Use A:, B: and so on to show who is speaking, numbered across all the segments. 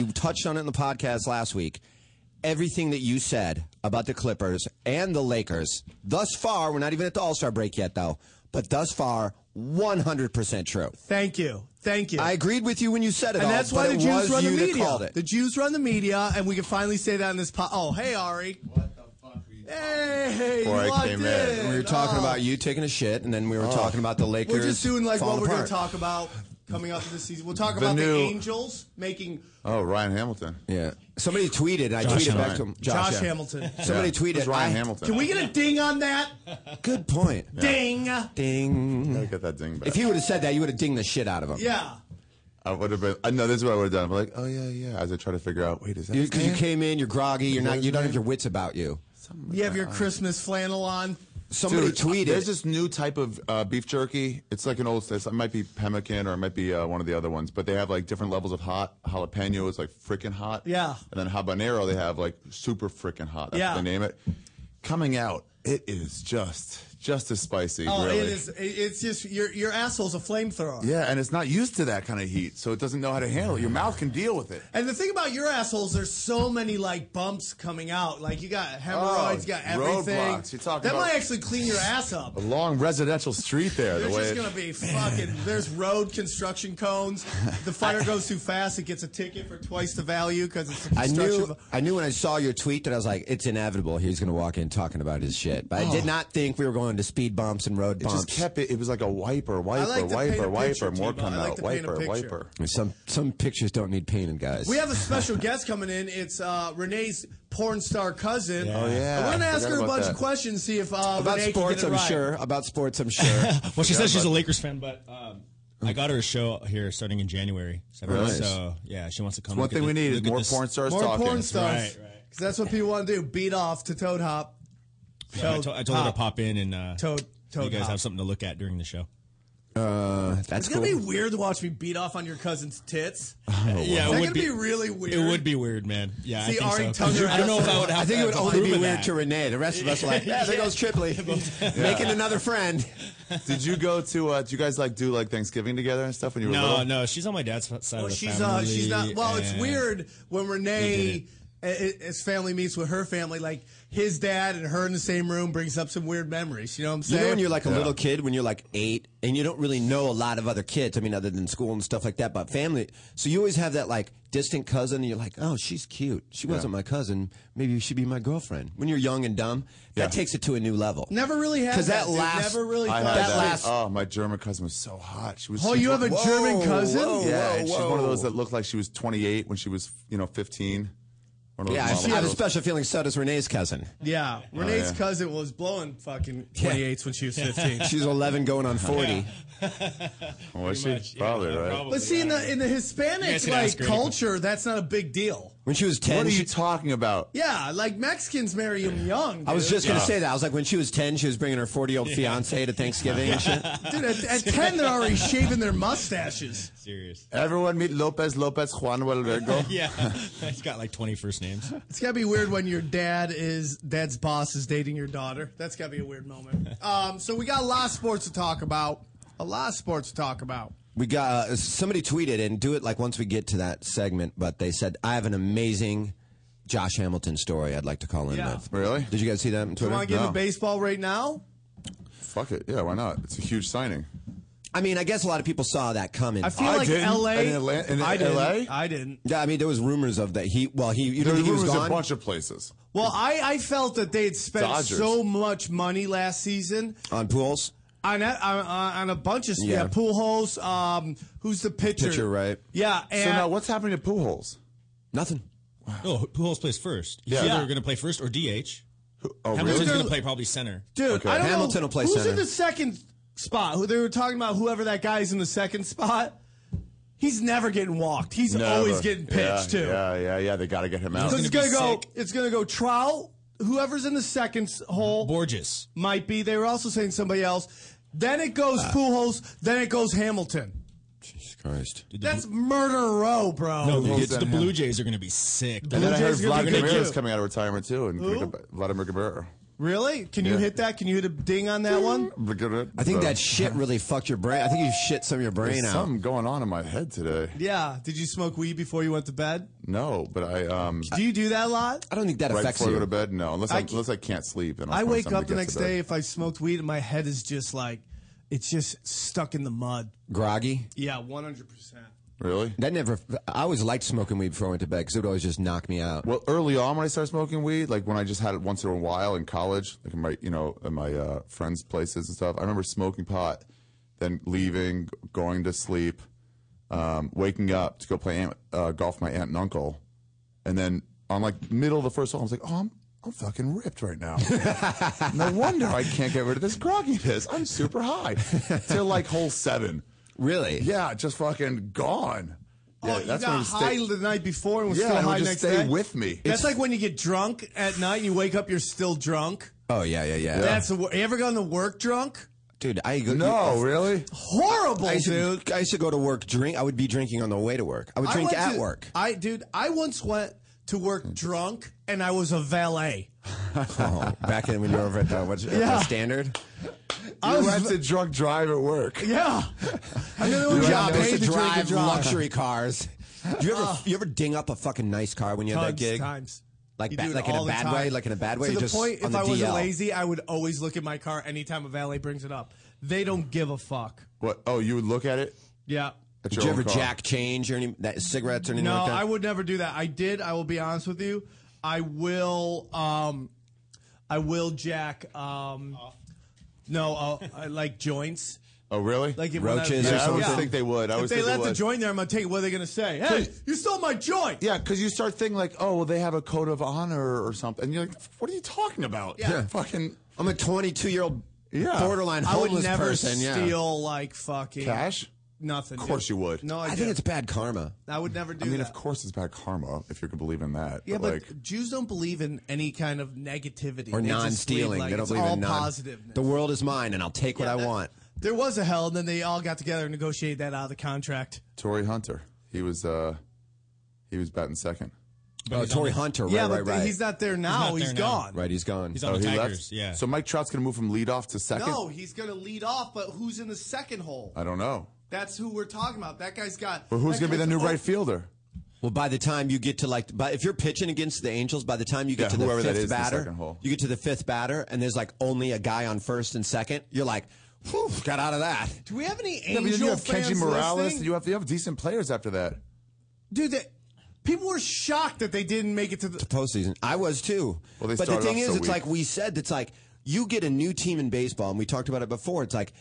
A: you touched on it in the podcast last week. Everything that you said about the Clippers and the Lakers thus far, we're not even at the All Star break yet, though, but thus far, 100% true.
B: Thank you. Thank you.
A: I agreed with you when you said it,
B: and
A: all,
B: that's why
A: but
B: the
A: it
B: Jews
A: was
B: run the
A: you that
B: media.
A: called it.
B: The Jews run the media, and we can finally say that in this pod. Oh, hey Ari. What the fuck? Hey,
A: Before
B: you
A: I
B: locked
A: came in. We were talking
B: Oh.
A: about you taking a shit, and then we were talking about the Lakers.
B: We're just doing like what
A: falling
B: we're going
A: apart.
B: to talk about coming up this season. We'll talk
C: The
B: about the
C: new-
B: Angels making
C: Oh, Ryan Hamilton.
A: Yeah. Somebody tweeted, and I
C: Josh
A: tweeted back
C: Hamilton.
A: to him.
B: Josh,
A: yeah.
B: Hamilton.
A: Somebody
C: Yeah.
A: tweeted.
C: It's Ryan
A: I-
C: Hamilton.
B: Can we get a ding on that?
A: Good point.
B: Ding.
A: Ding.
C: Look at that ding back.
A: If he would have said that, you would have dinged the shit out of him.
B: Yeah.
C: I would have been. I know this is what I would have done. I'm like, oh yeah, yeah. As I try to figure out, wait, is that? his
A: Because you,
C: name?
A: came in, you're groggy, you're not, you don't have your wits about you.
B: You have
A: Uh,
B: your Christmas flannel on.
A: Somebody
C: Dude,
A: tweeted.
C: There's this new type of uh, beef jerky. It's like an old. It's, it might be pemmican or it might be uh, one of the other ones. But they have like different levels of hot. Jalapeno is like freaking hot.
B: Yeah.
C: And then habanero, they have like super freaking hot. That's
B: Yeah.
C: what they name it. Coming out, it is just just as spicy.
B: Oh,
C: really.
B: it is. it- It's just your your asshole's a flamethrower.
C: Yeah, and it's not used to that kind of heat, so it doesn't know how to handle it. Your mouth can deal with it.
B: And the thing about your assholes, there's so many like bumps coming out. Like you got hemorrhoids,
C: Oh,
B: you got everything.
C: roadblocks. You're talking
B: that
C: about-
B: might actually clean your ass up.
C: A long residential street there.
B: There's
C: the way
B: just
C: it-
B: gonna be fucking. There's road construction cones. The fire goes too fast. It gets a ticket for twice the value because it's a
A: I
B: construction.
A: knew,
B: vi-
A: I knew when I saw your tweet that I was like, it's inevitable. He's going to walk in talking about his shit. But I did not think we were going to speed bumps and road
C: It
A: bumps.
C: just kept it. It was like a wiper, wiper,
B: like to paint a
C: wiper,
B: picture,
C: wiper. More
B: T-Bone.
C: come
B: I like
C: out.
B: to paint a
C: wiper,
B: picture.
C: wiper.
A: some some pictures don't need painting, guys.
B: We have a special guest coming in. It's uh, Renee's porn star cousin.
D: Oh,
C: yeah.
B: And we're gonna
C: I
B: ask
C: forgot
B: her a
C: about
B: bunch
C: that.
B: of questions, see if uh,
A: about
B: Renee can
A: sports,
B: get it
A: I'm
B: right.
A: sure. About sports, I'm sure.
D: Well, she
C: Forgot
D: says she's a
C: about
D: Lakers fan, but um,
B: Hmm.
D: I got her a show here starting in January. So,
C: Really?
D: so, yeah, she wants to come.
C: One
D: look at
C: thing we
D: the-
C: need is
D: look at
C: more
D: this-
C: porn stars
B: More
C: talking.
B: porn stars.
D: Right, right.
B: 'Cause that's what people want to do. Beat off to Toad Hop.
D: So I, to- I told her
B: Pop.
D: to pop in and uh,
B: Toad- Toad
D: you guys
B: hop.
D: have something to look at during the show.
A: Uh, that's
B: It's gonna
A: cool.
B: be weird to watch me beat off on your cousin's tits.
D: yeah,
B: Is that gonna be, really weird?
D: It would be weird, man. Yeah,
B: See,
D: I
B: Ari
D: think so.
B: Tunger
D: I don't know if I would. Have
A: I think it would
D: to
A: only be
D: prove
A: weird
D: that.
A: to Renee. The rest of us are like, yeah, there goes Tripley, making another friend.
C: Did you go to? Uh, did you guys like do like Thanksgiving together and stuff when you were
D: No,
C: little?
D: no, she's on my dad's side of
B: Well,
D: the
B: she's
D: family.
B: uh, she's not. Well, it's
D: and-
B: weird when
D: They
B: Renee,
D: did
B: i- i- his family meets with her family, like his dad and her in the same room, brings up some weird memories. You know what I'm
A: You
B: saying?
A: know when you're like a little kid, when you're like eight, and you don't really know a lot of other kids. I mean, other than school and stuff like that, but family. So you always have that like distant cousin, and you're like, oh, she's cute. She wasn't my cousin. Maybe she'd be my girlfriend. When you're young and dumb, that
C: Yeah.
A: takes it to a new level.
B: never really had
A: because that
B: dude.
A: last
B: Never really
C: I
B: thought
C: had
A: that
C: that.
A: last-
C: Oh, my German cousin was so hot. She was.
B: Oh,
C: she
B: you have a
C: was-
B: German cousin?
A: whoa,
C: Yeah,
A: whoa,
C: and she's one of those
A: whoa.
C: that looked like she was 28 when she was, you know, 15. One of those
A: Yeah, I
C: model
A: she had a
C: girls.
A: special feeling. So does Renee's cousin.
B: Yeah, Renee's
C: yeah.
B: cousin was blowing fucking 28s when she was 15.
A: She's 11, going on 40.
C: Was she?
D: Pretty much, yeah,
C: Probably
D: no
C: right.
D: problem.
B: But see, in the in the Hispanic
D: can
B: like
D: ask her any-
B: culture, that's not a big deal.
A: When she was 10,
C: What are you
A: she-
C: talking about?
B: Yeah, like Mexicans marry him young. Dude.
A: I was just going to
C: Yeah.
A: say that. I was like, when she was 10, she was bringing her 40 year old fiance to Thanksgiving and shit.
B: dude at, at ten they're already shaving their mustaches.
D: Serious.
C: Everyone meet Lopez, Lopez, Juan Valverde.
D: Yeah, he's got like twenty first names.
B: It's gotta be weird when your dad is dad's boss is dating your daughter. That's gotta be a weird moment. Um, so we got a lot of sports to talk about. A lot of sports to talk about.
A: We got uh, somebody tweeted and do it like once we get to that segment, but they said I have an amazing Josh Hamilton story. I'd like to call in
B: Yeah.
A: with.
C: Really?
A: Did you guys see that on
B: You
A: Twitter?
B: want to get
C: No.
B: into baseball right now?
C: Fuck it. Yeah, why not? It's a huge signing.
A: I mean, I guess a lot of people saw that coming.
B: I feel
C: I
B: like
C: didn't.
B: LA.
C: And in Atlan- and in
B: I didn't.
C: LA?
B: I didn't.
A: yeah, I mean, there was rumors of that he. Well, he. You
C: There
A: didn't think he was
C: was
A: gone.
C: a bunch of places.
B: Well, I, I felt that they had spent
C: Dodgers.
B: so much money last season
A: on pools.
B: on a, on, on a bunch of yeah,
A: Yeah.
B: Pujols. Um, who's the pitcher?
A: Pitcher, right.
B: Yeah, and
C: So now, what's happening to Pujols?
A: Nothing.
D: No, Pujols plays first. He's
C: Yeah.
D: either going to play first or DH.
C: Oh,
D: Hamilton's
C: really?
D: going to play probably center.
B: Dude,
C: Okay.
B: I don't
A: Hamilton
B: know.
A: will play
B: Who's
A: center.
B: in the second spot? Who they were talking about? Whoever that guy's in the second spot. He's never getting walked. He's
C: Never.
B: always getting pitched
C: yeah,
B: too.
C: Yeah, yeah, yeah. They got to get him out.
B: So it's gonna
D: He's gonna
B: go.
D: be sick.
B: It's gonna go Trout. Whoever's in the second s- hole
D: Borges.
B: might be. They were also saying somebody else. Then it goes Pujols. Then it goes Hamilton.
A: Jesus Christ.
B: That's murder row, bro.
D: No, the,
C: Pujols
D: the
C: and
D: Blue
C: him.
D: Jays are going to be sick.
C: And then I
B: Blue
C: heard
B: Jays gonna be
C: Vladimir
B: good
C: Guerrero is
B: too.
C: coming out of retirement too, and Vladimir Guerrero.
B: Really? Can you
C: Yeah.
B: hit that? Can you hit a ding on that one?
A: I think that shit really fucked your brain. I think you shit some of your brain
C: There's
A: out.
C: something going on in my head today.
B: Yeah. Did you smoke weed before you went to bed?
C: No, but I um
B: Do you do that a lot?
A: I don't think that
C: right
A: affects
C: before I
A: you.
C: go to bed. No, unless I,
B: I c-
C: unless I can't sleep. And I'll
B: I
C: find
B: wake
C: something
B: up the
C: to get
B: next
C: to bed.
B: day if I smoked weed and my head is just like it's just stuck in the mud.
A: Groggy.
B: Yeah, one hundred percent.
C: Really?
A: That never. I always liked smoking weed before I went to bed because it would always just knock me out.
C: Well, early on when I started smoking weed, like when I just had it once in a while in college, like in my, you know, in my uh, friends' places and stuff. I remember smoking pot, then leaving, going to sleep, um, waking up to go play aunt, uh, golf with my aunt and uncle, and then on like middle of the first hole, I was like, oh, I'm. I'm fucking ripped right now. no wonder I can't get rid of this grogginess. I'm super high till like hole seven.
A: Really?
C: Yeah, just fucking gone.
B: Oh,
C: Yeah,
B: you
C: when
B: got
C: it stay-
B: high the night before and was
C: Yeah,
B: still
C: and it would
B: high
C: just
B: next
C: stay
B: day.
C: with me.
B: That's
C: It's-
B: like when you get drunk at night and you wake up, you're still drunk.
A: Oh yeah, yeah, yeah.
B: That's the wor- you ever gone to work drunk?
A: dude. I go,
C: No, really?
B: Horrible,
A: I used, to,
B: dude.
A: I used to go to work. Drink. I would be drinking on the way to work. I would
B: I
A: drink
B: went
A: at
B: to-
A: work.
B: I dude, I once went to work drunk and I was a valet.
A: Oh, back in when you were over at the, what's, at the
B: Yeah.
A: standard.
B: I was
C: to drunk drive at work.
B: yeah. I mean, it
A: Your
B: was
A: job
B: paid
A: was to
B: drink and
A: drive
B: drive.
A: luxury cars. Do you ever you ever ding up a fucking nice car when you had that
B: Tons,
A: gig?
B: times.
A: Like
B: You
A: ba-
B: do it
A: like in a
B: all the
A: bad
B: time.
A: way? Like in a bad way,
B: To the
A: just
B: point,
A: on
B: if
A: the
B: I wasn't
A: DL.
B: lazy, I would always look at my car anytime a valet brings it up. They don't give a fuck.
C: What? Oh, you would look at it?
B: Yeah.
C: At
A: Did
C: your
A: you
C: own
A: ever
C: car.
A: jack change or any that, cigarettes or anything
B: No,
A: like that?
B: I would never do that. I did. I will be honest with you. I will. Um, I will jack. Um, no, uh, I like joints.
C: Oh, really?
B: Like if
A: Roaches
B: when
A: or
B: I,
C: yeah, I always
A: something.
C: think they would. I
B: If
C: always
B: they
C: think
B: left
C: they
B: the
C: would.
B: joint there, I'm gonna take. What are they gonna say? Hey, you stole my joint.
C: yeah, because you start thinking like, oh, well, they have a code of honor or something. And you're like, what are you talking about?
B: Yeah. Yeah.
C: Fucking
A: I'm a 22 year old
C: Yeah.
A: borderline
B: I would
A: homeless
B: never
A: person.
B: steal
A: yeah.
B: like fucking
C: cash?
B: Nothing.
C: Of course
B: dude.
C: you would.
B: No, I,
A: I think
B: didn't.
A: it's bad karma.
B: I would never do
C: I mean,
B: that.
C: of course it's bad karma if you can believe in that.
B: Yeah,
C: but,
B: but
C: like,
B: Jews don't believe in any kind of negativity
A: Or
B: They just
A: non-stealing.
B: Like,
A: they don't
B: it's
A: believe
B: all
A: in non.
B: positiveness.
A: The world is mine, and I'll take what I
B: that-
A: want.
B: There was a hell, and then they all got together and negotiated that out of the contract.
C: Tory Hunter, he was, uh, he was batting second.
D: But
A: Oh,
D: he's
A: Tory
D: on-
A: Hunter. Right,
B: yeah,
A: right,
B: but
A: right.
B: he's not there now.
D: not
B: He's
D: there now.
B: gone.
A: right. He's gone.
D: He's on
C: oh,
D: the
C: he
D: Tigers.
C: left.
D: Yeah.
C: So Mike Trout's gonna move from leadoff to second.
B: No, he's going to lead off, but who's in the second hole?
C: I don't know.
B: That's who we're talking about. That guy's got.
C: But who's
B: that
C: gonna be the
B: guy's
C: new
B: o-
C: right fielder?
A: Well, by the time you get to like, by, if you're pitching against the Angels, by the time you get
C: Yeah,
A: to the
C: whoever
A: fifth
C: that is, the
A: batter,
C: second hole.
A: you get to the fifth batter, and there's like only a guy on first and second. You're like, whew, got out of that.
B: Do we have any
C: Yeah,
B: angel
C: but then you have
B: fans
C: Kenji Morales.
B: listening?
C: You have you have decent players after that.
B: Dude, they, people were shocked that they didn't make it to the.
A: Postseason, I was too.
C: Well, they
A: but the
C: started
A: thing
C: off
A: is,
C: so
A: it's
C: weak.
A: like we said, it's like you get a new team in baseball, and we talked about it before. It's like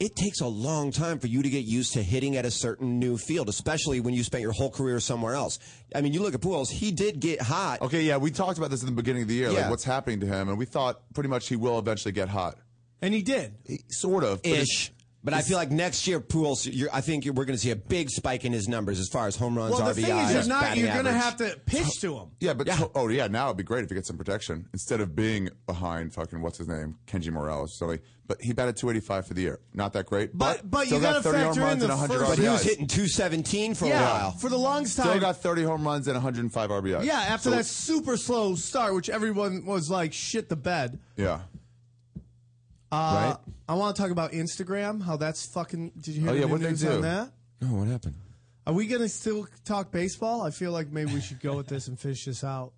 A: it takes a long time for you to get used to hitting at a certain new field, especially when you spent your whole career somewhere else. I mean, you look at Pujols; he did get hot.
C: Okay, yeah, we talked about this in the beginning of the year,
A: Yeah.
C: like what's happening to him, and we thought pretty much he will eventually get hot.
B: And he did.
C: He- sort of. but it's-
A: ish. But I feel like next year, Pujols, you're, I think you're, we're going to see a big spike in his numbers as far as home runs,
B: Well, the
A: RBIs,
B: thing is, you're not.
A: batting
B: You're going to
A: average.
B: have to pitch to him.
C: Yeah, but to- oh yeah, now it'd be great if he gets some protection instead of being behind fucking what's his name, Kenji Morales. So like, but he batted 285 for the year, not that great.
B: But-
C: But
B: but you
C: still got
B: gotta
C: 30 home
B: factor in
C: runs
B: the
C: and 100
B: first-
A: But
C: RBIs.
A: he was hitting 217 for a
B: Yeah,
A: while.
B: for the longest time.
C: still got 30 home runs and 105 RBIs.
B: Yeah, after
C: So-
B: that super slow start, which everyone was like, shit the bed.
C: Yeah.
B: Uh,
C: Right.
B: I want to talk about Instagram, how that's fucking. Did you hear
C: Oh,
B: the
C: yeah,
B: new
C: what'd they
B: news
C: do?
B: on that?
A: No, what happened?
B: Are we going to still talk baseball? I feel like maybe we should go with this and fish this out.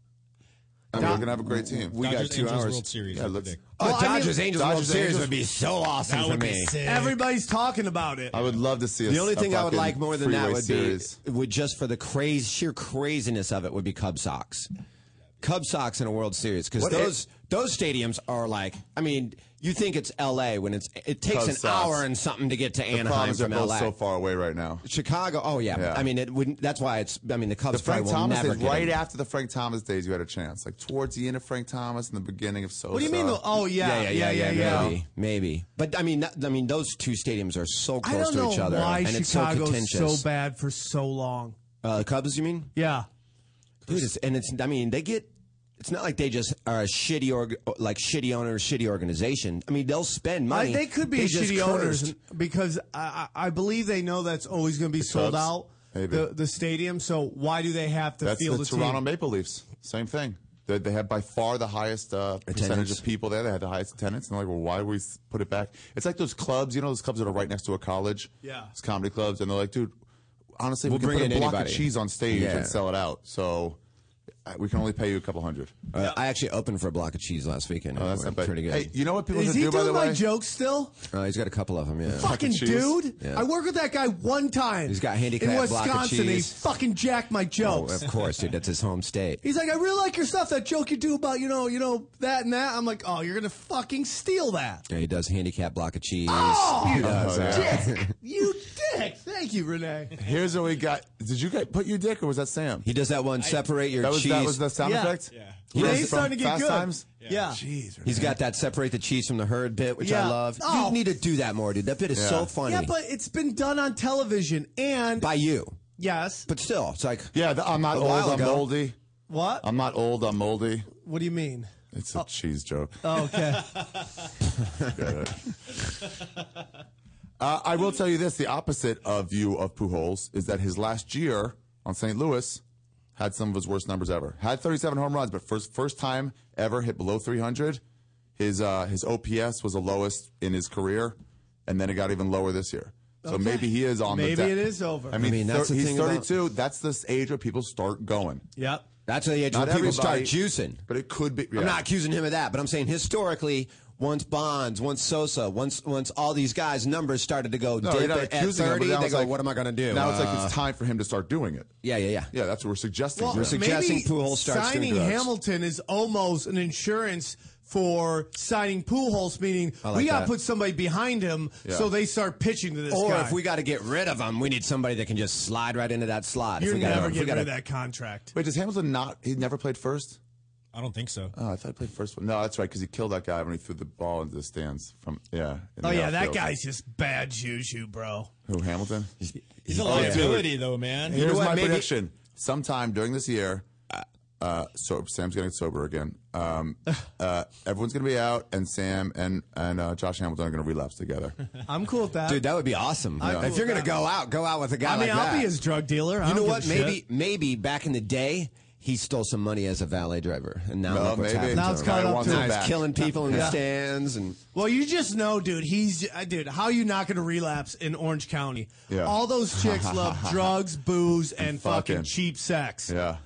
C: I mean, we're gonna have a great team.
A: We
D: Dodgers,
A: got two
D: Angels
A: hours.
D: World Series.
C: Yeah,
D: That's
C: let's-
D: big.
A: Oh,
B: Well, I
A: Dodgers
B: mean-
A: Angels World
C: Dodgers,
A: Series
C: Angels.
A: would be so awesome
D: That
A: for
D: would
A: me.
D: be sick.
B: Everybody's talking about it.
C: I would love to see. A,
A: The only
C: a
A: thing I would
C: fucking
A: like more than that
C: freeway
A: would
C: series.
A: be would just for the craze, sheer craziness of it would be Cub Sox. Cub Sox in a World Series because
C: What
A: those those stadiums are like. I mean, you think it's L.A. when it's it takes
C: Cub
A: an
C: Sox.
A: hour and something to get to
C: The
A: Anaheim
C: problems
A: from
C: are both
A: L.A.
C: so far away right now.
A: Chicago. Oh yeah.
C: Yeah.
A: I mean, it wouldn't. That's why it's. I mean, the Cubs
C: The Frank
A: probably will
C: Thomas
A: never
C: days,
A: get
C: right
A: it.
C: after the Frank Thomas days, you had a chance. Like towards the end of Frank Thomas and the beginning of Sosa.
B: what do you mean? though? Oh, yeah. Yeah, yeah, yeah.
A: Maybe, maybe. But I mean, that- I mean, those two stadiums are so
B: I
A: close
B: don't
A: to
B: know
A: each other,
B: why
A: and it's so
B: Chicago's
A: contentious.
B: so, bad for so long.
A: Uh, the Cubs, you mean?
B: Yeah.
A: Dude, it's, and it's. I mean, they get. It's not like they just are a shitty org, like shitty owner, shitty organization. I mean, they'll spend money.
B: I, they could be
A: just
B: shitty owners
A: cursed.
B: because I, I I believe they know that's always going to be sold
C: Cubs?
B: out
C: Maybe.
B: the the stadium. So why do they have to
C: That's
B: field
C: the
B: a
C: Toronto
B: team?
C: Maple Leafs. Same thing. They, they had by far the highest uh, percentage
A: Attendance.
C: of people there. They had the highest attendance. And they're like, well, why would we s- put it back? It's like those clubs, you know, those clubs that are right next to a college.
B: Yeah.
C: It's comedy clubs. And they're like, dude, honestly, we
A: We'll
C: can
A: bring
C: put a
A: in
C: block
A: anybody.
C: of cheese on stage
A: Yeah.
C: and sell it out. So uh, we can only pay you a couple hundred.
A: Uh, I actually opened for a block of cheese last weekend.
C: Oh, that's
A: It
C: not
A: went
C: bad.
A: pretty good.
C: Hey, you know what people
B: Is
C: should
B: he
C: do, by
B: doing
C: the
B: my
C: way?
B: jokes still?
A: Uh, he's got a couple of them. Yeah.
B: Fucking
C: cheese.
B: dude!
A: Yeah.
B: I worked with that guy one time.
A: He's got handicap
B: in
A: block of
B: Wisconsin. and He
A: cheese.
B: fucking jacked my
A: Oh,
B: jokes.
A: of course, dude. That's his home state.
B: He's like, I really like your stuff. That joke you do about you know, you know that and that. I'm like, oh, you're gonna fucking steal that.
A: Yeah, he does handicap block of cheese.
B: Oh, you
C: does, yeah.
B: dick! you dick! Thank you, Renee.
C: Here's what we got. Did you guys put your dick or was that Sam?
A: He does that one. Separate your
C: that was
A: cheese.
C: that was the sound
B: Yeah.
C: effect.
D: Yeah.
A: He does
B: Renee's
A: it from
B: starting to get
C: Fast
B: good.
C: Times?
B: Yeah.
C: Jeez.
A: He's got that separate the cheese from the herd bit, which I
B: Yeah.
A: love.
B: Oh.
A: You need to do that more, dude. That bit is
C: Yeah.
A: so funny.
B: Yeah, but it's been done on television and
A: by you.
B: yes.
A: But still, it's like
C: Yeah, the, I'm not
A: A
C: old.
A: while
C: I'm
A: ago.
C: moldy.
B: what?
C: I'm not old. I'm moldy.
B: what do you mean?
C: It's a cheese joke.
B: Oh, okay.
C: Uh, I will tell you this: the opposite of you of Pujols is that his last year on St. Louis had some of his worst numbers ever. Had 37 home runs, but first first time ever hit below 300. His uh, his OPS was the lowest in his career, and then it got even lower this year. So maybe he is on
B: Maybe
C: the. de-
B: it is over.
C: I mean,
A: I mean,
C: thir-
A: that's the
C: he's
A: thing about-
C: 32. That's this age where people start going.
B: yep.
A: that's the age
C: Not
A: when people start
C: everybody,
A: juicing.
C: but it could be. yeah.
A: I'm not accusing him of that, but I'm saying historically, once Bonds, once Sosa, once once all these guys, numbers started to go
C: No, you're
A: dip
C: not
A: at
C: accusing him, but
A: 30.
C: now
A: they
C: it's
A: go,
C: like-
A: "What am I going to do?"
C: Now it's
A: Uh,
C: like it's time for him to start doing it.
A: yeah, yeah, yeah,
C: Yeah, that's what we're suggesting.
B: Well,
C: to him.
A: suggesting
B: maybe
A: Pujols starts doing
B: signing
A: drugs.
B: Hamilton is almost an insurance for signing Pujols, meaning
A: like
B: we got
A: that.
B: to put somebody behind him
C: Yeah.
B: so they start pitching to this
A: Or
B: guy.
A: if we got to get rid of him, we need somebody that can just slide right into that slot. If
B: You're
A: we gotta-
B: never
A: if we
B: getting
A: gotta-
B: rid of that contract.
C: Wait, does Hamilton not? He never played first.
D: I don't think so.
C: Oh, I thought he played first. one. No, that's right because he killed that guy when he threw the ball into the stands from yeah. in
B: Oh
C: the
B: yeah, that
C: outfield.
B: guy's just bad juju, bro.
C: Who Hamilton?
D: He's a
C: Oh, dude.
D: liability, though, man.
C: Here's
A: what,
C: my
A: maybe-
C: prediction: sometime during this year, uh, so Sam's getting sober again. Um, uh, everyone's gonna be out, and Sam and and uh, Josh Hamilton are gonna relapse together.
B: I'm cool with that.
A: Dude, that would be awesome. If you're gonna go out, go out with a guy
B: I mean,
A: like
B: I'll
A: that.
B: be his drug dealer. I
A: you know
B: don't give
A: what?
B: a
A: Maybe,
B: shit.
A: maybe back in the day, he stole some money as a valet driver, and now
C: No,
A: look what's
C: maybe.
A: happened.
B: Now
A: to
B: it's
A: him.
B: caught
A: Now
B: up
C: to
A: he's
C: him. back.
A: killing people in the
B: Yeah.
A: stands, and
B: Well, you just know, dude. He's uh, dude. How you not going to relapse in Orange County?
C: Yeah.
B: All those chicks love drugs, booze, and, fucking,
C: fucking.
B: cheap sex.
C: yeah.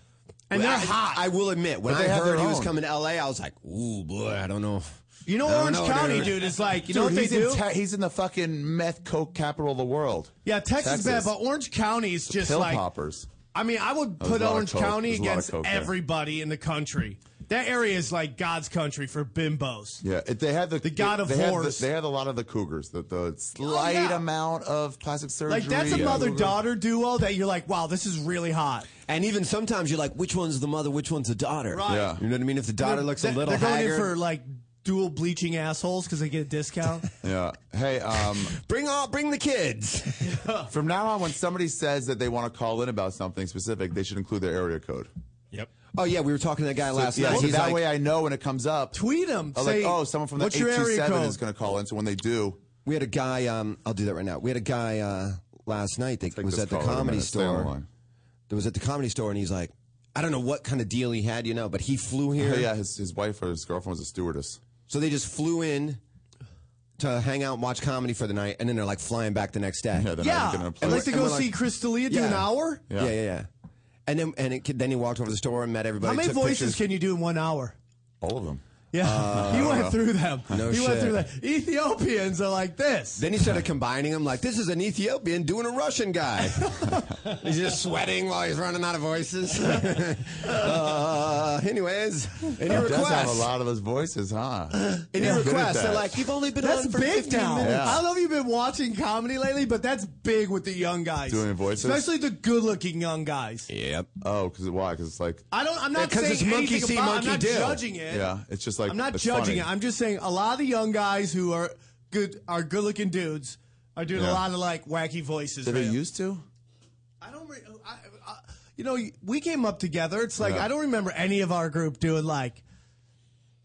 B: And they're
A: I,
B: hot.
A: I will admit, when
C: But they
A: I
C: have
A: heard
C: their
A: he was
C: own.
A: coming to L.A., I was like, "Ooh, boy, I don't know."
B: you know,
A: I don't
B: Orange
A: know,
B: County,
A: dude.
B: dude. is like, you
C: Dude,
B: know what they
C: he's, in
B: do?
C: te- he's in the fucking meth coke capital of the world.
B: yeah, Texas, is bad, but Orange County is just
C: pill
B: like.
C: poppers.
B: I mean, I would
C: There's
B: put
C: a lot of
B: Orange
C: coke.
B: County
C: There's a lot of
B: against
C: coke there.
B: everybody in the country. That area is like God's country for bimbos.
C: Yeah, it, they had the,
B: The god of
C: they had the-
B: whores.
C: they had a lot of the cougars. The, the slight
B: yeah.
C: amount of plastic surgery.
B: Like that's a
C: Yeah.
B: mother daughter duo that you're like, wow, this is really hot.
A: And even sometimes you're like, "Which one's the mother? Which one's the daughter?"
B: Right.
C: Yeah.
A: You know what I mean? If the daughter looks a
B: They're-
A: little
B: They're going
A: haggard,
B: in for like dual bleaching assholes because they get a discount.
C: Yeah. Hey, um,
A: bring all, bring the kids.
C: from now on, when somebody says that they want to call in about something specific, they should include their area code.
D: Yep.
A: oh yeah, we were talking to that guy
C: So-
A: last
C: yeah,
A: night.
C: so
A: He's
C: that
A: like,
C: way I know when it comes up.
B: Tweet them.
C: I'm
B: say,
C: like, oh, someone from the
B: what's your area
C: 827
B: code?
C: is going to call in. So when they do,
A: We had a guy. Um, I'll do that right now. We had a guy uh, last night that
C: take
A: was
C: this
A: at the
C: call in a
A: comedy
C: minute. Stay on the
A: store.
C: line.
A: That was at the comedy store, and he's like, I don't know what kind of deal he had, you know, but he flew here.
C: Hey, yeah, his, his wife or his girlfriend was a stewardess.
A: So they just flew in to hang out and watch comedy for the night, and then they're like flying back the next day.
C: Yeah, they're
B: yeah,
C: not even going to
B: I'd
C: play.
B: like to
A: And
B: go
A: we're like-
B: see Chris D'Elia do
A: Yeah.
B: an hour.
A: yeah, yeah. yeah. And then and it, then he walked over to the store and met everybody.
B: How many
A: took
B: voices
A: pictures. Uh,
B: can you do in one hour?
C: All of them.
B: Yeah, he went through them.
A: No
B: he went
A: shit.
B: through that. Ethiopians are like this.
A: Then he started combining them like this is an Ethiopian doing a Russian guy. he's just sweating while he's running out of voices. uh, anyways, any
C: He does have a
A: requests?
C: lot of those voices, huh?
A: Any
C: Yeah.
A: requests? They're
C: Good at
A: like, you've only been
B: That's
A: on for
B: big
A: 15
B: now.
A: minutes.
C: Yeah.
B: I don't know if you've been watching comedy lately, but that's big with the young guys.
C: Doing voices?
B: Especially the good looking young guys.
A: Yep.
C: Oh, because why? Because it's like,
B: I don't I'm not
A: Yeah, 'cause
B: saying
A: it's monkey
B: anything
A: see,
B: about
A: monkey
B: I'm not
A: do.
B: judging it.
C: yeah, it's just like
B: I'm not
C: it's
B: judging
C: funny.
B: it. I'm just saying a lot of the young guys who are good are good looking dudes are doing
C: Yeah.
B: a lot of like wacky voices.
C: Did
B: right
C: they
B: now.
C: used to?
B: I don't. Re- I, I, you know, we came up together. It's like
C: Yeah.
B: I don't remember any of our group doing like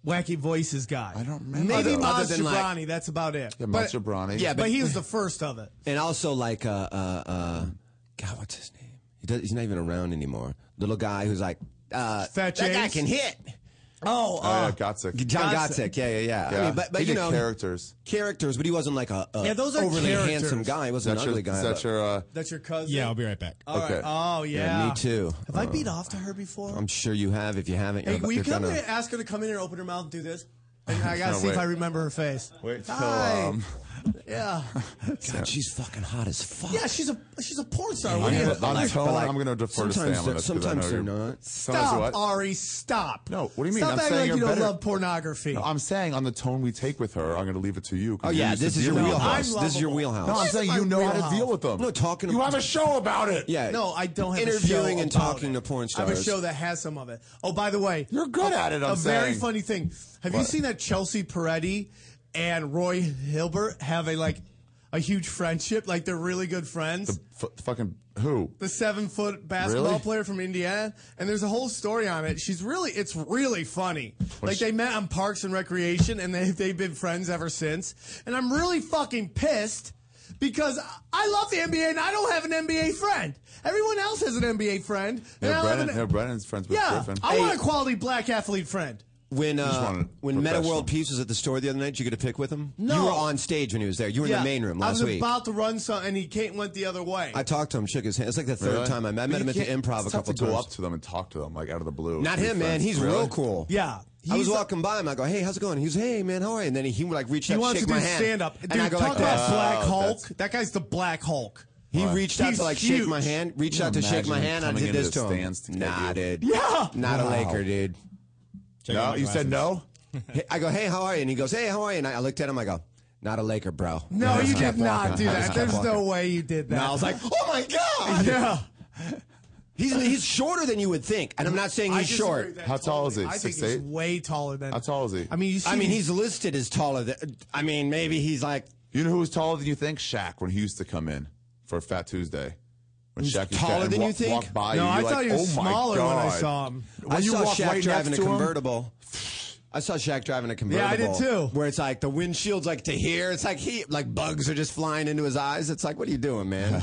B: wacky voices guy. I
C: don't remember
B: Maybe
C: those.
A: Other
B: Maz
A: than, like-
B: Jabrani. that's about it.
C: Yeah,
B: But-
C: Macho Brani.
A: Yeah,
B: But, he was the first of it.
A: And also like uh uh uh God, what's his name? He does, he's not even around anymore. Little guy who's like uh
B: Fat
A: that guy
B: James?
A: can hit. Oh,
C: Oh, yeah, Gotzik.
A: John
B: Gotzik.
A: Gotzik. Yeah, yeah, yeah. I
C: Yeah.
A: mean, but but
C: he
A: you
C: did
A: know,
C: characters.
A: characters, but he wasn't like a, a
B: Yeah, those are
A: overly
B: characters.
A: handsome guy. He wasn't
C: Is that
A: an
C: your-
A: ugly guy.
C: is that
A: but-
C: your, uh,
B: That's your cousin.
D: Yeah, I'll be right back.
B: All right.
C: Okay.
B: Oh yeah.
A: yeah, me too.
B: Have
C: Uh,
B: I beat off to her before?
A: I'm sure you have. If you haven't,
B: hey,
A: you're,
B: will you
A: you're
B: come
A: gonna.
B: in and ask her to come in here, open her mouth, and do this? And I gotta
C: No,
B: see if
C: wait.
B: I remember her face.
C: Wait till
B: Hi.
C: um,
B: Yeah.
A: God, she's fucking hot as fuck.
B: Yeah, she's a she's a porn star. What
C: I'm
B: do you
C: gonna,
A: but
C: I'm
A: like-
C: telling-
A: but like-
C: I'm gonna defer to Sam
A: sometimes
C: on
A: they're-
C: this 'cause I
A: sometimes
C: know
A: they're
C: you're-
A: not.
C: Sometimes
B: Stop,
C: what?
B: Ari. Stop.
C: No, what do you mean?
B: Stop
C: I'm
B: acting
C: saying
B: like
C: you're
B: you don't
C: better-
B: love pornography.
C: No, I'm saying on the tone we take with her, I'm going to leave it to you. 'cause
A: Oh
C: you're
A: yeah,
C: used to
A: this is your
C: dealing with
B: I'm
A: wheelhouse.
C: them.
B: lovable.
A: This is your wheelhouse.
C: No, I'm
B: This is
C: saying
B: my
C: you know how
B: wheelhouse.
C: to deal with them.
A: No, talking
C: You
A: about-
C: have a show about it.
A: yeah.
B: No, I don't have a
A: interviewing
B: show
A: and
B: about
A: talking
B: it.
A: to porn
B: I have a
A: stars.
B: show that has some of it. Oh, by the way,
C: You're good at it, I'm
B: a very
C: saying.
B: funny thing. Have you
C: What?
B: seen that Chelsea Peretti and Roy Hilbert have a like a huge friendship? Like they're really good friends. The,
C: F- fucking who?
B: seven foot basketball
C: Really?
B: player from Indiana, and there's a whole story on it. She's really, it's really funny. like they met on Parks and Recreation, and they they've been friends ever since. And I'm really fucking pissed. Because I love the NBA and I don't have an NBA friend. Everyone else has an NBA friend. and I don't
C: Yeah,
B: have
C: Brennan,
B: an-
C: yeah, Brennan's friends with
B: yeah,
C: Griffin.
B: I want a quality black athlete friend.
A: When
C: just
A: uh,
C: wanted
A: when Meta
C: professional.
A: World Peace was at the store the other night, did you get a pic with him?
B: No.
A: you were on stage when he was there. You were
B: yeah.
A: in the main room
B: I
A: last
B: was
A: week.
B: about to run some, and he came went the other way.
A: I talked to him, shook his hand. It's like the third
C: Really?
A: time I met, I met
C: But
A: him
C: you
A: at the
C: can't-
A: improv a
C: it's tough
A: couple
C: to
A: times.
C: go up to them and talk to them like out of the blue.
A: Not
C: Be
A: him, man.
C: friends.
A: He's
C: Really?
A: real cool.
B: yeah,
A: I was
B: He's a-
A: walking by him. I go, "Hey, how's it going?" He was, "Hey, man, how are you?" And then he, he would like reach
B: He
A: out,
B: wants to
A: shake
B: do
A: my hand,
B: stand up.
A: and
B: Dude,
A: I go
B: talk
A: like
B: about
A: that.
B: Black
C: Oh,
B: Hulk.
C: that's-
B: That guy's the Black Hulk.
A: He reached out
B: He's
A: to like shake my
B: huge.
A: hand, reached
C: Can you
A: out to shake
C: imagine
A: my
C: him
A: hand. I
C: coming
A: did
C: into
A: this
C: the
A: to him.
C: stands to get
A: Nah,
C: you?
A: dude.
B: Yeah.
A: not a
C: Wow.
A: Laker, dude.
D: Check out
C: No,
D: my
C: you said
D: glasses.
C: no.
A: Hey, I go, "Hey, how are you?" And he goes, "Hey, how are you?" And I I looked at him. I go, "Not a Laker, bro."
B: No,
A: I just
B: you did
A: kept
B: not
A: walking.
B: do
A: I just
B: that.
A: kept
B: There's no
A: walking.
B: way you did that.
A: And I was like, "Oh my god!"
B: yeah.
A: He's he's shorter than you would think, and I'm not saying
B: I
A: he's
B: disagree
A: short.
B: with that
C: How tall is he?
B: totally. I think
C: 6'8"?
B: he's way taller than.
C: How tall is he?
B: I mean, you see
A: I mean,
B: these-
A: he's listed as taller than. I mean, maybe he's like
C: You know who was taller than you think? Shaq when he used to come in for Fat Tuesday. When Shaq used to
A: taller
C: and
A: than you
C: walk-
A: think?
C: Walk by
B: No,
C: you,
B: I
C: you're
B: thought
C: like,
B: he was
C: oh my
B: smaller when I
C: God."
B: saw him.
A: I
C: When you
A: saw
C: walk
A: Shaq
C: right
A: driving a
C: next to him-
A: convertible. I saw Shaq driving a
B: I
A: convertible.
B: did too.
A: Where it's like the windshield's like to here. It's like he like bugs are just flying into his eyes. It's like, what are you doing, man?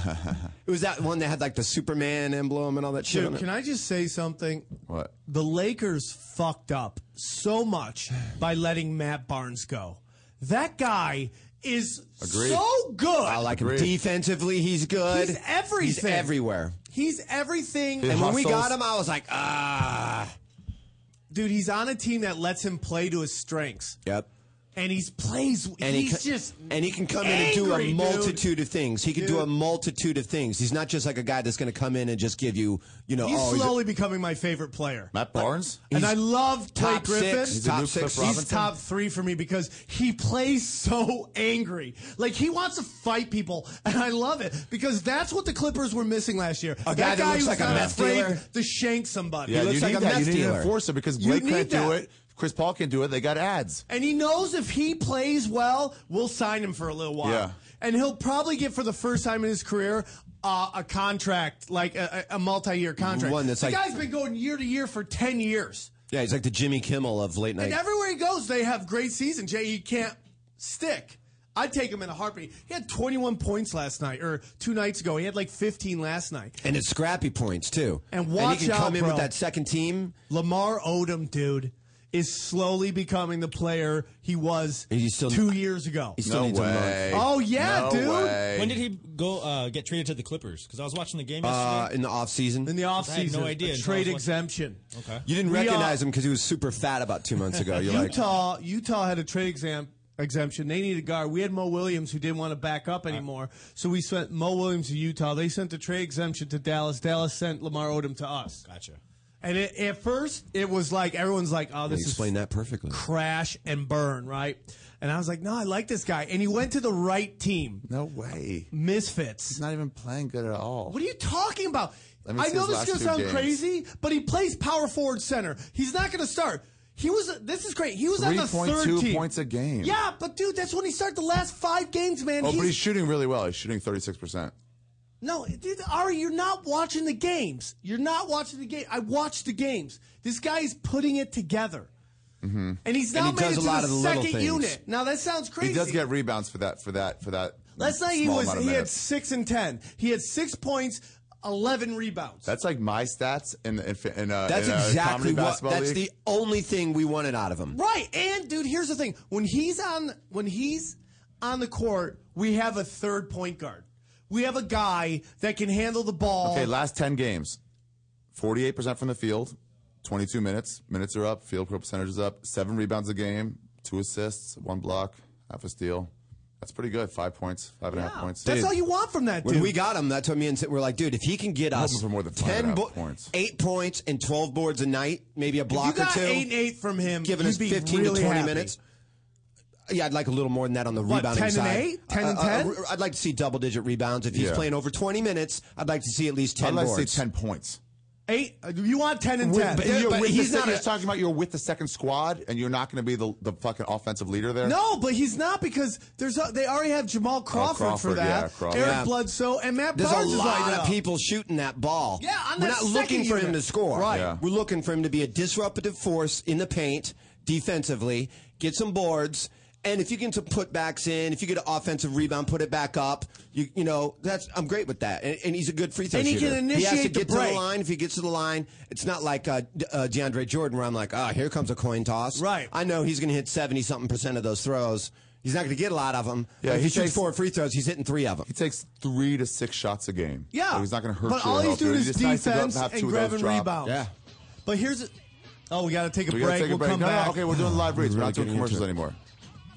A: it was that one that had like the Superman emblem and all that shit. on
B: Dude,
A: it.
B: can I just say something?
C: What?
B: The Lakers fucked up so much by letting Matt Barnes go. That guy is
C: Agreed.
B: so good.
A: I like him
C: Agreed.
A: defensively. He's good.
B: He's everything.
A: He's everywhere.
B: He's everything.
C: Yeah.
A: And when we
C: Hustles.
A: got him, I was like, ah,
B: Dude, he's on a team that lets him play to his strengths.
A: yep.
B: And he's plays
A: And he
B: he's
A: co-
B: just
A: and he can come in and do
B: angry,
A: a
B: dude.
A: multitude of things. He can do
B: Dude.
A: a multitude of things. He's not just like a guy that's going to come in and just give you, you know,
B: He's
A: oh, he's a-
B: slowly becoming my favorite player.
C: Matt Barnes?
B: and I love Blake
A: top
B: Griffin.
A: six,
C: a
A: top
C: new
A: six.
C: Cliff Robinson.
B: He's top three for me because he plays so angry. Like he wants to fight people, and I love it because that's what the Clippers were missing last year.
A: A guy that
B: guy
A: looks
B: who's
A: like a
B: not
A: meth
B: afraid
A: dealer.
B: to shank somebody.
C: Yeah,
A: looks
C: you
A: like
C: need
A: a
C: that.
A: meth
C: You need an
A: dealer.
C: enforcer because
B: You
C: Blake
B: need
C: can't do
B: that.
C: it. Chris Paul can't do it. They got ads.
B: And he knows if he plays well, we'll sign him for a little while.
C: Yeah.
B: And he'll probably get for the first time in his career uh, a contract, like a, a a multi-year contract.
A: One that's
B: the
A: like-
B: guy's been going year to year for ten years.
A: Yeah, he's like the Jimmy Kimmel of late night.
B: And everywhere he goes, they have great seasons. Jay, he can't stick. I'd take him in a heartbeat. He had 21 points last night, or two nights ago. He had like 15 last night.
A: and it's scrappy points too.
B: And watch
A: he can come
B: out,
A: in
B: bro.
A: with that second team.
B: Lamar Odom, dude, is slowly becoming the player he was
A: He's still-
B: two years ago.
A: He still
C: no
A: needs
C: way.
A: a month.
B: Oh, yeah,
C: No
B: dude.
C: way.
D: When did he go uh, get traded to the Clippers? Because I was watching the game
A: Uh,
D: yesterday.
A: in the off season,
B: in the offseason.
D: I had no idea
B: a
D: until I
B: trade
D: was watching-
B: exemption.
D: okay.
A: you didn't
B: We, uh,
A: recognize him because he was super fat about two months ago. You're like,
B: Utah, Utah had a trade exam, exemption. They needed a guard. We had Mo Williams who didn't want to back up anymore, so we sent Mo Williams to Utah. They sent the trade exemption to Dallas. Dallas sent Lamar Odom to us.
D: Gotcha.
B: And it, at first, it was like everyone's like, "Oh,
A: you
B: this is
A: explained that perfectly.
B: crash and burn," right? And I was like, "No, I like this guy." And he went to the right team,
C: No way.
B: Misfits.
C: He's not even playing good at all.
B: What are you talking about?
C: Let me
B: I
C: see
B: know
C: his
B: this is
C: last
B: going to
C: two
B: sound
C: games.
B: crazy, but he plays power forward center. He's not going to start. He was. This is great. He was on the third
C: 3.2
B: team.
C: points a game.
B: Yeah, but dude, that's when he started the last five games, man.
C: Oh,
B: he's,
C: but he's shooting really well. He's shooting 36%.
B: no, dude, Ari, you're not watching the games. You're not watching the game. I watched the games. This guy is putting it together, and he's now
A: he
B: made
A: does
B: it
A: a
B: to
A: lot
B: the
A: of the little
B: second
A: things.
B: unit. Now that sounds crazy.
C: He does get rebounds for that for that for that.
B: Last night he
C: small
B: was
C: amount of
B: he had
C: minutes.
B: six and ten. He had six points, 11 rebounds.
C: That's like my stats in in, in, uh,
A: That's
C: in a
A: exactly
C: comedy
A: what.
C: basketball
A: That's the
C: league.
A: only thing we wanted out of him.
B: Right, and dude, here's the thing: when he's on, when he's on the court, we have a third point guard. We have a guy that can handle the ball.
C: Okay, last 10 games. 48% from the field, 22 minutes. Minutes are up, field goal percentage is up. Seven rebounds a game, two assists, one block, half a steal. That's pretty good. Five points, five and a half
B: Yeah.
C: points.
B: That's all you want from that dude.
A: When we got him, that's what me and Sid were like, dude, if he can get us
C: hoping for more than five and a
A: 10
C: half
A: bo-
C: points.
A: eight points and 12 boards a night, maybe a
B: you
A: block or
B: got
A: two,
B: eight and eight from him,
A: giving
B: you'd
A: us
B: be
A: 15
B: really
A: to 20
B: happy.
A: minutes. Yeah, I'd like a little more than that on the rebounding
B: 10 and
A: side.
B: eight? 10 and
A: Uh, uh,
B: 10?
A: uh, I'd like to see double digit rebounds. If he's
C: Yeah.
A: playing over 20 minutes, I'd like to see at least 10
C: I'd like to say
A: boards.
C: 10 points.
B: Eight. uh, You want ten and ten.
C: but
A: Yeah,
C: you're
A: but
C: with
A: he's
C: the,
A: not
C: not.
A: a-
C: He's talking about you're with the second squad, and you're not going to be the, the fucking offensive leader there.
B: no, but he's not because there's a, they already have Jamal Crawford, for
C: Oh, Crawford,
B: that,
C: yeah, Crawford.
B: Eric
A: Yeah.
B: Bledsoe, and Matt
A: There's a
B: Barnes is
A: lot
B: lighting
A: of
B: up.
A: people shooting that ball.
B: Yeah, on
A: We're
B: that
A: not
B: second
A: looking for him
B: unit.
A: to score.
B: Right.
C: Yeah.
A: We're looking for him to be a disruptive force in the paint defensively, get some boards, and if you get some putbacks in, if you get an offensive rebound, put it back up. You you know, that's I'm great with that. And, and he's a good free throw
B: And he
A: shooter.
B: can
A: he has to
B: initiate the
A: get to
B: break.
A: the line. If he gets to the line, it's not like uh, D- uh, DeAndre Jordan where I'm like, "Ah, here comes a coin toss."
B: Right.
A: I know he's going to hit 70 something percent of those throws. He's not going to get a lot of them.
C: Yeah,
A: if he,
C: he
A: shoots
C: takes-
A: four free throws, he's hitting 3 of them.
C: He takes three to six shots a game.
B: Yeah,
C: So Oh, he's not going to hurt
B: But
C: you. or
B: all he's
C: help you.
B: doing is
C: just nice to go up
B: defense
C: have two
B: and
C: of
B: grabbing
C: those drop.
B: rebounds.
A: Yeah.
B: But here's, a- oh, we got to take a
C: We gotta
B: break.
C: take a
B: we'll
C: break.
B: come
C: No, no,
B: back.
C: okay, we're doing live reads. We're not doing
A: getting into
C: commercials
A: it.
C: anymore.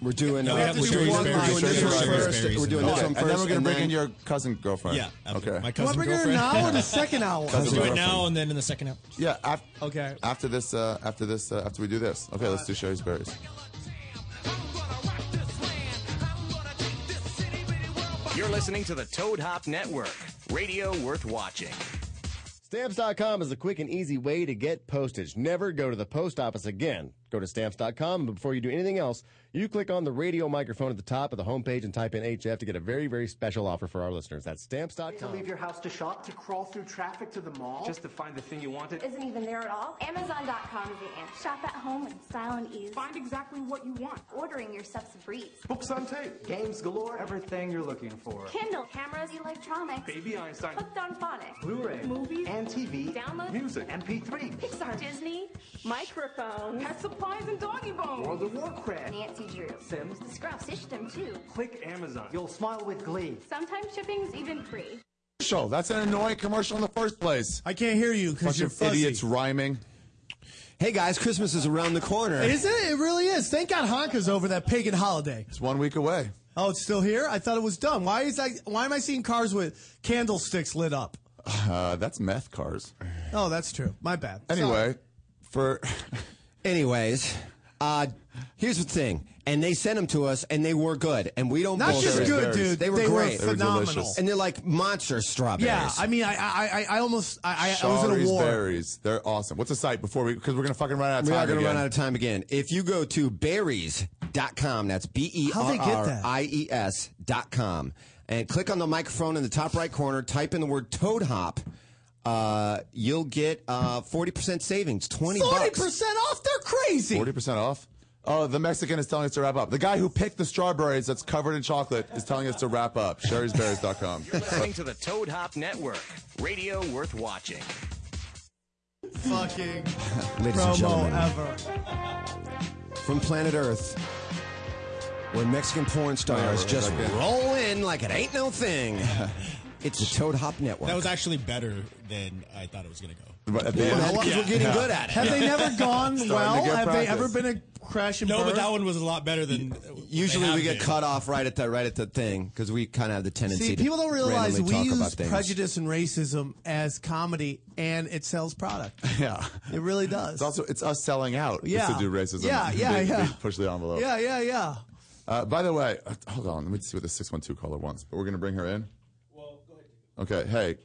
A: We're doing.
D: No,
A: uh,
D: we have
A: we're
D: to
A: doing
D: do
A: one-
D: Sherry's
A: we're doing this
D: Berries,
A: one
D: Sherry's
A: first.
D: Berries,
A: We're doing
D: and
A: this one
D: then-
C: And then
A: first.
C: we're
A: and
C: going to bring
A: then-
C: in your cousin girlfriend.
D: Yeah. after-
C: Okay.
D: My
B: Do I
D: cousin
B: bring her
D: girlfriend.
B: now or the second hour?
C: Cousin
D: Do it
C: girlfriend.
D: now and then in the second half.
C: Yeah. Af-
B: Okay.
C: After this, uh, after this, uh, after we do this. Okay, let's do Sherry's Berries.
E: You're listening to the Toad Hop Network, radio worth watching.
F: Stamps.com is a quick and easy way to get postage. Never go to the post office again. Go to stamps.com, but before you do anything else, you click on the radio microphone at the top of the homepage and type in HF to get a very, very special offer for our listeners. That's
G: To
F: stamps.com.
G: leave your house to shop, to crawl through traffic to the mall.
H: Just to find the thing you wanted.
I: isn't even there at all. Amazon.com is the answer. Shop at home in style and ease.
G: find exactly what you want.
I: Ordering your stuff's a breeze.
G: Books on tape, games galore, everything you're looking for.
I: Kindle, cameras, electronics,
H: Baby Einstein.
I: hooked on phonics,
G: Blu-ray,
I: movies,
G: and TV,
I: Download.
G: music, MP3,
I: Pixar, Disney, microphones, pet supplies, and doggy bones.
G: World of Warcraft.
I: Nancy Drew,
G: Sims.
I: The Scrub, Stitch them too.
H: Click Amazon.
G: You'll smile with glee.
I: Sometimes shipping's even free.
C: Commercial. That's an annoying commercial in the first place.
B: I can't hear you because
C: Bunch
B: you're
C: of
B: fuzzy.
C: idiots rhyming.
A: Hey guys, Christmas is around the corner.
B: Is it? It really is. Thank God Hanukkah's over that pagan holiday.
C: It's one week away.
B: Oh, it's still here? I thought it was done. Why is I why am I seeing cars with candlesticks lit up?
C: Uh, that's meth cars.
B: Oh, that's true. My bad.
C: Anyway, for
A: Anyways, uh, here's the thing. And they sent them to us, and they were good. And we don't
B: Not
A: bullshit.
B: just
C: Strawberries,
B: good,
C: berries.
B: dude.
A: They were great. They were
B: phenomenal.
C: delicious.
A: And they're like monster strawberries.
B: yeah, I mean I I I- I almost I, I, I was in a
C: Shari's
B: war.
C: Berries. They're awesome. What's the site before we? Because we're gonna fucking run out of
A: we
C: time.
A: are going to
C: again.
A: run out of time again. If you go to berries.com, that's B E
B: How'd
A: R
B: they get
A: R
B: that?
A: I E S dot com, and click on the microphone in the top right corner, type in the word toad hop, uh, you'll get uh, 40% savings, 20
B: Forty
A: bucks.
B: percent off, they're crazy.
C: Forty percent off. Oh, the Mexican is telling us to wrap up. The guy who picked the strawberries that's covered in chocolate is telling us to wrap up. Sherry'sberries.com.
E: You're listening to the Toad Hop Network, radio worth watching.
B: Fucking
A: Ladies and
B: promo
A: gentlemen,
B: ever.
A: from planet Earth, where Mexican porn stars
C: Whatever,
A: just
C: okay.
A: roll in like it ain't no thing. It's the Toad Hop Network.
D: That was actually better than I thought it was going to go.
C: But at the
A: Well, that's
C: end,
A: 'cause we're getting
C: Yeah.
A: good at it.
B: Have they never gone
C: Starting to
B: well?
C: get
B: Have they
C: practice.
B: ever been a crash and
D: No, but
B: burn?
D: that one was a lot better than.
A: Usually we get cut off right at the right at the thing because we kind of have the tendency.
B: See,
A: to
B: people don't realize
A: randomly
B: we
A: talk about
B: use
A: things.
B: prejudice and racism as comedy, and it sells product.
C: Yeah.
B: It really does.
C: It's also it's us selling out. Yeah.
B: Yeah.
C: to do racism.
B: Yeah, yeah,
C: They- they
B: yeah.
C: push the envelope.
B: yeah, yeah, yeah.
C: Uh, by the way, uh, hold on. Let me see what the six one two caller wants. But we're gonna bring her in. Well, go ahead. Okay. Hey,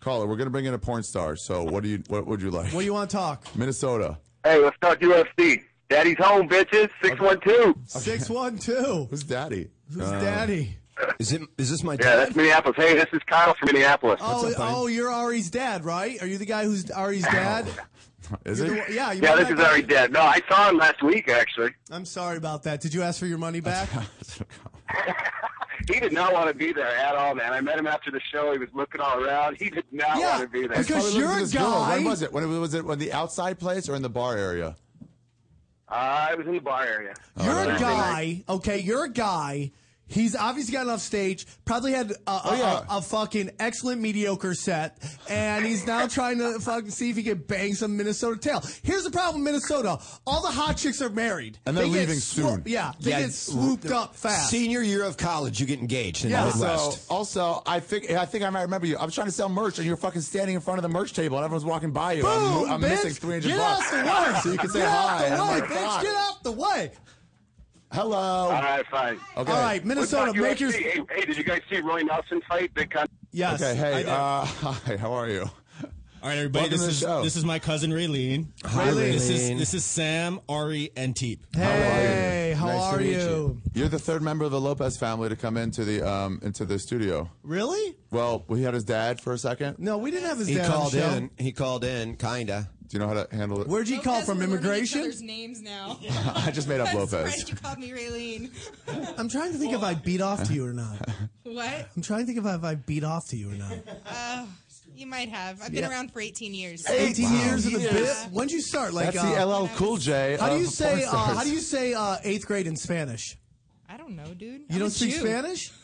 C: caller, we're gonna bring in a porn star. So what do you what would you like?
B: What do you want to talk?
C: Minnesota.
J: Hey, let's talk UFC. Daddy's home, bitches. 612.
B: Six one two.
C: Who's daddy? Uh,
B: Who's daddy?
A: Is it? Is this my
J: Yeah,
A: dad?
J: that's Minneapolis. Hey, this is Kyle from Minneapolis.
B: Oh, oh, you're Ari's dad, right? Are you the guy who's Ari's dad?
C: Is
B: You're the
C: it?
B: one- yeah, you
J: yeah,
B: want
J: this
B: that
J: is
B: guy?
J: already dead. No, I saw him last week, actually.
C: Oh,
B: I'm sorry about that. Did you ask for your money back?
J: He did not want to be there at all, man. I met him after the show. He was looking all around. He did not
B: Yeah,
J: want to be there.
B: because-
C: Probably looked at
B: you're a
C: this girl. When
B: guy-
C: was it? When it was it when the outside place or in the bar area?
J: Uh, I was in the bar area.
B: You're a
J: Thursday night.
B: guy, okay? You're a guy. He's obviously gotten off stage, probably had a, a,
C: Oh, yeah.
B: a, a fucking excellent mediocre set, and he's now trying to fucking see if he can bang some Minnesota tail. Here's the problem, Minnesota: all the hot chicks are married,
C: And they're
B: They get
C: leaving soon.
B: Yeah, they
A: Yeah,
B: get swooped up fast.
A: Senior year of college, you get engaged in
B: Yeah.
A: the Midwest.
C: So, also, I think I think I might remember you. I was trying to sell merch, and you were fucking standing in front of the merch table, and everyone's walking by you. I'm,
B: Boom,
C: mo- I'm
B: bitch.
C: missing 300
B: Get out
C: bucks.
B: the way.
C: So you can say
B: Get out
C: hi. Oh
B: the
C: and I'm
B: way,
C: like,
B: bitch.
C: fuck.
B: Get out the way.
C: Hello.
J: All right, fine.
C: Okay.
B: All right,
J: What's
B: Minnesota,
J: up,
B: make your
J: UFC? Hey, hey, did you guys see Roy Nelson fight? Big con-
B: yes.
C: Okay.
B: I
C: Hey.
B: did.
C: Uh, hi. How are you?
D: All right, everybody.
C: Welcome to
D: This
C: the
D: is
C: show.
D: this is my cousin Raylene.
A: Hi, Raylene.
D: This is
A: Raylene.
D: this is Sam, Ari, and Teep.
B: hey, how
C: Nice to
B: are
C: meet
B: you?
C: You're the third member of the Lopez family to come into the um into the studio.
B: Really?
C: Well, we had his dad for a second.
B: No, we didn't have his
A: He
B: dad on the
A: called
B: show.
A: in. He called in, kinda.
C: Do you know how to handle it?
B: Where'd you call from? Immigration?
I: There's names now.
C: I just made up Lopez.
I: You called me Raylene.
B: I'm trying to think if I beat off to you or not.
I: What?
B: I'm trying to think if I, if I beat off to you or not.
I: You might have. I've been around for 18 years.
B: 18 years in the bit. When'd you start? Like,
C: That's
B: uh,
C: the LL Cool J.
B: how do
C: of
B: you
C: porn
B: say uh,
C: stars.
B: how do you say uh, eighth grade in Spanish?
I: I don't know, dude.
B: You don't speak Spanish? Mm.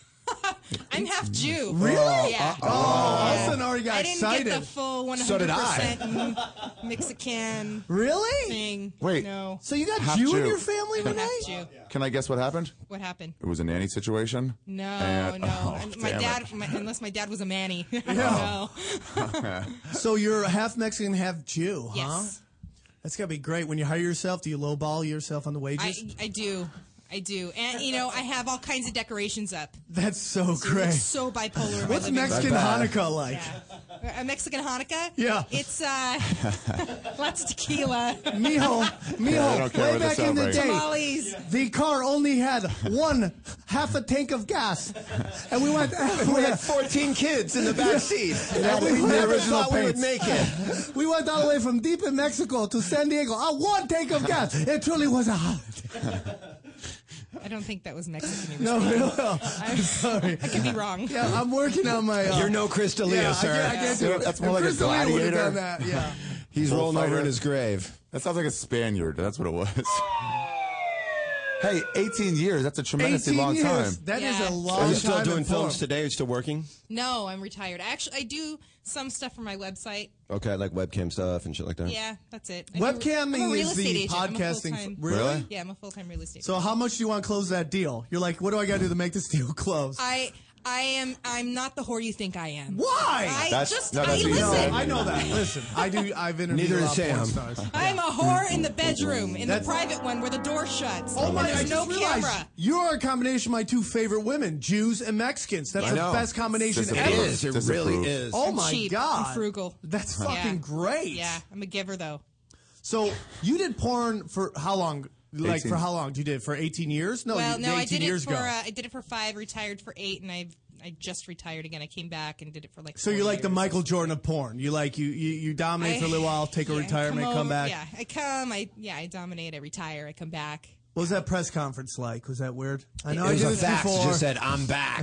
I: I'm half Jew.
B: Really?
I: Yeah.
B: Oh, all of a sudden I already got
I: I didn't
B: excited.
I: get the full 100%
C: So did I.
I: Mexican
B: really?
I: thing.
C: Wait.
I: No.
B: So you got
C: Half
B: Jew, in
C: Jew.
B: your family,
I: I'm
B: Renee?
I: half Jew.
C: Can I guess what happened?
I: What happened?
C: It was a nanny situation.
I: No,
C: And-
I: no.
C: oh,
I: And my
C: damn
I: dad,
C: it.
I: my, unless my dad was a manny. I don't
B: Yeah.
I: know.
B: So you're half Mexican, half Jew, huh?
I: Yes.
B: That's gotta be great. When you hire yourself, do you lowball yourself on the
I: I,
B: wages?
I: I do. I do. And, you know, I have all kinds of decorations up.
B: That's so great.
I: It's so bipolar. in my
B: What's
I: living room.
B: Mexican Hanukkah like?
I: A Mexican Hanukkah?
B: Yeah.
I: It's uh, lots of tequila,
B: Mijo, Mijo,
C: Yeah, I don't care
B: way
C: what they're
B: back in the
C: celebrating.
B: day,
I: tamales.
B: the car only had one half a tank of gas, and we went.
A: We had 14 kids in the back seat.
B: And we
A: we never
B: original
A: thought we would
B: paints.
A: make it.
B: we went all the way from deep in Mexico to San Diego. Uh, one tank of gas. It truly was a holiday.
I: I don't think that was Mexican. You were
B: No,
I: saying.
B: no, I'm sorry.
I: I could be wrong.
B: Yeah, I'm working on my. Uh,
A: You're no Chris D'Elia,
B: yeah,
A: sir.
B: I, can't- I can't do it.
C: That's
B: If
C: more like a
B: Chris D'Elia would've
C: gladiator.
B: done that, yeah.
A: He's rolling over
C: Bullfighter.
A: in his grave.
C: That sounds like a Spaniard. That's what it was. hey, 18 years. That's a tremendously
B: 18
C: long
B: years.
C: time.
B: That is
I: Yeah.
B: a long
A: Are
B: time.
A: you still
B: in
A: doing
B: film.
A: films today? Are you still working?
I: No, I'm retired. I actually I do some stuff for my website.
A: Okay, like webcam stuff and shit like that.
I: Yeah, that's it. I do- I'm a
B: Webcamming
I: real
B: is the
I: estate agent. I'm a
B: podcasting.
I: full-time-
C: Really?
I: Yeah, I'm a full time real estate.
B: So how much do you want to close that deal? You're like, what do I got to do to make this deal close?
I: I I am I'm not the whore you think I am.
B: Why?
I: I
C: That's-
I: just
C: no,
I: I
C: that's easy.
I: listen.
B: no,
C: Listen.
B: Oh, I know that. Listen, I do. I've interviewed
A: Neither
B: a
A: is
B: lot of porn
A: Sam.
B: stars.
I: I'm a whore in the bedroom, in
B: That's-
I: the private one where the door shuts.
B: Oh my!
I: and
B: I just
I: there's no
B: realized
I: camera.
B: you are a combination of my two favorite women, Jews and Mexicans. That's
C: I
B: the
C: know.
B: best combination
C: It's just a
A: It
B: ever.
A: is. It
C: Disapprove.
A: really is.
B: Oh
I: I'm
B: my
I: cheap.
B: god!
I: I'm frugal.
B: That's
I: Yeah.
B: fucking great.
I: Yeah, I'm a giver though.
B: So you did porn for how long? Like
C: 18.
B: for how long? You did it for 18 years? No,
I: well,
B: you,
I: no,
B: 18
I: I did it
B: years
I: for
B: ago.
I: uh, I did it for five, retired for eight, and I I just retired again. I came back and did it for like.
B: so
I: four
B: you're like the
I: years.
B: Michael Jordan of porn. You like you you, you dominate for a little while, take a
I: Yeah, I
B: retirement, come,
I: over-
B: back.
I: Yeah, I come. I yeah, I dominate. I retire. I come back.
B: What was that press conference like? Was that weird? I know
A: It
B: I
A: was
B: did
A: a
B: this
A: fax. It
B: before.
A: just said, I'm back.
I: I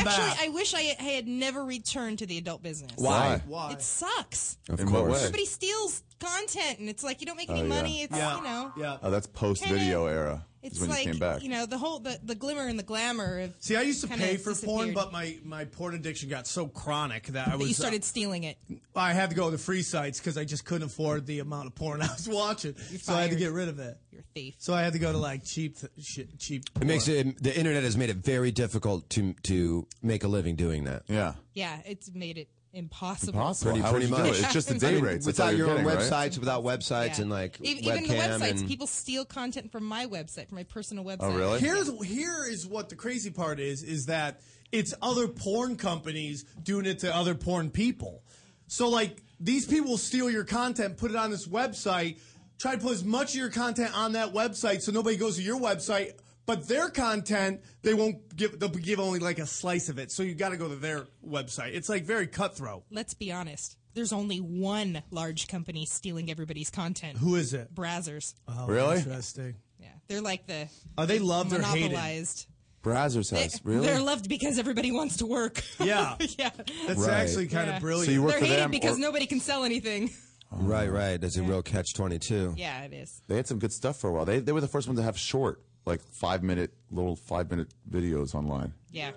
B: I'm
I: actually,
B: back.
I: I wish I, I had never returned to the adult business.
A: Why?
B: Why?
I: It sucks.
A: Of
C: In what
A: course.
C: way?
I: Everybody steals content, and it's like you don't make any
C: Oh, yeah.
I: money. It's
B: yeah,
I: you know,
B: yeah.
C: Oh, that's post video
I: Kinda-
C: era. is
I: it's
C: when
I: like
C: you came back.
I: know the whole the, the glimmer and the glamour of.
B: See, I used to
I: kinda
B: pay for porn,
I: disappeared.
B: but my, my porn addiction got so chronic that I
I: But
B: was uh,
I: you started stealing it.
B: I had to go to the free sites because I just couldn't afford the amount of porn I was watching, so I had to
I: fired.
B: get rid of it.
I: You're a thief.
B: So I had to go to like cheap shit, cheap.
A: It makes it, the internet has made it very difficult to to make a living doing that.
C: yeah.
I: yeah, it's made it impossible.
C: Possible.
A: Pretty-
C: How would
A: pretty
C: you do it?
A: much.
C: It's just the
I: I
C: day
I: mean,
C: rates. That's all
A: without
C: you're
A: your own
C: getting, right?
A: websites, without websites
I: Yeah.
A: and like
I: E-
A: webcam
I: even the websites,
A: and
I: people steal content from my website, from my personal website.
C: Oh, really?
B: Here's here is what the crazy part is: is that it's other porn companies doing it to other porn people. So like these people steal your content, put it on this website, try to put as much of your content on that website so nobody goes to your website. But their content, they won't give. They'll give only like a slice of it. So you got to go to their website. It's like very cutthroat.
I: Let's be honest. There's only one large company stealing everybody's content.
B: Who is it?
I: Brazzers.
B: Oh,
C: Really?
B: Interesting.
I: Yeah, they're like the
B: Are Oh, they loved or hated?
I: monopolized.
C: Brazzers
I: They,
C: has really.
I: They're loved because everybody wants to work.
B: Yeah.
I: yeah.
B: That's
C: Right.
B: actually kind
I: Yeah.
B: of brilliant.
C: So you work
I: They're
C: for
I: hated
C: them,
I: because
C: or-
I: nobody can sell anything.
A: Right, right. That's a real catch twenty two.
I: Yeah, it is.
C: they had some good stuff for a while. They they were the first ones to have short, like five minute little five minute videos online.
I: Yeah.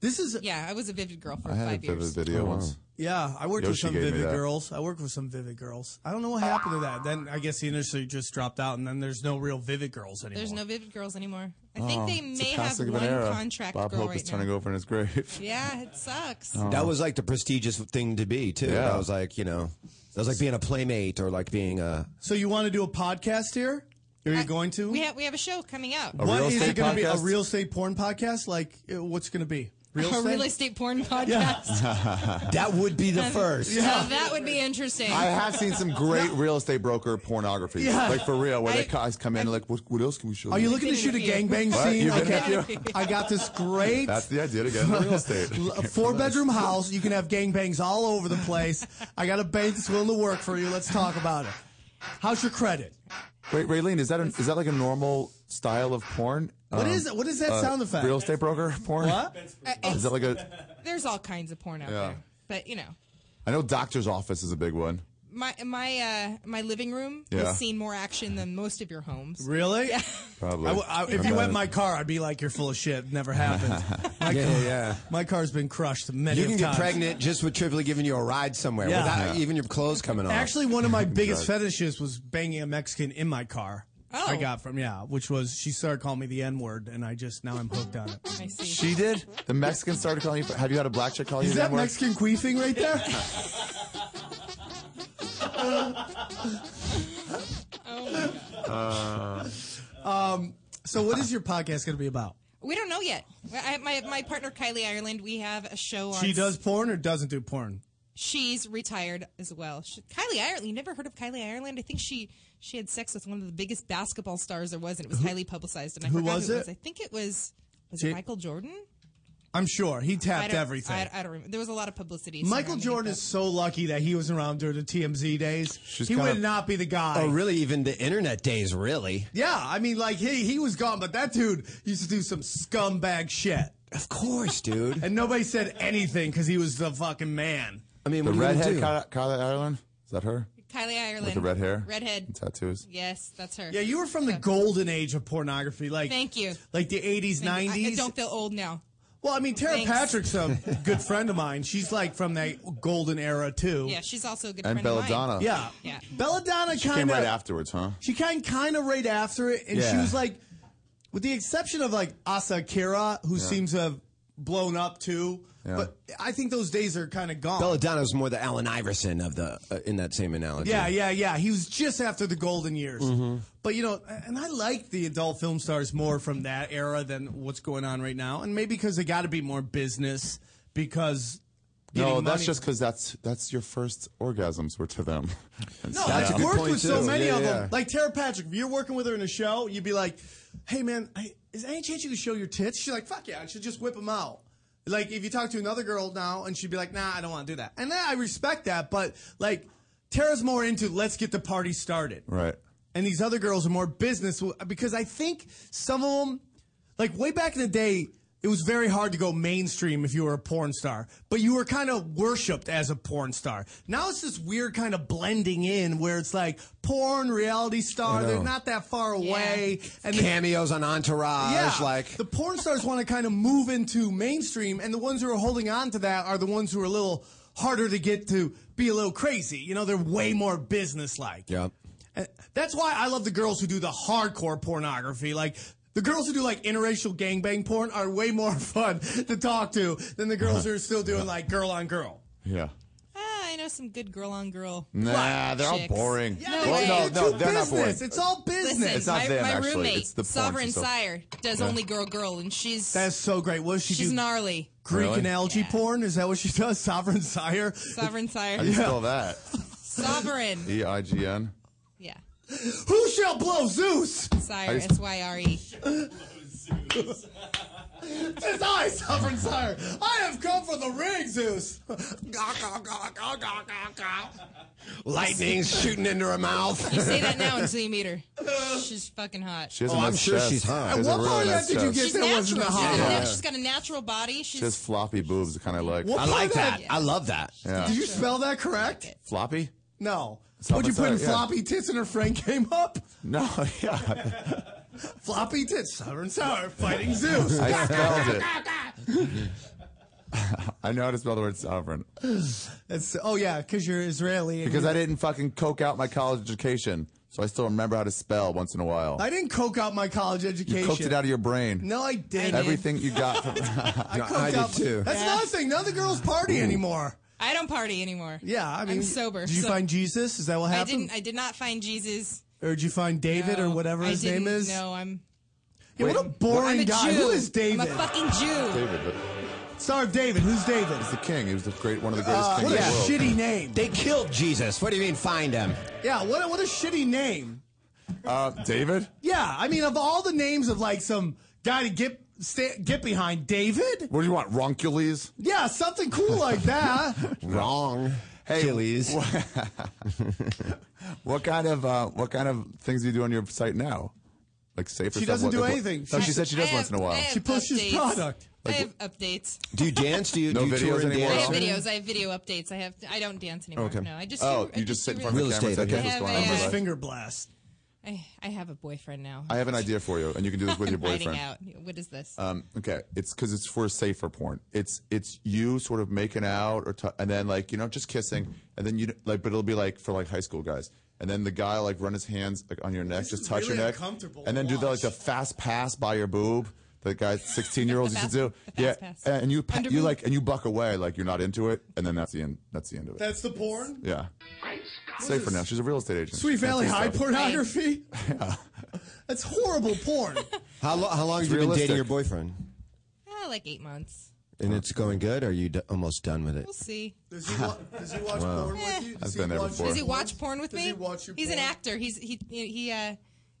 B: this is
I: Yeah, I was a vivid girl for
C: I had
I: five
C: a vivid
I: years.
C: video once.
B: yeah. I worked with
C: Yoshi
B: some
C: gave me
B: vivid
C: that.
B: girls. I worked with some vivid girls. I don't know what happened to that. Then I guess the industry just dropped out, and then there's no real vivid girls anymore.
I: There's no vivid girls anymore. I think they
C: Oh, It's a
I: may have
C: passing of
I: one
C: an era.
I: contract
C: Bob
I: girl
C: Hope
I: right
C: is turning
I: now.
C: over in his grave.
I: Yeah, it sucks.
A: That was like the prestigious thing to be too.
C: Yeah.
A: That was like you know, that was like being a playmate or like being a.
B: So you want to do a podcast here? Are you going to?
I: Uh, We have we have a show coming out.
C: A
B: What
C: real
B: is
C: estate
B: it going to be? A
C: podcast?
B: real estate porn podcast? Like, uh, what's going to be? Real
I: a
B: estate?
I: real estate porn podcast.
A: That would be the first.
I: Now that would be interesting.
C: I have seen some great real estate broker pornography,
B: Yeah.
C: like for real, where
I: I-
C: they guys come in and like, what, what else can we show?
B: Are you looking to
I: Been
B: shoot a
I: interviewed.
B: gangbang
C: What?
B: scene?
C: You've been
B: Okay.
C: interviewed?
B: I got this great
C: That's the idea to get into real estate.
B: four bedroom house. You can have gangbangs all over the place. I got a bank that's willing to work for you. Let's talk about it. How's your credit?
C: Wait, Raylene, is that an, is that like a normal style of porn? Um,
B: What is what is that sound effect?
C: uh, Real estate broker porn?
B: What?
C: Is that like a?
I: Uh, There's all kinds of porn out
C: Yeah.
I: there, but you know,
C: I know doctor's office is a big one.
I: my my uh, my living room
C: Yeah.
I: has seen more action than most of your homes.
B: Really?
C: Probably.
B: I w- I- if you went in my car, I'd be like, "You're full of shit. Never happened." My,
A: Yeah,
B: car,
A: yeah.
B: my car's been crushed many
A: You can
B: of
A: get
B: times.
A: pregnant just with Tripoli giving you a ride somewhere
B: Yeah.
A: without
C: Yeah.
A: even your clothes coming off.
B: Actually, one of my biggest fetishes was banging a Mexican in my car.
I: Oh.
B: I got from yeah, which was she started calling me the N word, and I just now I'm hooked on it.
I: I see.
C: She did. The Mexican started calling you. Have you had a black chick call you
B: Is that
C: N-word?
B: Mexican queefing right there?
I: Oh my God.
B: Um, so, what is your podcast going to be about?
I: We don't know yet. I, my my partner Kylie Ireland. We have a show on.
B: She does porn or doesn't do porn?
I: She's retired as well. She, Kylie Ireland. You never heard of Kylie Ireland? I think she she had sex with one of the biggest basketball stars there was, and it was highly publicized. And I
B: who
I: forgot
B: was
I: who
B: it?
I: it was. I think it was was
B: She-
I: it Michael Jordan.
B: I'm sure he
I: I
B: tapped
I: don't,
B: everything.
I: I, I don't remember. There was a lot of publicity.
B: Michael
I: surrounding it,
B: Jordan
I: but-
B: is so lucky that he was around during the TMZ days.
C: She's
B: he
C: kinda-
B: would not be the guy.
A: oh, really? Even the internet days, really?
B: Yeah, I mean, like he he was gone, but that dude used to do some scumbag shit,
A: Of course, dude.
B: and nobody said anything because he was the fucking man.
A: I mean,
C: The
A: what are you gonna
C: redhead
A: do?
C: Kyla Kyla Ireland? Is that her?
I: Kylie Ireland
C: With the red hair?
I: Redhead.
C: And tattoos.
I: Yes, that's her.
B: Yeah, you were from the golden age of pornography, like
I: Thank you.
B: like the eighties,
I: Thank you. I- I
B: nineties.
I: don't feel old now.
B: Well, I mean, Tara
I: Thanks.
B: Patrick's a good friend of mine. She's like from that golden era too.
I: Yeah, she's also a good
C: And
I: friend of mine.
C: Belladonna.
B: yeah.
I: Yeah.
B: Belladonna
C: She came
B: kind
C: right
B: of
C: afterwards, huh?
B: she kind kind of right after it, and she
C: Yeah.
B: was like, with the exception of like Asa Akira, who seems to have blown up too.
C: Yeah.
B: But I think those days are kind of gone.
A: Belladonna was more the Allen Iverson of the uh, in that same analogy.
B: Yeah, yeah, yeah. He was just after the golden years.
C: Mm-hmm.
B: But you know, and I like the adult film stars more from that era than what's going on right now. And maybe because they got to be more business because getting
C: No, that's
B: money-
C: just because that's that's your first orgasms were to them. And
B: no.
C: so-
A: That's a
B: I've
A: good
B: worked
A: point,
B: with so
A: too.
B: many
C: Yeah,
B: of them.
C: yeah.
B: Like Tara Patrick, if you're working with her in a show, you'd be like, "Hey, man, I, is there any chance you could show your tits?" She's like, "Fuck yeah!" And she'll just whip them out. Like if you talk to another girl now, and she'd be like, "Nah, I don't want to do that." And I respect that, but like Tara's more into let's get the party started.
C: Right.
B: and these other girls are more business because I think some of them, like way back in the day, it was very hard to go mainstream if you were a porn star, but you were kind of worshipped as a porn star. Now it's this weird kind of blending in where it's like porn, reality star, they're not that far away. And they-
A: Cameos on Entourage, like
B: the porn stars want to kind of move into mainstream, and the ones who are holding on to that are the ones who are a little harder to get to be a little crazy. You know, they're way more business like.
A: Yep.
B: That's why I love the girls who do the hardcore pornography. Like the girls who do like interracial gangbang porn are way more fun to talk to than the girls who are still doing like girl on girl.
C: Yeah.
I: Ah, I know some good girl on girl.
C: Nah,
I: Right.
C: they're all
I: Chicks.
C: boring.
I: No
C: Well,
I: way.
C: no,
B: It's
C: no,
B: all
C: they're not boring.
B: business. It's all business.
I: Listen,
C: It's not
I: my,
C: them,
I: my
C: actually.
I: roommate,
C: It's the porn
I: Sovereign
C: stuff.
I: Sire, does only girl girl, and she's
B: That's so great. What does she
I: she's
B: do?
I: gnarly.
B: Greek and
C: Really?
B: algae
I: Yeah.
B: porn? Is that what she does? Sovereign sire?
I: Sovereign Sire,
C: How do you spell that?
I: Sovereign.
C: E I G N.
I: Yeah,
B: Who shall blow Zeus?
I: Sire, S Y R E.
B: Tis I, Sovereign Sire. I have come for the ring, Zeus. Gaw, gaw, gaw, gaw, gaw, gaw, gaw. Lightning's shooting into her mouth.
I: You say that now until you meet her. She's fucking hot.
C: She has
B: Oh,
C: a nice chest. She
B: At
C: has a
B: what
C: really
B: part of
C: nice
B: that did you
C: chest.
B: get
I: She's
B: that wasn't
I: natural.
B: a
I: She's got
B: hot
I: a
C: Yeah.
I: nat-
B: one?
I: She's got a natural body. She's
C: She has floppy boobs, the kind I like.
B: What
A: I like
B: part of Uh,
A: that. I love that.
C: Yeah.
B: Did you spell that correct?
C: floppy?
B: No.
C: Sovereign
B: Would you put in
C: Sire, yeah.
B: floppy tits and her friend came up?
C: No, yeah.
B: Floppy tits, Sovereign Sour, fighting Zeus.
C: I spelled it. I know how to spell the word sovereign
B: That's, oh, yeah, because you're Israeli. and
C: because
B: you-
C: I didn't fucking coke out my college education, so I still remember how to spell once in a while.
B: I didn't coke out my college education.
C: you coked it out of your brain.
B: No, I didn't.
C: Everything you got from
B: I, coked
A: I did
B: out-
A: too.
B: That's another thing. None of the girls party anymore.
I: I don't party anymore.
B: Yeah, I mean,
I: I'm sober.
B: Did you
I: so
B: find Jesus? Is that what
I: I
B: happened?
I: didn't. I did not find Jesus.
B: or did you find David
I: No,
B: or whatever
I: I
B: his name
I: didn't.
B: is?
I: No, I'm.
B: Yeah, what a boring
I: I'm a
B: guy.
I: Jew.
B: Who is David?
I: I'm a fucking Jew.
C: David, but
B: Star of David. Who's David?
C: the king. He was the great, one of the greatest kings
B: What
C: in
B: a
C: the world.
B: Uh, shitty name.
A: They killed Jesus. What do you mean find him?
B: Yeah, what a, what a shitty name.
C: Uh, David?
B: Yeah, I mean, of all the names of like some guy to get sta get behind, David.
C: What do you want, Roncules?
B: Yeah, something cool like that.
A: Wrong. Hey, Achilles.
C: What kind of uh, what kind of things do you do on your site now? Like safer.
B: She
C: stuff,
B: doesn't
C: what-
B: do
C: like what-
B: anything.
C: No,
B: She-
C: Oh, she said she
I: I
C: does
I: have-
C: once in a while.
I: I have
B: She pushes
I: updates.
B: product.
I: I have updates.
A: Do you dance? Do you,
C: No
A: do you
C: videos
A: tour and
C: anymore?
I: I
A: dance?
I: have
C: Well-
I: videos. I have video updates. I have. I don't dance anymore.
C: Okay.
I: No, I just.
C: oh,
I: do- I
C: you just sit in
I: do
C: front of
I: really-
C: the
A: Real
C: camera and say,
A: estate, okay.
C: "Here's what's going on
I: I
C: in my
I: have
B: Just
I: a-
C: life."
B: finger blast.
I: I, I have a boyfriend now.
C: I have an idea for you, and you can do this with your
I: Fighting
C: boyfriend.
I: out. What is this?
C: Um, okay, it's because it's for safer porn. It's it's you sort of making out or t- and then like you know just kissing and then you like but it'll be like for like high school guys and then the guy like run his hands like on your neck,
B: This
C: just
B: is
C: touch
B: really
C: your neck,
B: uncomfortable
C: and then
B: to
C: do the like the
B: watch.
C: fast pass by your boob. The guy, sixteen year olds used to do,
I: the
C: yeah,
I: fast pass.
C: and you pa-
I: Under
C: you
I: boob.
C: like and you buck away like you're not into it, and then that's the end. That's the end of it.
B: That's the porn.
C: yeah, safer now. She's a real estate agent.
B: Sweet
C: She can't
B: Valley
C: do
B: High
C: stuff.
B: pornography. That's horrible porn.
A: How, lo- how long have
C: It's
A: you been
C: realistic.
A: dating your boyfriend?
I: Ah, like eight months.
A: And it's going good? Or are you d- almost done with it?
I: We'll see.
B: Does he, wa- does he watch porn with you? Does
C: I've been
B: he
C: there
B: watch
C: before.
I: Does he watch porn with
B: Does
I: me?
B: he watch your
I: he's an
B: porn?
I: actor. He's he he. Uh,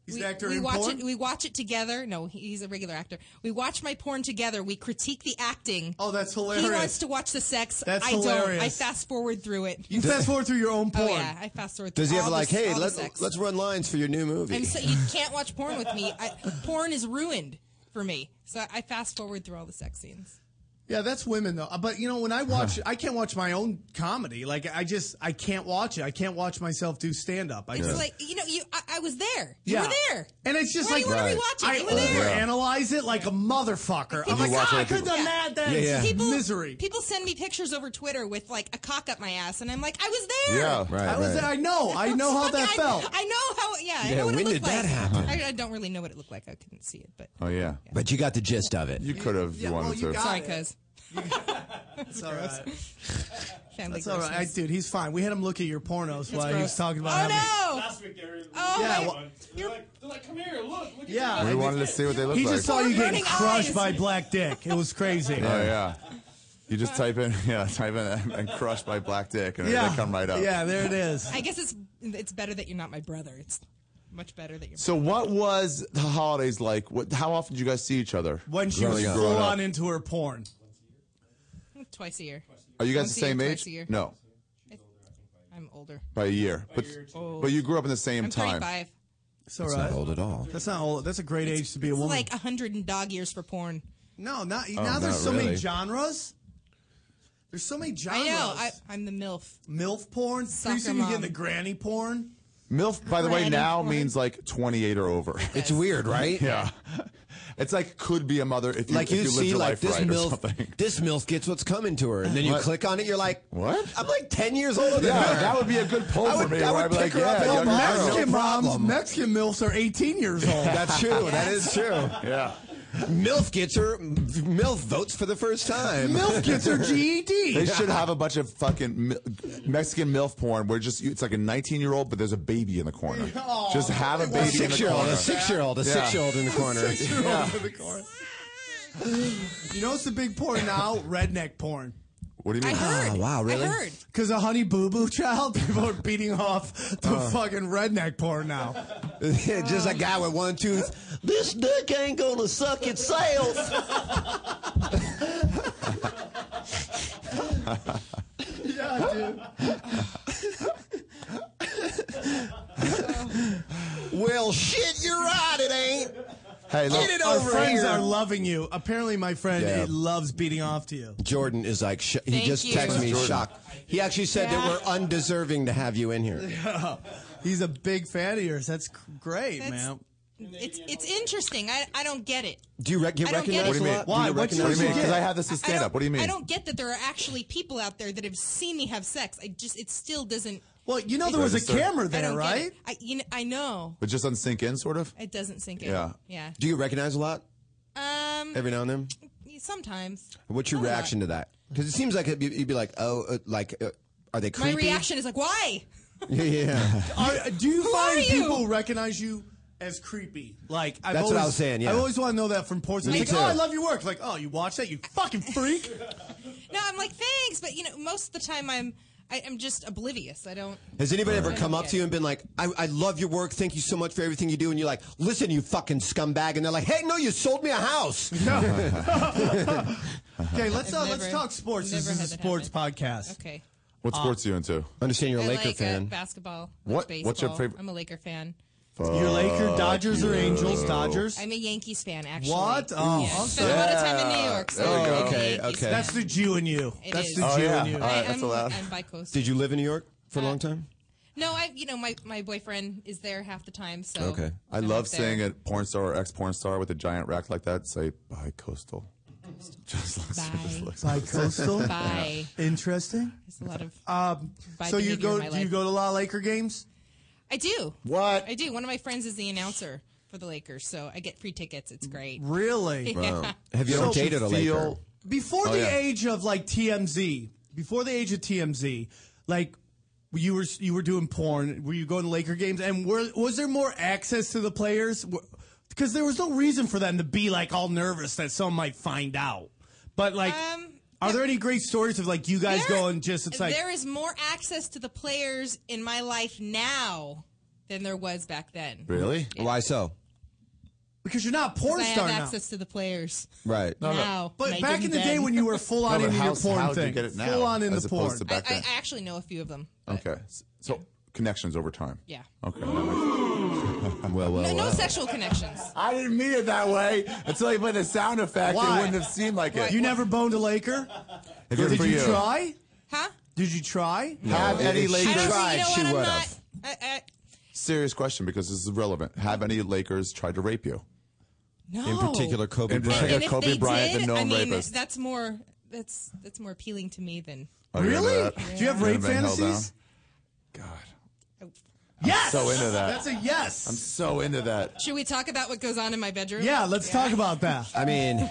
B: He's
I: we,
B: an actor
I: we
B: in
I: watch
B: porn?
I: it. We watch it together. No, he- he's a regular actor. We watch my porn together. We critique the acting.
B: Oh, that's
I: He
B: hilarious.
I: wants to watch the sex.
B: That's
I: I
B: hilarious.
I: don't. I fast forward through it.
B: You fast forward through your own porn.
I: Oh yeah, I fast forward.
A: Does he ever
I: through all
A: like,
I: the,
A: hey,
I: all the
A: let,
I: sex.
A: let's run lines for your new movie?
I: I'm so, you can't watch porn with me. I, porn is ruined for me. So I fast forward through all the sex scenes.
B: Yeah, that's women though. But you know, when I watch, I can't watch my own comedy. Like I just, I can't watch it. I can't watch myself do stand up. I
I: It's
B: just
I: like you know, you I, I was there. You
B: yeah.
I: were there.
B: and it's just
I: Why
B: like
I: do you want
C: Right.
I: to rewatch it?
B: I
I: You were there.
B: overanalyze it like a motherfucker. I'm
I: you
B: like,
C: watch
B: ah,
C: it
B: I
C: with
B: could have
C: people.
B: done that. That's
A: Yeah.
I: People,
B: misery.
I: People send me pictures over Twitter with like a cock up my ass, and I'm like, I was there.
C: Yeah,
A: Right,
B: I was.
A: right.
B: I know. Oh, I know how that
I: Fucking- I,
B: felt.
I: I know how. Yeah. I
A: Yeah,
I: know what
A: when
I: it looked
A: did
I: like.
A: that happen?
I: I, I don't really know what it looked like. I couldn't see it, but
C: Oh yeah,
A: But you got the gist of it.
C: you could have if
B: Yeah,
C: you
B: well,
C: wanted
B: you
C: to.
B: got-
I: sorry,
B: it.
I: cuz
B: That's all right.
I: family.
B: That's all right. I,
I: grossness.
B: dude, he's fine. We had him look at your pornos while he was
I: gross.
B: talking about.
I: Oh
B: having-
I: no!
D: Last week there was
I: Oh
B: Yeah,
I: my!
B: well-
D: they're, like, they're like, come here, look, look
B: Yeah.
D: at
C: We
D: this.
C: wanted to see what they look
B: He
C: like.
B: just saw you getting
I: Burning
B: crushed
I: eyes.
B: by black dick. It was crazy.
C: Oh yeah. You just type in, yeah, type in and, and crush by black dick, and
B: Yeah.
C: they come right up.
B: Yeah, there it is.
I: I guess it's it's better that you're not my brother. It's much better that you're.
C: So what was the holidays like? What, how often did you guys see each other?
B: When she was
C: Growing up.
B: full
C: Growing up.
B: on into her porn.
I: Twice a year.
C: Are you guys
I: Once
C: the
I: a year,
C: same
I: twice
C: age?
I: a year.
C: No,
I: I'm older.
C: by a year. but but you grew up in the same
I: I'm
C: time.
I: 35.
B: It's all
A: It's not
B: right.
A: old at all.
B: That's not old. That's a great age to be a
I: It's
C: Mm.
B: woman.
I: like a hundred and dog years for porn.
B: no, not now. There's
C: Oh, not
B: so many
C: really.
B: genres. There's so many genres.
I: I know. I, I'm the MILF.
B: MILF porn. Pretty
I: Soccer
B: soon you get
I: mom.
B: into granny porn.
C: Milf, by the way,
I: Granny
C: now
I: porn.
C: means like 28 or over.
A: It's weird, right?
C: yeah, it's like could be a mother if you,
A: Like
C: if
A: you,
C: you lived
A: see,
C: your
A: like
C: life
A: this
C: right or something.
A: milf, this milf gets what's coming to her, and then you
C: What?
A: click on it. You're like,
C: What?
A: I'm like ten years older than
C: Yeah,
A: her.
C: that would be a good poll
A: I
C: for
A: would-
C: me.
A: I
C: where
A: would
C: I'd be
A: pick
C: like,
A: her up
C: yeah,
A: and I'll
C: young girl.
A: no
B: Mexican moms,
A: problem.
B: Mexican MILFs are 18 years old.
A: That's true. That is true.
C: Yeah.
A: Milf gets her. Milf votes for the first time.
B: MILF gets her
C: They
B: GED.
C: should have a bunch of fucking mi- Mexican milf porn where just it's like a 19 year old, but there's a baby in the corner. just have a
A: A
C: baby in
A: six
C: the
A: year old,
C: corner.
A: a six year old, a
C: Yeah.
A: six year old in the corner.
B: Six-year-old in the corner. You know what's the big porn now? Redneck porn.
C: What do you
I: I
C: mean?
I: heard.
A: wow, really?
I: I heard.
A: Uh.
B: Because a honey boo boo child, people are beating off the fucking redneck porn now.
A: Just a guy with one tooth. This dick ain't gonna suck itself. well, shit, you're right. It ain't.
C: Hey,
A: look, Get it
B: Our
A: over
B: friends
A: here.
B: are loving you. Apparently, my friend
A: Yeah.
B: it loves beating off to you.
A: Jordan is like, sh- he
B: Thank
A: just
B: you.
A: texted me
B: Jordan.
A: shocked. He actually said
B: Yeah.
A: that we're undeserving to have you in here.
B: He's a big fan of yours. That's c- great,
I: That's-
B: man.
I: It's it's interesting. I, I don't get it.
A: Do you rec- get
I: I don't get
A: recognized?
I: it. What do you
A: a
I: mean?
A: lot?
B: Why?
A: you
B: What you-
A: recognize
B: what you
A: a lot?
B: get? 'Cause I
C: have this is stand up. What do you mean?
I: I don't get that there are actually people out there that have seen me have sex. I just it still doesn't.
B: Well, you know
I: it-
B: there was a
C: Register. camera
I: I
C: there,
I: don't get
C: right?
I: it. I you know, I know
C: But just doesn't sink in, sort of.
I: it doesn't sink in.
A: Yeah.
I: Yeah.
A: Do you recognize a lot
I: Um.
A: every now and then?
I: Sometimes.
A: What's your
I: Not a lot.
A: reaction to that? Because it seems like it'd be, you'd be like, oh, uh, like, uh, are they creepy?
I: My reaction is like, why?
A: Yeah, yeah.
B: Are, do you
I: Who
B: find
I: are you?
B: people recognize you as creepy? Like I've
A: That's
B: always,
A: what I was saying, yeah.
B: I always want to know that from Portsmouth.
A: Me
B: Like,
A: too.
B: oh, I love your work. Like, oh, you watch that? You fucking freak.
I: No, I'm like thanks, but you know, most of the time I'm I, I'm just oblivious. I don't.
A: Has anybody ever
I: I don't
A: come up
I: get
A: to you and been like, I, I love your work. Thank you so much for everything you do. And you're like, listen, you fucking scumbag. And they're like, hey, no, you sold me a house.
B: okay, let's uh,
I: I've
B: let's
I: never-
B: talk sports. This
I: never
B: is a
I: had that
B: sports podcast.
I: Okay.
C: What
B: Uh,
C: sports are you into?
A: Understand you're a
I: I
A: Laker
I: like Uh,
A: fan.
I: basketball.
C: What-
I: Like
C: what's your
I: baseball.
C: favorite-
I: I'm a Laker fan.
B: Your Laker, Dodgers, or Angels? Dodgers.
I: I'm a Yankees fan, actually.
B: What? Oh,
I: yeah. I
B: I'm
I: spent a lot of time in New York. So
A: There we
I: I'm
A: go.
I: a
A: Okay,
I: Yankees
A: okay.
I: fan.
B: That's the Jew in you.
I: It
B: That's
I: is.
B: the
I: Oh,
B: Jew
C: yeah.
B: in you.
C: All right,
I: I,
C: that's
I: I'm,
C: allowed.
I: I'm bi-coastal.
A: Did you live in New York for a long time?
I: No, I you know my my boyfriend is there half the time, so
A: Okay.
C: I
I: I'm
C: love
I: up there.
C: seeing a porn star or ex porn star with a giant rack like that say bi coastal. Just looks, just looks
B: Bi-coastal?
I: Bi.
B: Interesting.
I: There's a lot of
B: Um,
I: Bi
B: so you
I: behavior
B: go?
I: in my
B: Do you
I: life.
B: go to a lot of Laker games?
I: I do.
F: What?
I: I do. One of my friends is the announcer for the Lakers, so I get free tickets. It's great.
B: Really?
I: Yeah.
A: Have you ever
C: Don't you
A: dated a
C: feel-
A: Laker?
B: Before
C: Oh,
B: the
C: yeah.
B: age of like TMZ, before the age of TMZ, like you were you were doing porn. Were you going to Laker games? And were, was there more access to the players? Because there was no reason for them to be like all nervous that some might find out. But like,
I: Um,
B: are there any great stories of like you guys
I: There-
B: going? Just it's like
I: there is more access to the players in my life now than there was back then.
C: Really?
A: Why so?
B: because you're not a
I: 'Cause
B: porn
I: I
B: star
I: have
B: now.
I: access to the players
A: Right.
I: now.
B: But
I: and I
B: back in
I: didn't
B: the day
I: then.
B: when you were full on
C: No, but
B: into your
C: how's-
B: porn
C: how do you
B: thing,
C: get it now
B: full on in
C: as
B: the
C: opposed
B: porn.
C: to
I: I,
C: back
I: I,
C: then?
I: I actually know a few of them.
C: okay. S- So connections over time.
I: Yeah.
C: Okay. that makes- well,
B: Oh,
C: well,
I: No, no sexual connections.
C: I didn't mean it that way until you put the sound effect.
B: Why?
C: It wouldn't have seemed like it.
B: you never boned a Laker?
C: If
B: Did
C: for
B: you try?
I: Huh?
B: Did you try?
C: Have any
I: I
C: Lakers
I: don't think, you know what? I'm
A: would've.
I: not. I, I,
C: Serious question because this is relevant. Have any Lakers tried to rape you?
I: no.
A: In particular, Kobe
C: In
A: Bryant.
I: and,
C: particular-
I: and if
C: Kobe
I: they
C: Bryant, the
I: did,
C: known
I: I mean,
C: rapist.
I: that's more that's that's more appealing to me than.
C: Are Oh, you into
B: Really?
C: that?
B: Do you have
C: Kinda
B: rape
C: been held
B: fantasies?
C: down? God,
B: Yes.
C: so into that.
B: That's a yes.
C: I'm so into that.
I: Should we talk about what goes on in my bedroom?
B: yeah, let's talk about that.
A: I mean,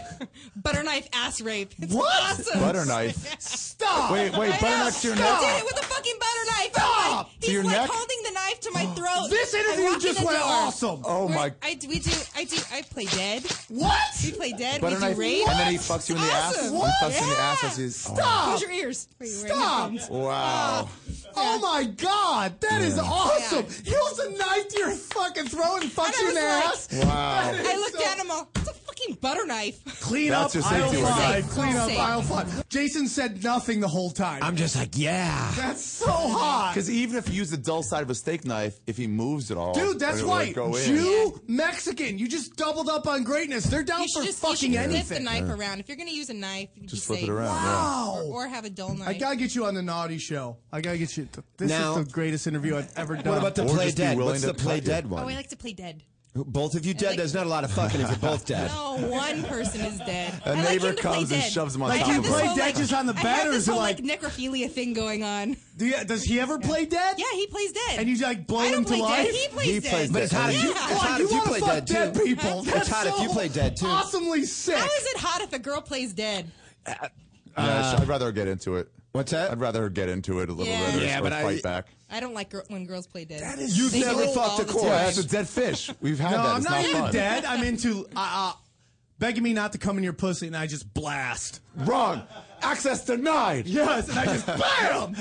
I: butter knife ass rape. It's
B: What?
I: Awesome.
C: Butter knife.
B: Stop.
C: Wait, wait,
I: I
C: butter
I: know.
C: knife to your
I: He did
C: neck.
I: it with a fucking butter knife. I'm
B: Stop!
I: like,
C: To
I: he's
C: your
I: like
C: neck?
I: holding the knife to my throat.
B: This
I: I
B: interview
I: walk in
B: just
I: the
B: went
I: door.
B: awesome.
C: Oh
I: We're-
C: my!
I: I we do I do I play dead.
B: What?
I: We play dead.
C: Butter
I: we
C: knife,
I: do rape.
C: and then he fucks you in the ass.
I: Awesome.
C: He fucks you in the ass as he's.
B: Stop.
I: Close your ears.
B: Stop.
C: Oh, wow.
B: Oh my God, that is awesome. He holds a knife to your fucking throat and fucks
I: I
B: you in
I: was
B: the
I: like-
B: ass.
C: Wow.
I: I looked at him all. It's a fucking butter knife.
B: Clean
C: That's
B: up
C: your safety
B: aisle
C: word.
B: five.
I: Safe.
B: Clean up
I: Safe.
B: aisle five. Jason said nothing the whole time.
A: I'm just like, yeah.
B: That's so hot.
C: Because even if you use the dull side of a steak knife, if he moves it all,
B: Dude, that's
C: it won't
B: right.
C: Go in.
B: Jew, Mexican. You just doubled up on greatness. They're down
I: You
B: for
I: should just
B: fucking
I: you should flip the
B: anything.
I: knife around. If you're gonna use a knife, you
C: Just
I: just
C: flip
I: say,
C: it around.
B: Wow.
I: Or, or have a dull knife.
B: I gotta get you on the naughty show. I gotta get you. This
A: Now-
B: is the greatest interview I've ever done.
A: What about the
C: Or
A: play
C: just be
A: dead?
C: willing
A: What's
C: to
A: the play
C: cut you.
A: dead
I: oh, I
A: one?
I: like to play dead.
A: Both of you dead?
I: like-
A: There's not a lot of fucking if you're both dead.
I: No, one person is dead.
C: A
I: I
C: neighbor
I: like him to play
C: comes and
I: dead.
C: shoves him on
I: I
C: top
I: have
C: of
I: this
C: him.
B: Play
I: whole,
B: dead
I: like-
B: just on the
I: I have
B: bed, or
I: this
B: is it
I: whole,
B: like-
I: necrophilia thing going on?
B: Do you- does he ever play dead?
I: Yeah, he plays dead.
B: And you, like, blow
I: I
B: him
I: don't
B: to
I: play
B: life?
I: Dead. He plays
C: He
I: dead.
C: plays
A: But it's
C: dead.
A: hot if you,
I: Yeah.
A: it's
B: Why,
A: hot
B: you
A: if you
B: wanna
A: play
B: fuck
A: dead,
B: dead
A: too.
B: people.
A: It's
B: That's
A: hot if
B: so
A: you play dead, too.
B: Awesomely sick.
I: How is it hot if a girl plays dead?
C: Yeah, Uh, I'd rather her get into it.
A: Uh, What's that?
C: I'd rather her get into it a little
I: Yeah.
C: bit or,
A: Yeah,
C: or
A: but I-
C: fight back.
I: I don't like gir- when girls play dead. That
A: is- You've never fucked a
I: core.
A: course.
C: Yeah, that's a dead fish. We've had
B: No,
C: that.
B: I'm
C: It's
B: not,
C: not
B: into
C: fun.
B: dead. I'm into uh, uh, begging me not to come in your pussy, and I just blast.
C: Wrong. Access denied.
B: Yes, and I just bam.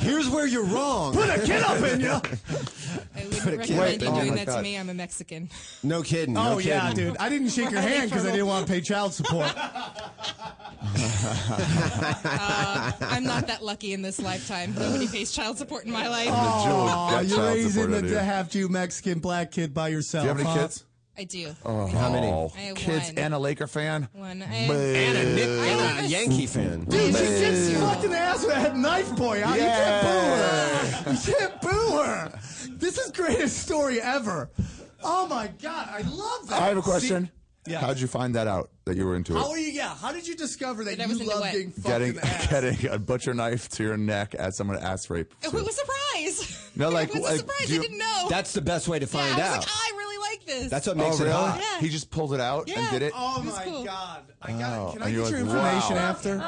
A: Here's where you're wrong.
B: Put a kid up in you.
I: I would
A: But it
I: wouldn't
A: can't-
I: recommend
A: Wait,
I: you
A: oh
I: doing
A: my
I: that
A: God.
I: to me. I'm a Mexican.
A: No kidding.
B: Oh
A: no
B: yeah,
A: kidding.
B: dude. I didn't shake your
I: We're
B: hand because I
I: having
B: didn't want to pay child support.
I: Uh, I'm not that lucky in this lifetime. Nobody pays child support in my life.
C: Oh.
B: Aw,
C: Joe, that
B: you're
C: child
B: raising
C: support
B: the,
C: idea.
B: the half Jew Mexican black kid by yourself.
C: Do you have any
B: huh?
C: kids?
I: I do.
C: Oh,
A: How many?
I: I have
C: kids
I: one.
C: and a Laker fan?
I: One. I
C: Boo.
I: am,
A: And a, Nick,
I: I
A: and
I: have
A: a
I: a-
A: Yankee fan.
B: Dude, she gets fucked in the ass with that knife boy. Huh? You can't boo her. You can't boo her. This is greatest story ever. Oh my god, I love that.
C: I have a question.
B: See- yeah.
C: How'd you find that out that you were into
B: How are
C: it?
B: you? Yeah. How did you discover that,
I: That I was
B: you
I: into
B: love
I: what?
B: getting fucked in
C: Getting
B: the ass?
C: getting a butcher knife to your neck as someone ass rape.
I: Oh, it was a surprise.
C: No, like,
I: it was
C: like,
I: a surprise.
C: do you-
I: I didn't know.
A: That's the best way to
I: yeah,
A: find
I: I was
A: out.
I: like, "Oh, "Ah." I really like this.
A: That's what
C: Oh
A: makes
C: really?
A: it hot.
I: Yeah.
C: He just pulled it out and
I: Yeah.
C: did it.
B: Oh
I: It was
B: my
I: cool. Uh,
B: god. I got
C: Oh,
B: it. Can I
C: and
B: get
C: you're
B: your
C: like,
B: information
C: wow.
B: after?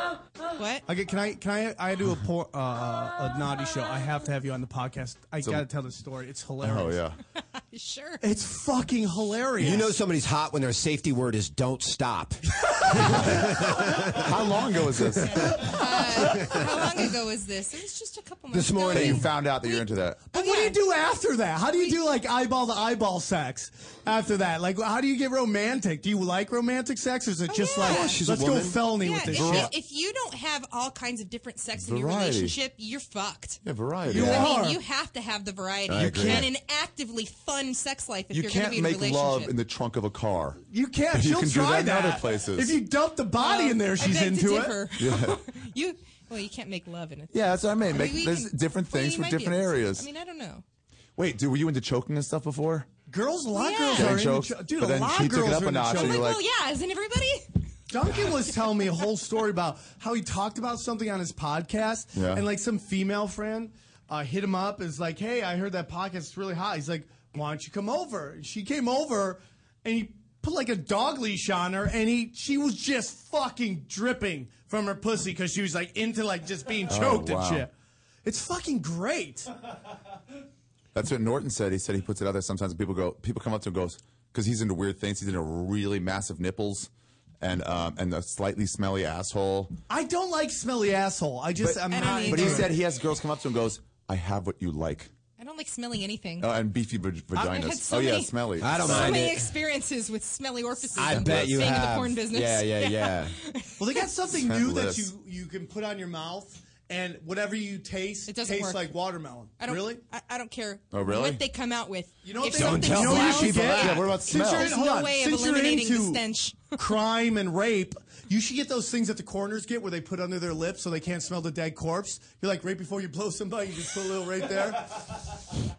I: what?
B: I get, can I can I I do a por- uh, a naughty show. I have to have you on the podcast. I got to tell this story. It's hilarious.
C: Oh yeah.
I: Sure.
B: It's fucking hilarious.
A: You know somebody's hot when their safety word is "don't stop."
C: How long ago was this that
I: Uh, how long ago was this? It was just a couple months
A: This morning.
I: ago. Oh,
C: you found out that you're into that?
B: But what do you do after that? How do you do like eyeball to eyeball sex after that? Like, how do you get romantic? Do you like romantic sex, or is it just
I: yeah.
B: like
I: Oh,
A: she's a
B: let's go
A: woman.
B: felony
I: Yeah,
B: with
I: if,
B: this
I: you-
B: shit?
I: if you don't have all kinds of different sex in your
C: Variety.
I: relationship, you're fucked.
C: Yeah, variety.
B: You
I: I
B: are.
I: mean, you have to have the variety.
A: I
I: You
A: agree.
I: can't an actively fun sex life if
C: You
I: are
C: can't
I: going to be in
C: make
I: a relationship.
C: love in the trunk of a car.
B: You can't.
C: You
B: She'll
C: can do
B: try
C: that in other places.
B: If you dump the body in there,
I: I
B: she's
I: beg
B: into
I: to
B: it.
I: differ. you well, you can't make love in it.
C: Yeah, that's what I mean. Make,
I: We
C: there's
I: can-
C: different
I: well,
C: things
I: you might
C: for
I: be
C: different
I: able to-
C: areas.
I: I mean, I don't know.
C: Wait, dude, were you into choking and stuff before?
B: Girls, a lot of
I: Yeah. Oh
B: girls
I: Getting
B: are into
C: choked,
B: cho- dude.
C: but
B: a
C: then
B: lot
C: she
B: of
C: took it
B: girls
C: up
B: are
C: a
B: into
C: notch and
B: choking.
I: I'm like,
C: you're like-
I: well, yeah, isn't everybody?
B: Duncan was telling me a whole story about how he talked about something on his podcast,
C: Yeah.
B: and like some female friend uh, hit him up is like, "Hey, I heard that podcast is really hot." He's like, "Why don't you come over?" And she came over, and he put like a dog leash on her, and he she was just fucking dripping from her pussy because she was like into like just being choked
C: Oh, wow.
B: and shit. It's fucking great.
C: That's what Norton said. He said he puts it out there sometimes. and People go, people come up to him, and goes, because he's into weird things. He's into really massive nipples, and um, and a slightly smelly asshole.
B: I don't like smelly asshole. I just I'm
I: I don't
B: not.
I: either.
C: But
B: into
C: he
B: it.
C: said he has girls come up to him, and goes, I have what you like,
I: I don't like smelling anything.
C: oh, and beefy vag-
I: I've had
C: vaginas.
I: so
C: oh yeah,
I: many-
C: smelly.
A: I don't
I: so
A: mind
I: many
A: it.
I: experiences with smelly orifices.
A: I
I: from
A: bet you
I: being
A: have.
I: in the porn business.
A: Yeah, yeah, yeah.
B: Well, they got something
C: Scent
B: new that
C: lips.
B: you you can put on your mouth, and whatever you taste
I: It
B: tastes
I: doesn't work.
B: like watermelon.
I: I don't
B: really?
I: I, I don't care
C: Oh, really?
I: what they come out with.
B: You know what
I: if
B: they
I: something
A: Don't tell
B: you know what
I: smells,
B: you should get?
C: Yeah, what about smell?
B: Since you're,
I: There's
B: hold
I: no
B: on.
I: way of
B: Since you're
I: eliminating the
B: into
I: stench.
B: crime and rape, you should get those things that the coroners get where they put under their lips so they can't smell the dead corpse. You're like, right before you blow somebody, you just put a little right there.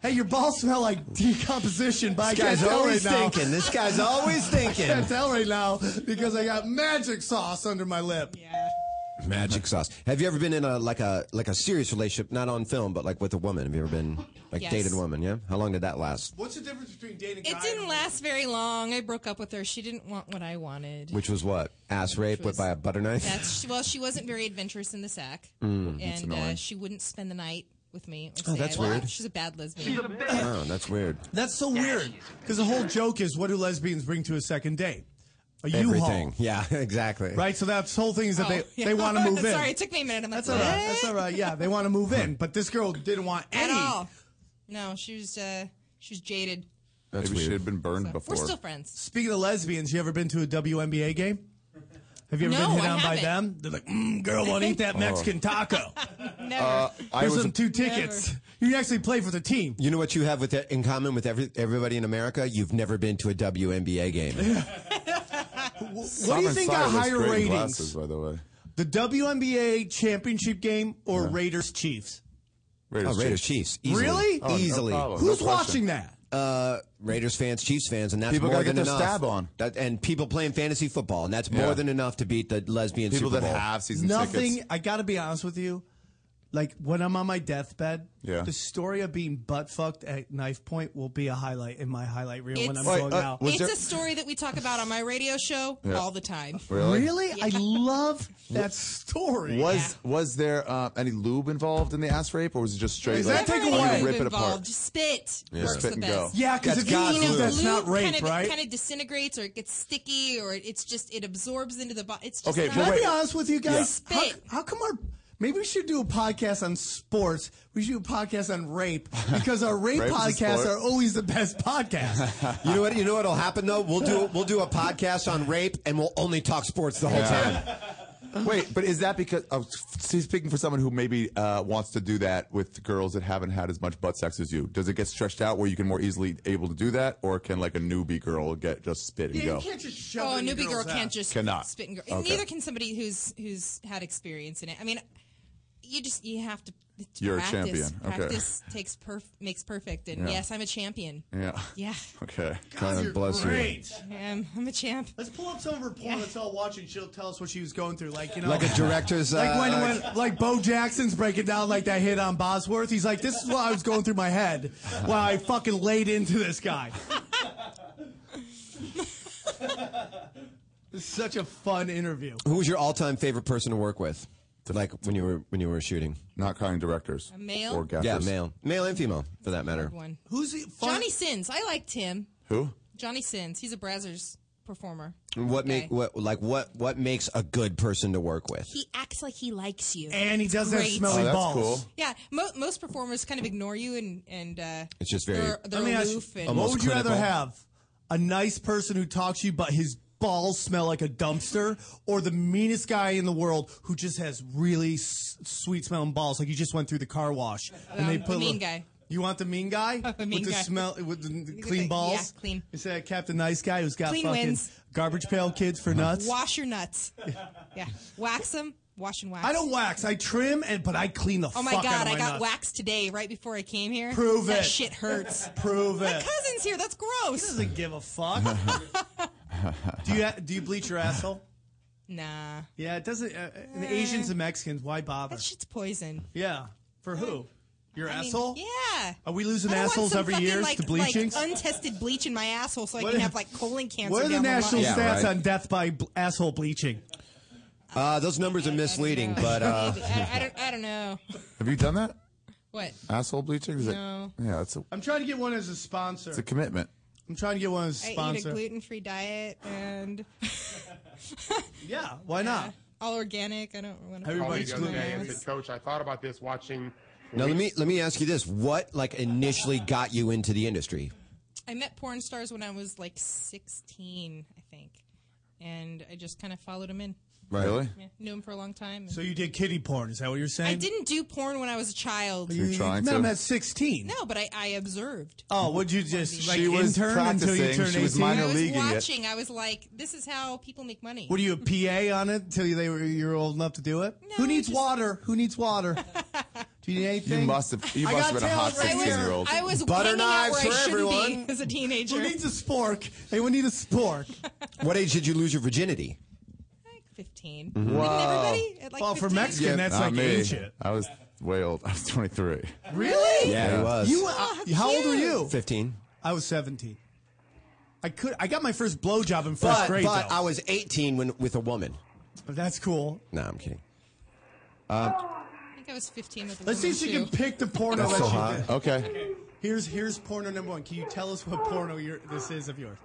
B: hey, your balls smell like decomposition, but I
A: This
B: can't
A: guy's
B: tell right
A: always
B: now.
A: thinking. This guy's always
B: I
A: thinking.
B: can't tell right now because I got magic sauce under my lip.
I: Yeah.
A: Magic sauce. Have you ever been in a like a like a serious relationship, not on film, but like with a woman? Have you ever been like
I: Yes.
A: dated a woman? Yeah. How long did that last?
B: What's the difference between dating? guy
I: It
B: and
I: didn't
B: woman?
I: last very long. I broke up with her. She didn't want what I wanted.
A: Which was what? Ass rape
I: was-
A: with by a butter knife.
I: That's she, well, she wasn't very adventurous in the sack, and uh, she wouldn't spend the night with me. Or say
A: that's
I: I love
A: weird.
I: her. She's a bad lesbian.
A: oh, that's weird.
B: That's so weird. Because the whole joke is, what do lesbians bring to a second date? A
A: Everything.
B: U-Haul,
A: Yeah, exactly.
B: right? So that's whole thing is that
I: Oh,
B: they,
I: yeah.
B: they want to move in.
I: Sorry, it took me a minute. I'm like,
B: that's all right. That's all right. Yeah, they want to move in, but this girl didn't want
I: At
B: any.
I: all. No, she was uh, she was jaded.
A: That's
C: Maybe she
A: weird.
C: had been burned
I: So,
C: before.
I: We're still friends.
B: Speaking of lesbians, you ever been to a WNBA game? Have you ever
I: No,
B: been hit
I: I
B: on by
I: haven't.
B: them? They're like, mm, girl, won't eat that Mexican taco.
I: Never.
C: I
B: Here's
C: Oh. was
B: some two tickets. You actually play for the team.
A: You know what you have with in common with every, everybody in America? You've never been to a WNBA game.
B: what do you
C: Simon
B: think
C: Sinek
B: got
C: was
B: higher
C: great in
B: ratings?
C: Glasses, by the way.
B: The WNBA championship game or Raiders Chiefs?
A: Oh,
C: Raiders,
A: Raiders
C: Chiefs.
A: Chiefs. Easily.
B: Really?
C: Oh, no
A: easily.
C: problem.
B: Who's
C: no question.
B: watching that?
A: uh, Raiders fans, Chiefs fans, and that's
C: People
A: more
C: gotta get
A: than
C: their
A: enough.
C: stab on.
A: That- and people playing fantasy football, and that's more
C: Yeah.
A: than enough to beat the lesbian
C: People
A: Super
C: that
A: Bowl.
C: have season
B: nothing.
C: tickets.
B: I gotta be honest with you. Like when I'm on my deathbed,
C: Yeah.
B: the story of being butt fucked at knife point will be a highlight in my highlight reel when I'm
I: It's-
B: going
C: Wait, uh,
B: out.
C: was
I: it's
C: there-
I: a story that we talk about on my radio show all the time.
C: Really?
B: Really, I love that story.
C: Was was there uh, any lube involved in the ass rape, or was it just straight?
B: Does
C: like,
B: that take
C: I'm gonna
B: away?
C: Rip it
I: involved.
C: apart.
I: Just spit. Works
C: Spit
I: the
C: and
I: best.
C: go.
B: Yeah, because if you
A: God's
B: lube,
A: lube.
B: that's not rape,
I: kind of,
B: right?
I: Kind of disintegrates or it gets sticky or it's just it absorbs into the body. It's just
C: Okay,
I: not
C: but
B: Can I
C: wait.
B: be honest with you guys?
I: Yeah.
B: How,
I: Spit.
B: how come our Maybe we should do a podcast on sports. We should do a podcast on rape because our rape,
A: Rape is a
B: podcasts
A: sport.
B: are always the best podcasts.
A: You know what? You know what'll happen though? We'll do we'll do a podcast on rape, and we'll only talk sports the whole time.
C: Wait, but is that because I'm speaking for someone who maybe uh, wants to do that with girls that haven't had as much butt sex as you? Does it get stretched out where you can more easily able to do that, or can like a newbie girl get just spit and go?
B: just
I: Oh, a
B: it in
I: newbie
B: girls'
I: girl
B: ass.
I: can't just
C: Cannot.
I: spit and go.
C: Okay.
I: Neither can somebody who's who's had experience in it. I mean, you just you have to. to
C: You're a
I: practice.
C: champion. Okay.
I: Practice takes perf- makes perfect, and
C: Yeah.
I: yes, I'm a champion.
C: Yeah.
I: Yeah.
C: Okay.
B: God, you're
C: bless you.
B: great.
I: I'm, I'm a champ.
B: Let's pull up some of her porn. Let's all watch it. She'll tell us what she was going through. Like you know,
A: Like a director's,
B: like
A: uh,
B: when,
A: like-
B: when like Bo Jackson's breaking down like that hit on Bosworth. He's like, this is what I was going through my head while I fucking laid into this guy. This is such a fun interview.
A: Who was your all-time favorite person to work with? Like when you were when you were shooting?
C: Not counting directors.
I: A male?
C: Or gaffers.
A: Yeah, male, male and female for that matter.
I: Good one.
B: Who's the fun?
I: Johnny Sins. I liked him.
C: Who?
I: Johnny Sins. He's a Brazzers performer.
A: What
I: Okay.
A: make what like what what makes a good person to work with?
I: He acts like he likes you.
B: And he does have
I: Great.
B: smelly
C: Oh, that's
B: balls.
C: cool.
I: yeah, mo- most performers kind of ignore you and and uh,
A: It's just very-
I: they're, they're
B: Let me ask you,
I: aloof and
B: what would you
A: clinical.
B: rather have? A nice person who talks to you, but his balls smell like a dumpster, or the meanest guy in the world who just has really s- sweet smelling balls, like you just went through the car wash
I: Um, the
B: a
I: mean
B: little-
I: guy.
B: You want the mean guy
I: The mean
B: with the
I: guy.
B: smell with the- the,
I: Yeah,
B: clean balls?
I: clean.
B: Instead of Captain Nice Guy who's got
I: Clean
B: fucking
I: wins.
B: garbage pail kids for nuts.
I: wash your nuts. Yeah, wax them. Wash and wax.
B: I don't wax. I trim and but I clean the
I: Oh my
B: fuck out
I: god,
B: of my
I: I got
B: nuts.
I: waxed today right before I came here.
B: Prove
I: that
B: it.
I: shit hurts.
B: Prove
I: My
B: it.
I: cousin's here. That's
B: He
I: gross.
B: doesn't give a fuck. do you do you bleach your asshole?
I: Nah,
B: Yeah, it doesn't. Uh, and the Asians and Mexicans, why bother?
I: that shit's poison.
B: Yeah, for who? Your
I: I mean,
B: asshole?
I: yeah.
B: Are we losing
I: I don't want
B: assholes
I: some
B: every
I: fucking,
B: year
I: like,
B: to bleaching?
I: Like untested bleach in my asshole, so I
B: What
I: can
B: are-
I: have like colon cancer.
B: What are the
I: down
B: national
I: line.
B: stats
A: right.
B: on death by bl- asshole bleaching?
A: Uh, those numbers are misleading,
I: I don't
A: but
I: know.
A: uh,
I: Maybe. I, I don't. I don't know.
C: Have you done that?
I: What?
C: Asshole bleaching? Is it-
I: No.
C: yeah, it's a,
B: I'm trying to get one as a sponsor.
C: it's a commitment.
B: I'm trying to get one as a
I: I eat a
B: sponsor.
I: gluten-free diet and
B: yeah, why not?
I: all organic. I don't want to.
B: Everybody's
I: Probably
B: gluten-free.
I: go
B: Yeah,
I: there.
B: it's
J: Coach, I thought about this watching.
A: now let me let me ask you this: What like initially got you into the industry?
I: I met porn stars when I was like 16, I think, and I just kind of followed them in.
C: Really?
I: Yeah, knew them for a long time. and-
B: So you did kitty porn? Is that what you're saying?
I: I didn't do porn when I was a child.
C: You're trying
B: no,
C: to.
B: I'm at 16.
I: No, but I, I observed.
B: Oh, would you just like
C: She was
B: intern until you
C: practicing.
B: turn
C: She was
B: 18?
C: minor
I: When I was
C: leaguing it.
I: watching. I was like, this is how people make money.
B: What are you a PA on it till you- they were you're old enough to do it? Who needs
I: just-
B: water? Who needs water? do you need anything?
C: You must have. You
B: I
C: must
B: got
C: have been a hot
B: talent right
I: I was,
C: sixteen
B: here.
C: year old.
I: I was
A: Butter
I: hanging out
A: knives
I: where I
A: for
I: shouldn't
A: everyone.
I: be as a teenager.
B: Who needs a spork? Anyone need a spork?
A: What age did you lose your virginity?
I: Like 15. Didn't everybody at
B: Mm-hmm.
I: like
B: Well,
I: 15?
B: for Mexican, that's
C: Not
B: like
C: me.
B: ancient.
C: I was way old. I was twenty three.
B: Really?
A: Yeah,
C: Yeah.
A: he was.
B: You? I-
I: how
B: how old were
I: cute.
B: you?
A: fifteen?
B: I was seventeen. I could. I got my first blowjob in first
A: But
B: grade.
A: but
B: though.
A: I was eighteen when with a woman.
B: That's cool.
A: No, I'm kidding.
I: I think I was 15 with a
B: Let's see if
I: woman,
B: she can
I: too.
B: pick the porno
A: That's
B: that
A: so
B: she
A: hot.
B: did.
C: Okay.
B: Here's here's porno number one. Can you tell us what porno you this is of yours?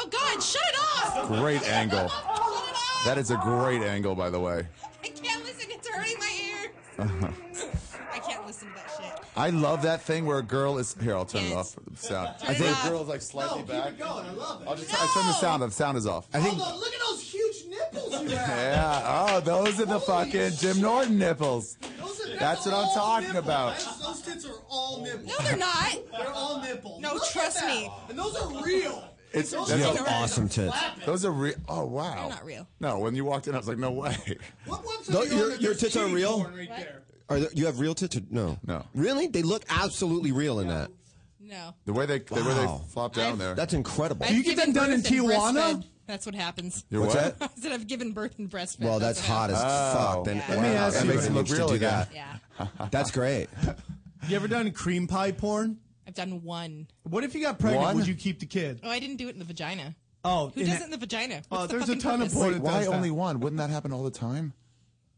I: Oh, God, shut it off!
C: Great angle.
I: Shut it off!
C: That is a great angle, by the way.
I: I can't listen. It's hurting my ears. I can't listen to that shit.
C: I love that thing where a girl is. Here, I'll turn it
I: Yes.
C: off. The sound.
I: Turn
C: I
I: it
C: think
I: off.
C: a girl's like slightly back.
B: going. I love it.
C: I'll just I turn the sound off. Sound is off.
A: I think
B: look at those huge nipples you
C: Yeah. Oh, those are the
B: Holy
C: fucking
B: shit.
C: Jim Norton nipples.
B: Those are-
C: That's what I'm
B: all
C: talking
B: nipples.
C: about.
B: That's- Those tits are all nipples.
I: No, they're not.
B: They're all nipples.
I: No,
B: Look at
I: trust
B: that.
I: me.
B: And those are real.
C: It's
B: Those
C: that's
I: are
C: a-
I: real.
A: awesome tits.
C: those are real. Oh wow.
I: They're not real.
C: No, when you walked in, I was like, no way.
B: What ones are
A: No,
B: you on
A: your-
B: that
A: your
B: there's
A: tits are
B: kitty
A: real?
B: porn Right there.
A: Are there, you have real tits? Or, no,
C: No.
A: Really? They look absolutely real in that.
I: No.
C: The way they the way
A: Wow.
C: they flop down
I: I've-
C: there.
A: That's incredible.
I: I've
B: you get
I: given
B: them done in
I: birth and
B: Tijuana?
I: breastfed. That's what happens.
C: You're
A: What's
C: what?
I: I said I've given birth and breastfed.
A: Well, that's
I: what
A: hot as
I: happens.
A: fuck. Then
I: Let me
A: wow,
B: ask you-
A: everybody
B: Makes it look
A: needs to
C: real
A: do
C: again.
A: that.
I: Yeah.
A: That's great.
B: You ever done cream pie porn?
I: I've done one.
B: What if you got pregnant?
C: One?
B: Would you keep the kid?
I: Oh, I didn't do it in the vagina.
B: Oh,
I: Who
B: in
I: does
B: it-
I: it in the vagina?
B: Oh,
I: What's the
B: there's a
I: fucking
B: ton of
I: purpose?
B: porn.
C: Why
B: does that.
C: only one? Wouldn't that happen all the time?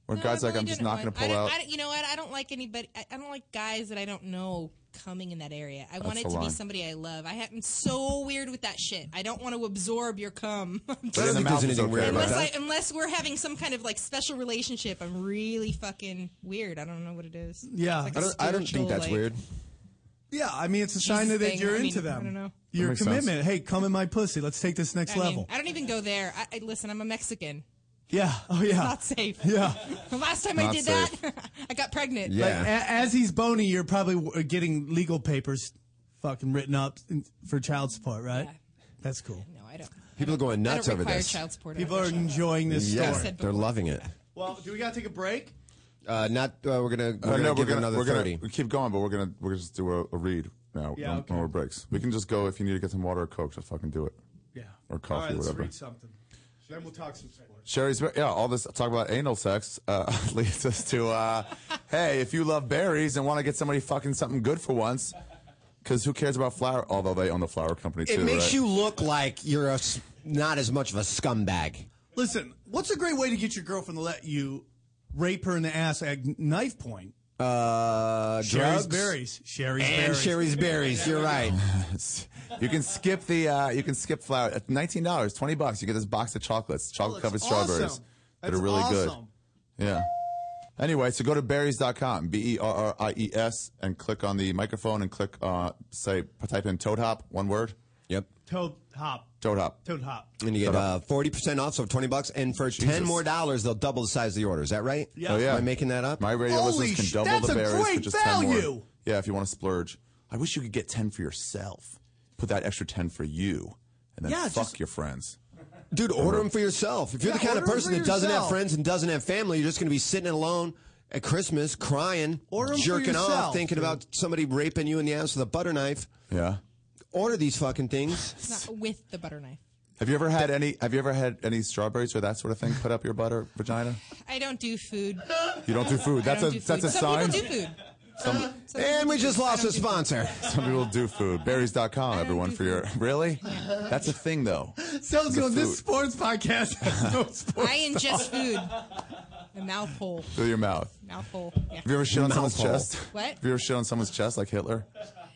C: Where
I: No,
C: guys
I: I've
C: like,
I: only
C: I'm
I: done
C: just
I: it
C: not going
I: once.
C: to
I: I
C: pull
I: don't-
C: out.
I: I don't, you know what? I don't like anybody. I, I don't like guys that I don't know coming in that area. I
C: That's
I: want it
C: the
I: to be
C: line.
I: somebody I love. I ha- I'm so weird with that shit. I don't want to absorb your cum.
A: I don't think there's anything weird about
I: unless,
A: that.
I: I, unless we're having some kind of like special relationship, I'm really fucking weird. I don't know what it is.
B: Yeah.
I: It's like a
B: I don't- I don't think
I: spiritual,
B: that's
I: like-
A: weird.
B: Yeah, I mean, it's a sign
I: Jesus
B: that
I: thing.
B: you're
I: I mean,
B: into them.
I: I don't know.
B: Your
C: That makes
B: commitment.
C: sense.
B: Hey, come in my pussy. Let's take this next
I: I mean,
B: level.
I: I don't even go there. I, I listen. I'm a Mexican.
B: yeah. Oh,
I: It's
B: yeah.
I: not safe.
B: Yeah.
I: The last time I
B: Not
I: did
B: safe.
I: that, I got pregnant.
B: Like, a- as he's bony, you're probably w- uh, getting legal papers fucking written up in- for child support, right? That's cool.
I: No, I don't.
A: People are going nuts
I: I don't
A: over
I: require
A: this.
I: child support.
B: People are enjoying this
A: yeah,
B: story.
A: they're loving it.
B: Well, do we got to take a break?
A: Uh, not uh, we're gonna we're
C: Uh,
A: gonna
C: no,
A: give it another
C: we're gonna,
A: thirty.
C: we keep going, but we're gonna we're gonna just do a, a read now.
B: Yeah,
C: no,
B: okay.
C: no more breaks. We can just go if you need to get some water or coke, just fucking do it.
B: Yeah.
C: Or coffee,
B: All right, let's
C: whatever.
B: read something. Then we'll talk some sports.
C: Sherry's yeah, all this talk about anal sex uh, leads us to uh, hey, if you love berries and want to get somebody fucking something good for once, because who cares about flower? Although they own the flower company
A: It
C: too.
A: makes
C: right?
A: you look like you're a s not as much of a scumbag.
B: Listen, what's a great way to get your girlfriend to let you rape her in the ass at knife point?
A: Uh,
B: Sherry's
A: drugs?
B: berries. Sherry's
A: and
B: berries.
A: Sherry's berries. You're right.
C: You can skip the uh, you can skip flour. At Nineteen dollars, twenty bucks. You get this box of chocolates, chocolate covered
B: that's
C: strawberries
B: Oh, awesome.
C: that
B: That's
C: are really
B: awesome.
C: good. Yeah. Anyway, so go to berries.com, B E R R I E S, and click on the microphone and click uh, say type in Toad Hop, one word.
A: Yep.
B: Toad hop.
C: Toad Hop.
B: Toad hop.
A: And you get uh, forty percent off, so twenty bucks. And for ten more dollars, they'll double the size of the order. Is that right?
B: Yeah. Oh, yeah.
A: Am I making that up?
C: My radio
B: Holy
C: listeners can
B: sh-
C: double
B: that's
C: the
B: a
C: berries for
B: great
C: just ten
B: value.
C: more. Yeah, if you want to splurge. I wish you could get ten for yourself. Put that extra ten for you, and then
B: Yeah,
C: fuck
B: just-
C: your friends.
A: Dude, order them for yourself. If you're
B: Yeah,
A: the kind
B: order
A: of
B: 'em
A: person
B: for
A: that doesn't have
B: yourself.
A: friends and doesn't have family, you're just going to be sitting alone at Christmas crying,
B: Order 'em for
A: jerking
B: yourself,
A: off, thinking
B: dude.
A: about somebody raping you in the ass with a butter knife.
C: Yeah.
A: Order these fucking things.
I: Not with the butter knife.
C: Have you ever had any? Have you ever had any strawberries or that sort of thing put up your butter vagina?
I: I don't do food.
C: You don't do food. That's
I: I
C: a
I: don't do
C: that's
I: food.
C: a
I: Some
C: sign.
I: People do food.
C: Some,
I: Some people
A: And we
I: do
A: just
I: food. I
A: lost
I: don't
A: a
I: do food.
A: sponsor.
C: some people do food. Berries.com, everyone,
I: do
C: for your really. That's a thing though.
B: Sounds good.
C: food.
B: This sports podcast has no sports.
I: I ingest food. A mouth hole.
C: Through your mouth.
I: Mouth hole. Yeah.
C: Have you ever shit on someone's
A: Mouth hole.
C: chest?
I: What?
C: Have you ever shit on someone's chest like Hitler?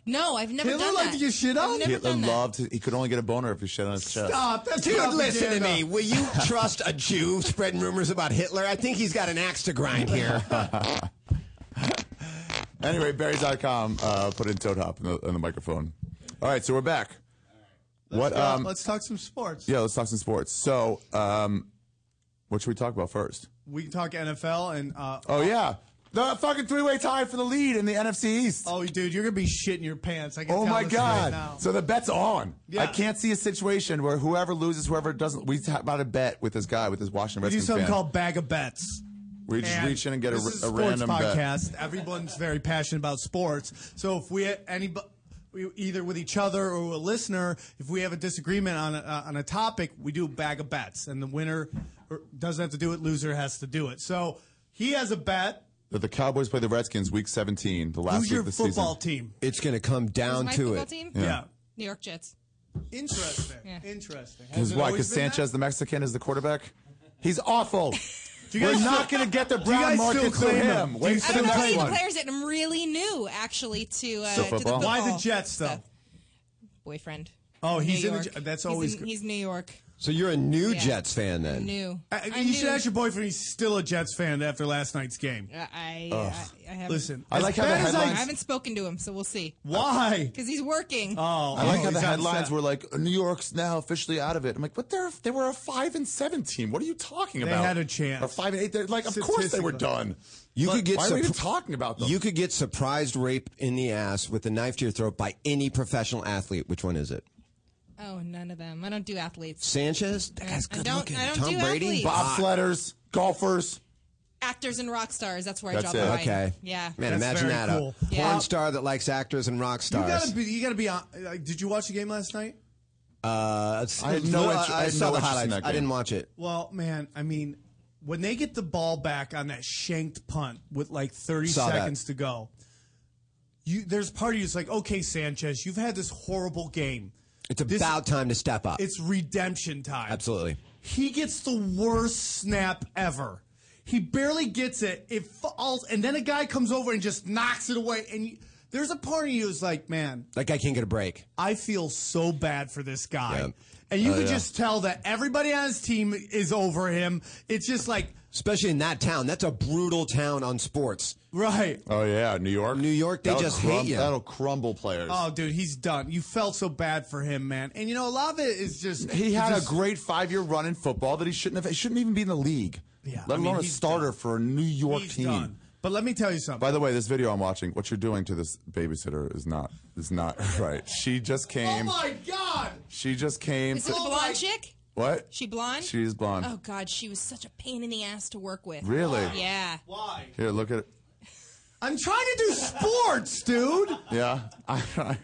I: No, I've never
B: Hitler
I: done
B: liked
I: that.
B: to get shit
I: I've
B: on?
I: never
C: Hitler
I: done that.
C: loved. He could only get a boner if you shit on his chest.
B: Stop. That's
A: Dude, listen to
B: propaganda.
A: me. Will you trust a Jew spreading rumors about Hitler? I think he's got an axe to grind here.
C: Anyway, berries.com. Uh, put in Toad Hop in the, in the microphone. All right, so we're back. What?
B: Yeah,
C: Um,
B: let's talk some sports.
C: yeah, let's talk some sports. So, um, what should we talk about first?
B: We can talk NFL and uh,
C: Oh yeah, the fucking three-way tie for the lead in the NFC East.
B: oh, dude, you're gonna be shitting your pants. I can
C: Oh
B: tell
C: my
B: this
C: God!
B: Right now.
C: so the bet's on.
B: Yeah.
C: I can't see a situation where whoever loses, whoever doesn't. We talk about a bet with this guy, with this Washington
B: we do
C: Redskins
B: something
C: fan.
B: called bag of bets.
C: we just
B: And
C: reach in and get a,
B: this is
C: a
B: sports
C: random bet.
B: podcast. Everyone's very passionate about sports. So if we any we- either with each other or a listener, if we have a disagreement on a, uh, on a topic, we do a bag of bets, and the winner or- doesn't have to do it. Loser has to do it. So he has a bet.
C: That the Cowboys play the Redskins week 17, the last
B: Who's
C: week
B: your
C: of the
B: football
C: season.
B: team?
A: It's going to come down
I: My
A: to
I: football
A: it.
I: team?
B: Yeah.
I: New York Jets.
B: Interesting.
I: Yeah.
B: Interesting. Has
C: Because
B: it
C: why?
B: always
C: Because
B: been that?
C: Sanchez, the Mexican, is the quarterback. He's awful.
B: Do you
C: We're
B: guys still-
C: not going to get the
B: do you
C: brown
B: guys still
C: market to
B: claim
C: him.
B: him? Do you
C: Wait
I: I
C: for
I: don't
C: the
I: know
B: Nice
I: any
C: next
I: of the
C: one.
I: players that I'm really new, actually, to, uh,
C: So
I: to the
C: football?
I: football.
C: Why
B: the Jets, though?
I: stuff. Boyfriend.
B: Oh,
I: New
B: he's in the
I: York.
B: J- that's
I: He's
B: always
I: in-
B: good.
I: He's New York.
A: So you're a new
I: Yeah.
A: Jets fan then?
I: New.
B: I,
I: I'm
B: Uh, you should
I: new.
B: ask your boyfriend. He's still a Jets fan after last night's game.
I: I, I, I haven't.
B: Listen,
C: I
B: as
C: like how
B: bad
C: the
B: as I-
I: I
C: headlines-
I: haven't spoken to him, so we'll see.
B: Why?
I: Because he's working.
B: Oh,
C: I like how
B: he's
C: the
B: upset.
C: headlines were like, New York's now officially out of it. I'm like, but they're, they were a 5 and 7 team. What are you talking
B: They
C: about?
B: had a chance.
C: Or 5 and 8. They're like, of course they were done.
A: You
C: But
A: could get
C: why are we
A: surpri-
C: even talking about them?
A: You could get surprised rape in the ass with a knife to your throat by any professional athlete. Which one is it?
I: Oh, none of them. I don't do athletes.
A: Sanchez? That guy's
I: I
A: good
I: don't-
A: looking.
I: I don't
A: Tom
I: do
A: Brady?
I: athletes.
A: Bob Fla-
C: Bobsledders, golfers.
I: Actors and rock stars. That's where
C: That's
I: I draw
C: it.
I: the line.
A: Okay.
I: Yeah.
A: Man,
B: That's
A: imagine
B: very
A: that.
B: cool.
A: A porn
I: Yeah.
A: star that likes actors and rock
B: You
A: stars.
B: gotta be. You gotta be. On, like, did you watch the game last night?
A: uh,
C: I had no
A: I,
C: inter- I
A: I
C: had
A: saw
C: no
A: the
C: interest in
A: highlights.
C: that
A: I
C: game.
A: didn't watch it.
B: Well, man, I mean, when they get the ball back on that shanked punt with like 30
A: Saw that.
B: seconds to go, you there's part of you that's like, okay, Sanchez, you've had this horrible game.
A: It's
B: This-
A: about time to step up.
B: It's redemption time.
A: Absolutely.
B: He gets the worst snap ever. He barely gets it. It falls, and then a guy comes over and just knocks it away. And you- There's a part of you is like, man,
A: Like I can't get a break.
B: I feel so bad for this guy.
A: Yeah.
B: And you
A: Oh,
B: could
A: yeah.
B: just tell that everybody on his team is over him. It's just like,
A: Especially in that town. That's a brutal town on sports.
B: right.
C: Oh yeah, New York.
A: New York, they just hate you.
C: That'll crumble players.
B: Oh, dude, he's done. You felt so bad for him, man. And you know, a lot of it is just
C: he had
B: just-
C: a great five-year run in football that he shouldn't have. He shouldn't even be in the league.
B: Yeah, I
C: let
B: mean,
C: alone a
B: he's
C: starter for a New York
B: he's
C: team.
B: done. But let me tell you something.
C: By the way, this video I'm watching, what you're doing to this babysitter is not is not right. She just
B: oh
C: came.
B: my god!
C: She just came.
I: Is
C: To,
I: it the
B: my-
I: blonde chick?
C: what?
I: She blonde?
C: She's blonde.
I: Oh God, she was such a pain in the ass to work with.
C: Really?
I: Yeah.
B: Why?
C: Here, look at it.
B: I'm trying to do sports, dude.
C: Yeah. I, I,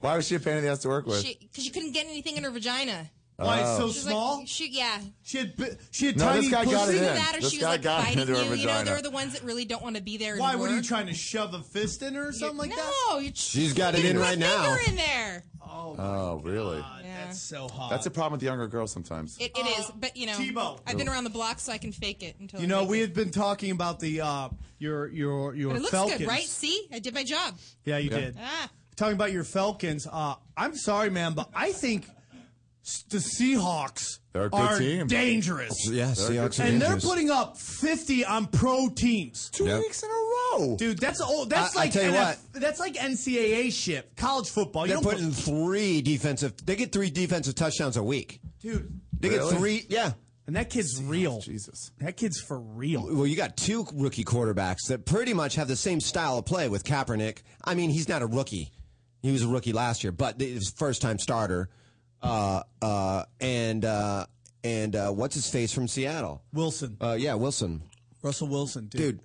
C: why was she a pain in the ass to work with?
I: She because she couldn't get anything in her vagina.
B: Why it's so
I: She was
B: small?
I: Like, she yeah.
B: she had bi- she had
C: Oh. No,
B: tiny
C: this guy got
B: pussy.
C: it
I: Either
C: in.
I: that or
C: This
I: she was
C: guy
I: like
C: got
I: biting
C: into
I: you.
C: her
I: You know,
C: vagina.
I: they're the ones that really don't want to be there. and
B: Why? What are you
I: work.
B: trying to shove a fist in her or something like
I: no,
B: that?
I: you
A: She's got it in right now.
I: Finger in there.
C: oh, really?
B: That's so hot.
C: That's a problem with younger girls sometimes.
I: It, it is, but you know,
B: Tebow.
I: I've been around the block, so I can fake it until
B: you
I: I
B: know,
I: make
B: we
I: it.
B: had been talking about the uh, your your your
I: But it looks
B: Falcons,
I: good, right? See, I did my job.
B: Yeah, you did.
I: Ah,
B: Talking about your Falcons, uh, I'm sorry, man, but I think s- the Seahawks
C: They're a good
B: are
C: team.
B: dangerous.
A: Yeah, Seahawks are
B: And they're
A: dangerous.
B: putting up 50 on pro teams.
C: Two
A: Yep.
C: weeks in a row.
B: Dude, that's old. That's
A: I- I
B: like
A: tell you
B: NF that's like NCAA shit. College football. You
A: They're
B: don't put-
A: putting three defensive. They get three defensive touchdowns a week.
B: dude,
A: They
C: Really?
A: get three. Yeah.
B: and that kid's real.
C: Jesus.
B: That kid's for real.
A: Well, you got two rookie quarterbacks that pretty much have the same style of play with Kaepernick. I mean, he's not a rookie. He was a rookie last year, but his first time starter. Uh, uh, and uh, and uh, what's his face from Seattle?
B: Wilson,
A: Uh, yeah, Wilson,
B: Russell Wilson, dude.
A: dude.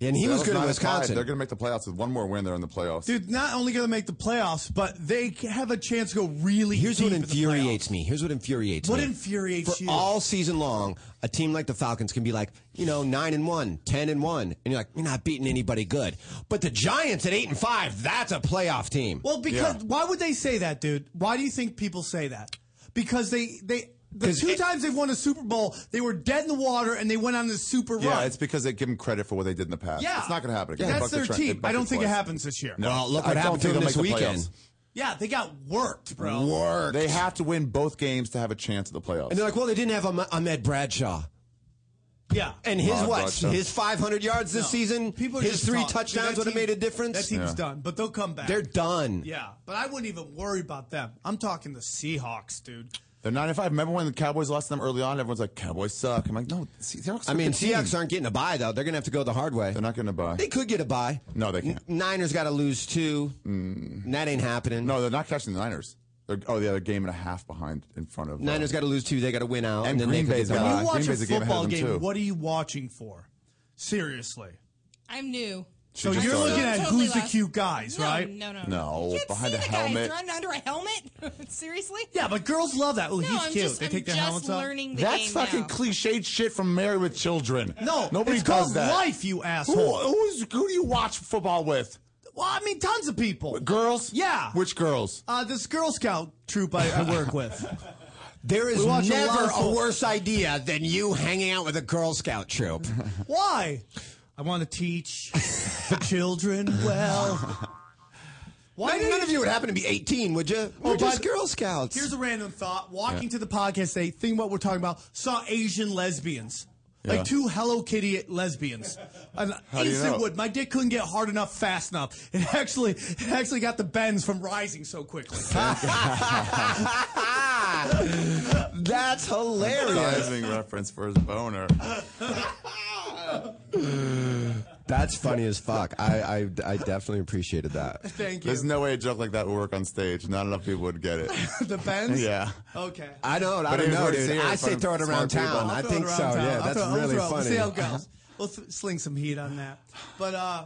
A: And he
C: That
A: was good
C: not
A: at
C: implied.
A: Wisconsin.
C: They're going to make the playoffs with one more win. They're in the playoffs.
B: Dude, not only going to make the playoffs, but they c- have a chance to go really.
A: Here's
B: deep
A: what
B: in the
A: infuriates
B: playoffs.
A: me. Here's what infuriates
B: What
A: me.
B: infuriates
A: For
B: you?
A: all season long, a team like the Falcons can be like, you know, nine and one, 10 and one, and you're like, you're not beating anybody good. But the Giants at eight and five, that's a playoff team.
B: Well, because
C: Yeah.
B: why would they say that, dude? Why do you think people say that? Because they they the
A: 'Cause
B: two
A: it-
B: times they've won a Super Bowl, they were dead in the water and they went on this super
C: yeah,
B: run.
C: it's because they give them credit for what they did in the past.
B: Yeah.
C: It's not going to happen again. They
B: That's
C: bucked the
B: their
C: trend. They
B: team.
C: bucked
B: I don't think it
C: twice.
B: happens this year.
C: No,
A: Well, look
C: I
A: what
C: don't
A: happened
C: think
A: to them this
C: they'll make the
A: weekend.
C: playoffs.
B: Yeah, they got worked, bro.
A: Work.
C: They have to win both games to have a chance at the playoffs.
A: and they're like, well, they didn't have Ahmed- Ahmed Bradshaw.
B: Yeah.
A: And his
C: Ahmed
A: what?
C: Bradshaw.
A: His 500 yards this season,
B: People are
A: his
B: just
A: three
B: talking. Dude,
A: touchdowns
B: that
A: would have
B: team-
A: made a difference.
B: That team's
C: Yeah.
B: done, but they'll come back.
A: They're done.
B: Yeah, but I wouldn't even worry about them. I'm talking the Seahawks, dude.
C: They're nine and five. Remember when the Cowboys lost to them early on? Everyone's like, "Cowboys suck." I'm like, "No, Se- Seahawks."
A: I mean, Seahawks
C: are.
A: aren't getting a bye, though. They're going to have to go the hard way.
C: They're not going to buy.
A: They could get a bye.
C: No, they can't. Mm.
A: N- Niners got to lose two. And That ain't happening.
C: no, they're not catching the Niners. They're, oh, yeah, they're a game and a half behind in front of. uh,
A: Niners got to lose two. They got to win out.
C: And
A: And, then
C: Green
A: they could
C: Bay's
A: get the
C: got
A: bye.
C: Uh,
B: you watch
C: Green
B: a
C: Bay's a game ahead
B: football
C: of them,
B: game.
C: too.
B: What are you watching for? Seriously.
I: I'm new.
B: So
C: just
B: you're
C: started.
B: looking at
I: Totally
B: who's the
I: lost.
B: cute guys,
I: no,
B: right?
I: No, no,
C: No,
I: You can't
C: behind
I: see
C: a
I: the
C: helmet.
I: Guys. They're under a helmet. Seriously?
B: Yeah, but girls love that. Oh,
I: No,
B: he's
I: I'm
B: cute.
I: just,
B: they
I: I'm
B: take their
I: just
B: helmets off.
I: learning the
C: That's
I: game
C: fucking
I: now.
C: cliched shit from Married with Children.
B: No,
C: nobody
B: it's
C: does
B: called
C: that.
B: life, you asshole.
C: Who, who's, who do you watch football with?
B: Well, I mean, tons of people.
C: Girls?
B: Yeah.
C: Which girls?
B: Uh, this Girl Scout troop I, I work with.
A: There is
B: We watch a lot
A: never
B: of
A: a,
B: fo-
A: worse idea than you hanging out with a Girl Scout troop.
B: Why? I want to teach the children well. Why
A: None,
B: do
A: none of you would happen to be 18, would you? We're
B: by
A: just
B: the-
A: Girl Scouts.
B: Here's a random thought. Walking to the podcast today, think what we're talking about. Saw Asian lesbians.
C: Yeah.
B: Like two Hello Kitty lesbians. An
C: do you
B: instant
C: know?
B: wood. My dick couldn't get hard enough fast enough. It actually it actually got the bends from rising so quickly.
A: That's hilarious.
C: Sizing reference for his boner.
A: That's funny as fuck. I, I, I definitely appreciated that.
B: Thank you.
C: There's no way a joke like that would work on stage. Not enough people would get it.
B: the bends?
C: yeah.
B: Okay.
A: I don't, I
C: But
A: don't
C: it was
A: know,
C: worth
A: dude.
C: seeing
A: I
C: in
A: say
C: front
A: throw
C: of
A: it around
C: smart people.
A: town.
C: I'll
A: I
B: throw it
A: think
B: around
A: so.
B: town.
A: Yeah,
B: I'll
A: that's
B: throw- I'll
A: really
B: throw it. We'll
A: funny.
B: see how it goes. We'll th- sling some heat on that. But uh,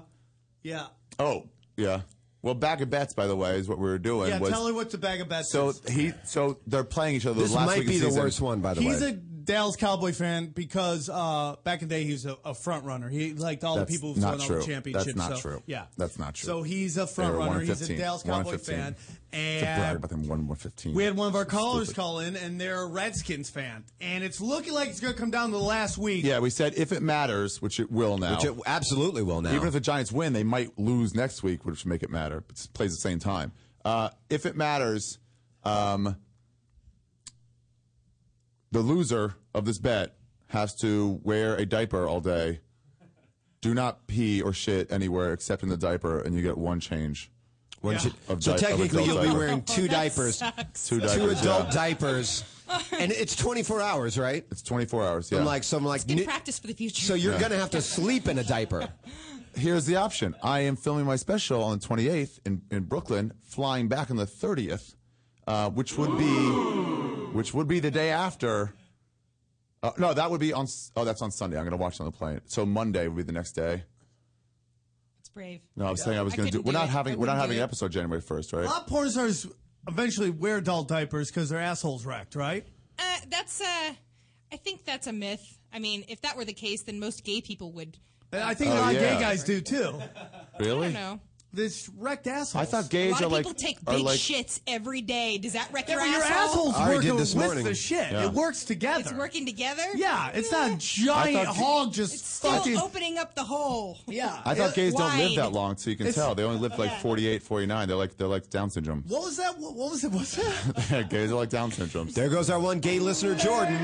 B: yeah,
C: Oh, yeah. Well, bag of bets, by the way, is what we were doing.
B: yeah.
C: was,
B: Tell her what's the bag of bets.
C: So
B: is.
C: he, so they're playing each other.
A: This
C: last
A: might
C: week of
A: be the
C: season.
A: worst one, by the
B: he's
A: way.
B: a Dale's Cowboy fan because uh, back in the day he was a, a front runner. He liked all
C: That's
B: the people who've
C: not
B: won all
C: true.
B: the
C: That's
B: championships.
C: not
B: so-
C: true.
B: Yeah,
C: That's not true.
B: So he's a
C: They
B: front
C: were one
B: runner.
C: in
B: He's a
C: 15.
B: Dallas
C: One in
B: Cowboy
C: 15.
B: fan,
C: It's a brag
B: and
C: about them one one fifteen.
B: we had one of our callers
C: Stupid.
B: call in, and they're a Redskins fan, and it's looking like it's going to come down to the last week.
C: Yeah, we said if it matters, which it will now.
A: Which it absolutely will now.
C: Even if the Giants win, they might lose next week, which would make it matter. But it plays at the same time. Uh, if it matters, um, the loser of this bet has to wear a diaper all day. Do not pee or shit anywhere except in the diaper, and you get one change.
A: One
B: change.
C: Of
A: So
C: di- of
A: technically,
C: adult
A: you'll be
C: diaper.
A: wearing
I: Oh,
A: two diapers, two
C: Two diapers,
A: adult
C: yeah.
A: diapers, and it's 24 hours, right?
C: It's 24 hours. Yeah.
A: I'm like, so I'm like,
I: Good
A: ni-
I: practice for the future.
A: so you're
C: Yeah.
A: gonna have to sleep in a diaper.
C: here's the option. I am filming my special on the 28th in, in Brooklyn, flying back on the 30th, uh, which would be which would be the day after. Uh, no, that would be on. s- Oh, that's on Sunday. I'm going to watch it on the plane. So Monday would be the next day.
I: it's brave.
C: No, I was saying I was
I: I
C: going to do.
I: couldn't
C: We're
I: do
C: not
I: it. I
C: having. We're not
I: wouldn't
C: having
I: do
C: an
I: it.
C: episode January 1st,
B: A
C: right?
B: lot of porn stars eventually wear adult diapers because their assholes wrecked, right?
I: Uh, that's uh, I think that's a myth. I mean, if that were the case, then most gay people would.
B: And I think a
C: Oh,
B: lot of
C: yeah.
B: gay guys do too.
I: I
C: Really?
I: don't know.
B: This wrecked assholes.
C: I thought
I: A
C: gays
I: lot
C: are
I: of
C: like
I: people take
C: are
I: big
C: like
I: shits every day. Does that wreck
B: Yeah,
I: your,
B: but your
I: asshole?
B: assholes
A: I already
B: working
A: did this
B: with
A: morning.
B: the shit.
C: Yeah.
B: It works together.
I: It's working together.
B: Yeah, it's not a giant
C: thought-
B: hog just
I: It's still
B: fucking.
I: opening up the hole.
B: yeah,
C: I thought
B: It-
C: gays don't live
I: wide.
C: that long, so you can
B: It's-
C: tell they only live like 48, 49. They're like they're like Down syndrome.
B: What was that? What, what was it? What's that?
C: gays are like Down syndrome.
A: There goes our one gay listener, Jordan.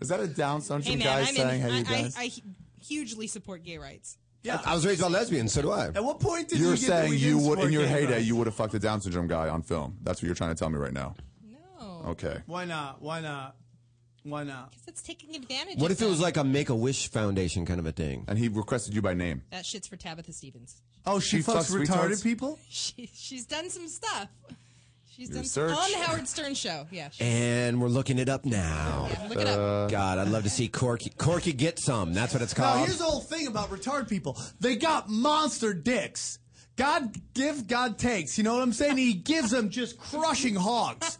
C: Is that a Down
I: Hey
C: syndrome
I: man,
C: guy
I: I'm
C: saying,
I: in.
C: "Hey, you
I: I, I,
C: guys"?
I: I hu- hugely support gay rights.
A: I was raised by lesbians, so do I.
B: At what point did
C: You're
B: you get that
C: saying
B: we
C: you
B: didn't
C: would, in
B: support
C: your
B: gay
C: heyday,
B: rights?
C: you would have fucked a Down syndrome guy on film. That's what you're trying to tell me right now.
I: No,
A: Oh.
C: Okay.
B: Why not? Why not? Why not?
I: that's taking advantage.
A: What
I: of
A: if it was
I: them.
A: like a Make a Wish Foundation kind of a thing?
C: And he requested you by name.
I: that? Shit's for Tabitha Stevens.
B: Oh, she,
C: She
B: fucks,
C: fucks
B: retarded
C: retards?
B: people.
I: She she's done some stuff. She's done
C: search.
I: on the Howard Stern show. Yeah, she-
A: And we're looking it up now.
I: yeah, look it up.
A: God, I'd love to see Corky. Corky get some. That's what it's
B: Now,
C: Uh,
A: called.
B: here's the whole thing about retarded people. They got monster dicks. God give, God takes. You know what I'm saying? He gives them just crushing hogs.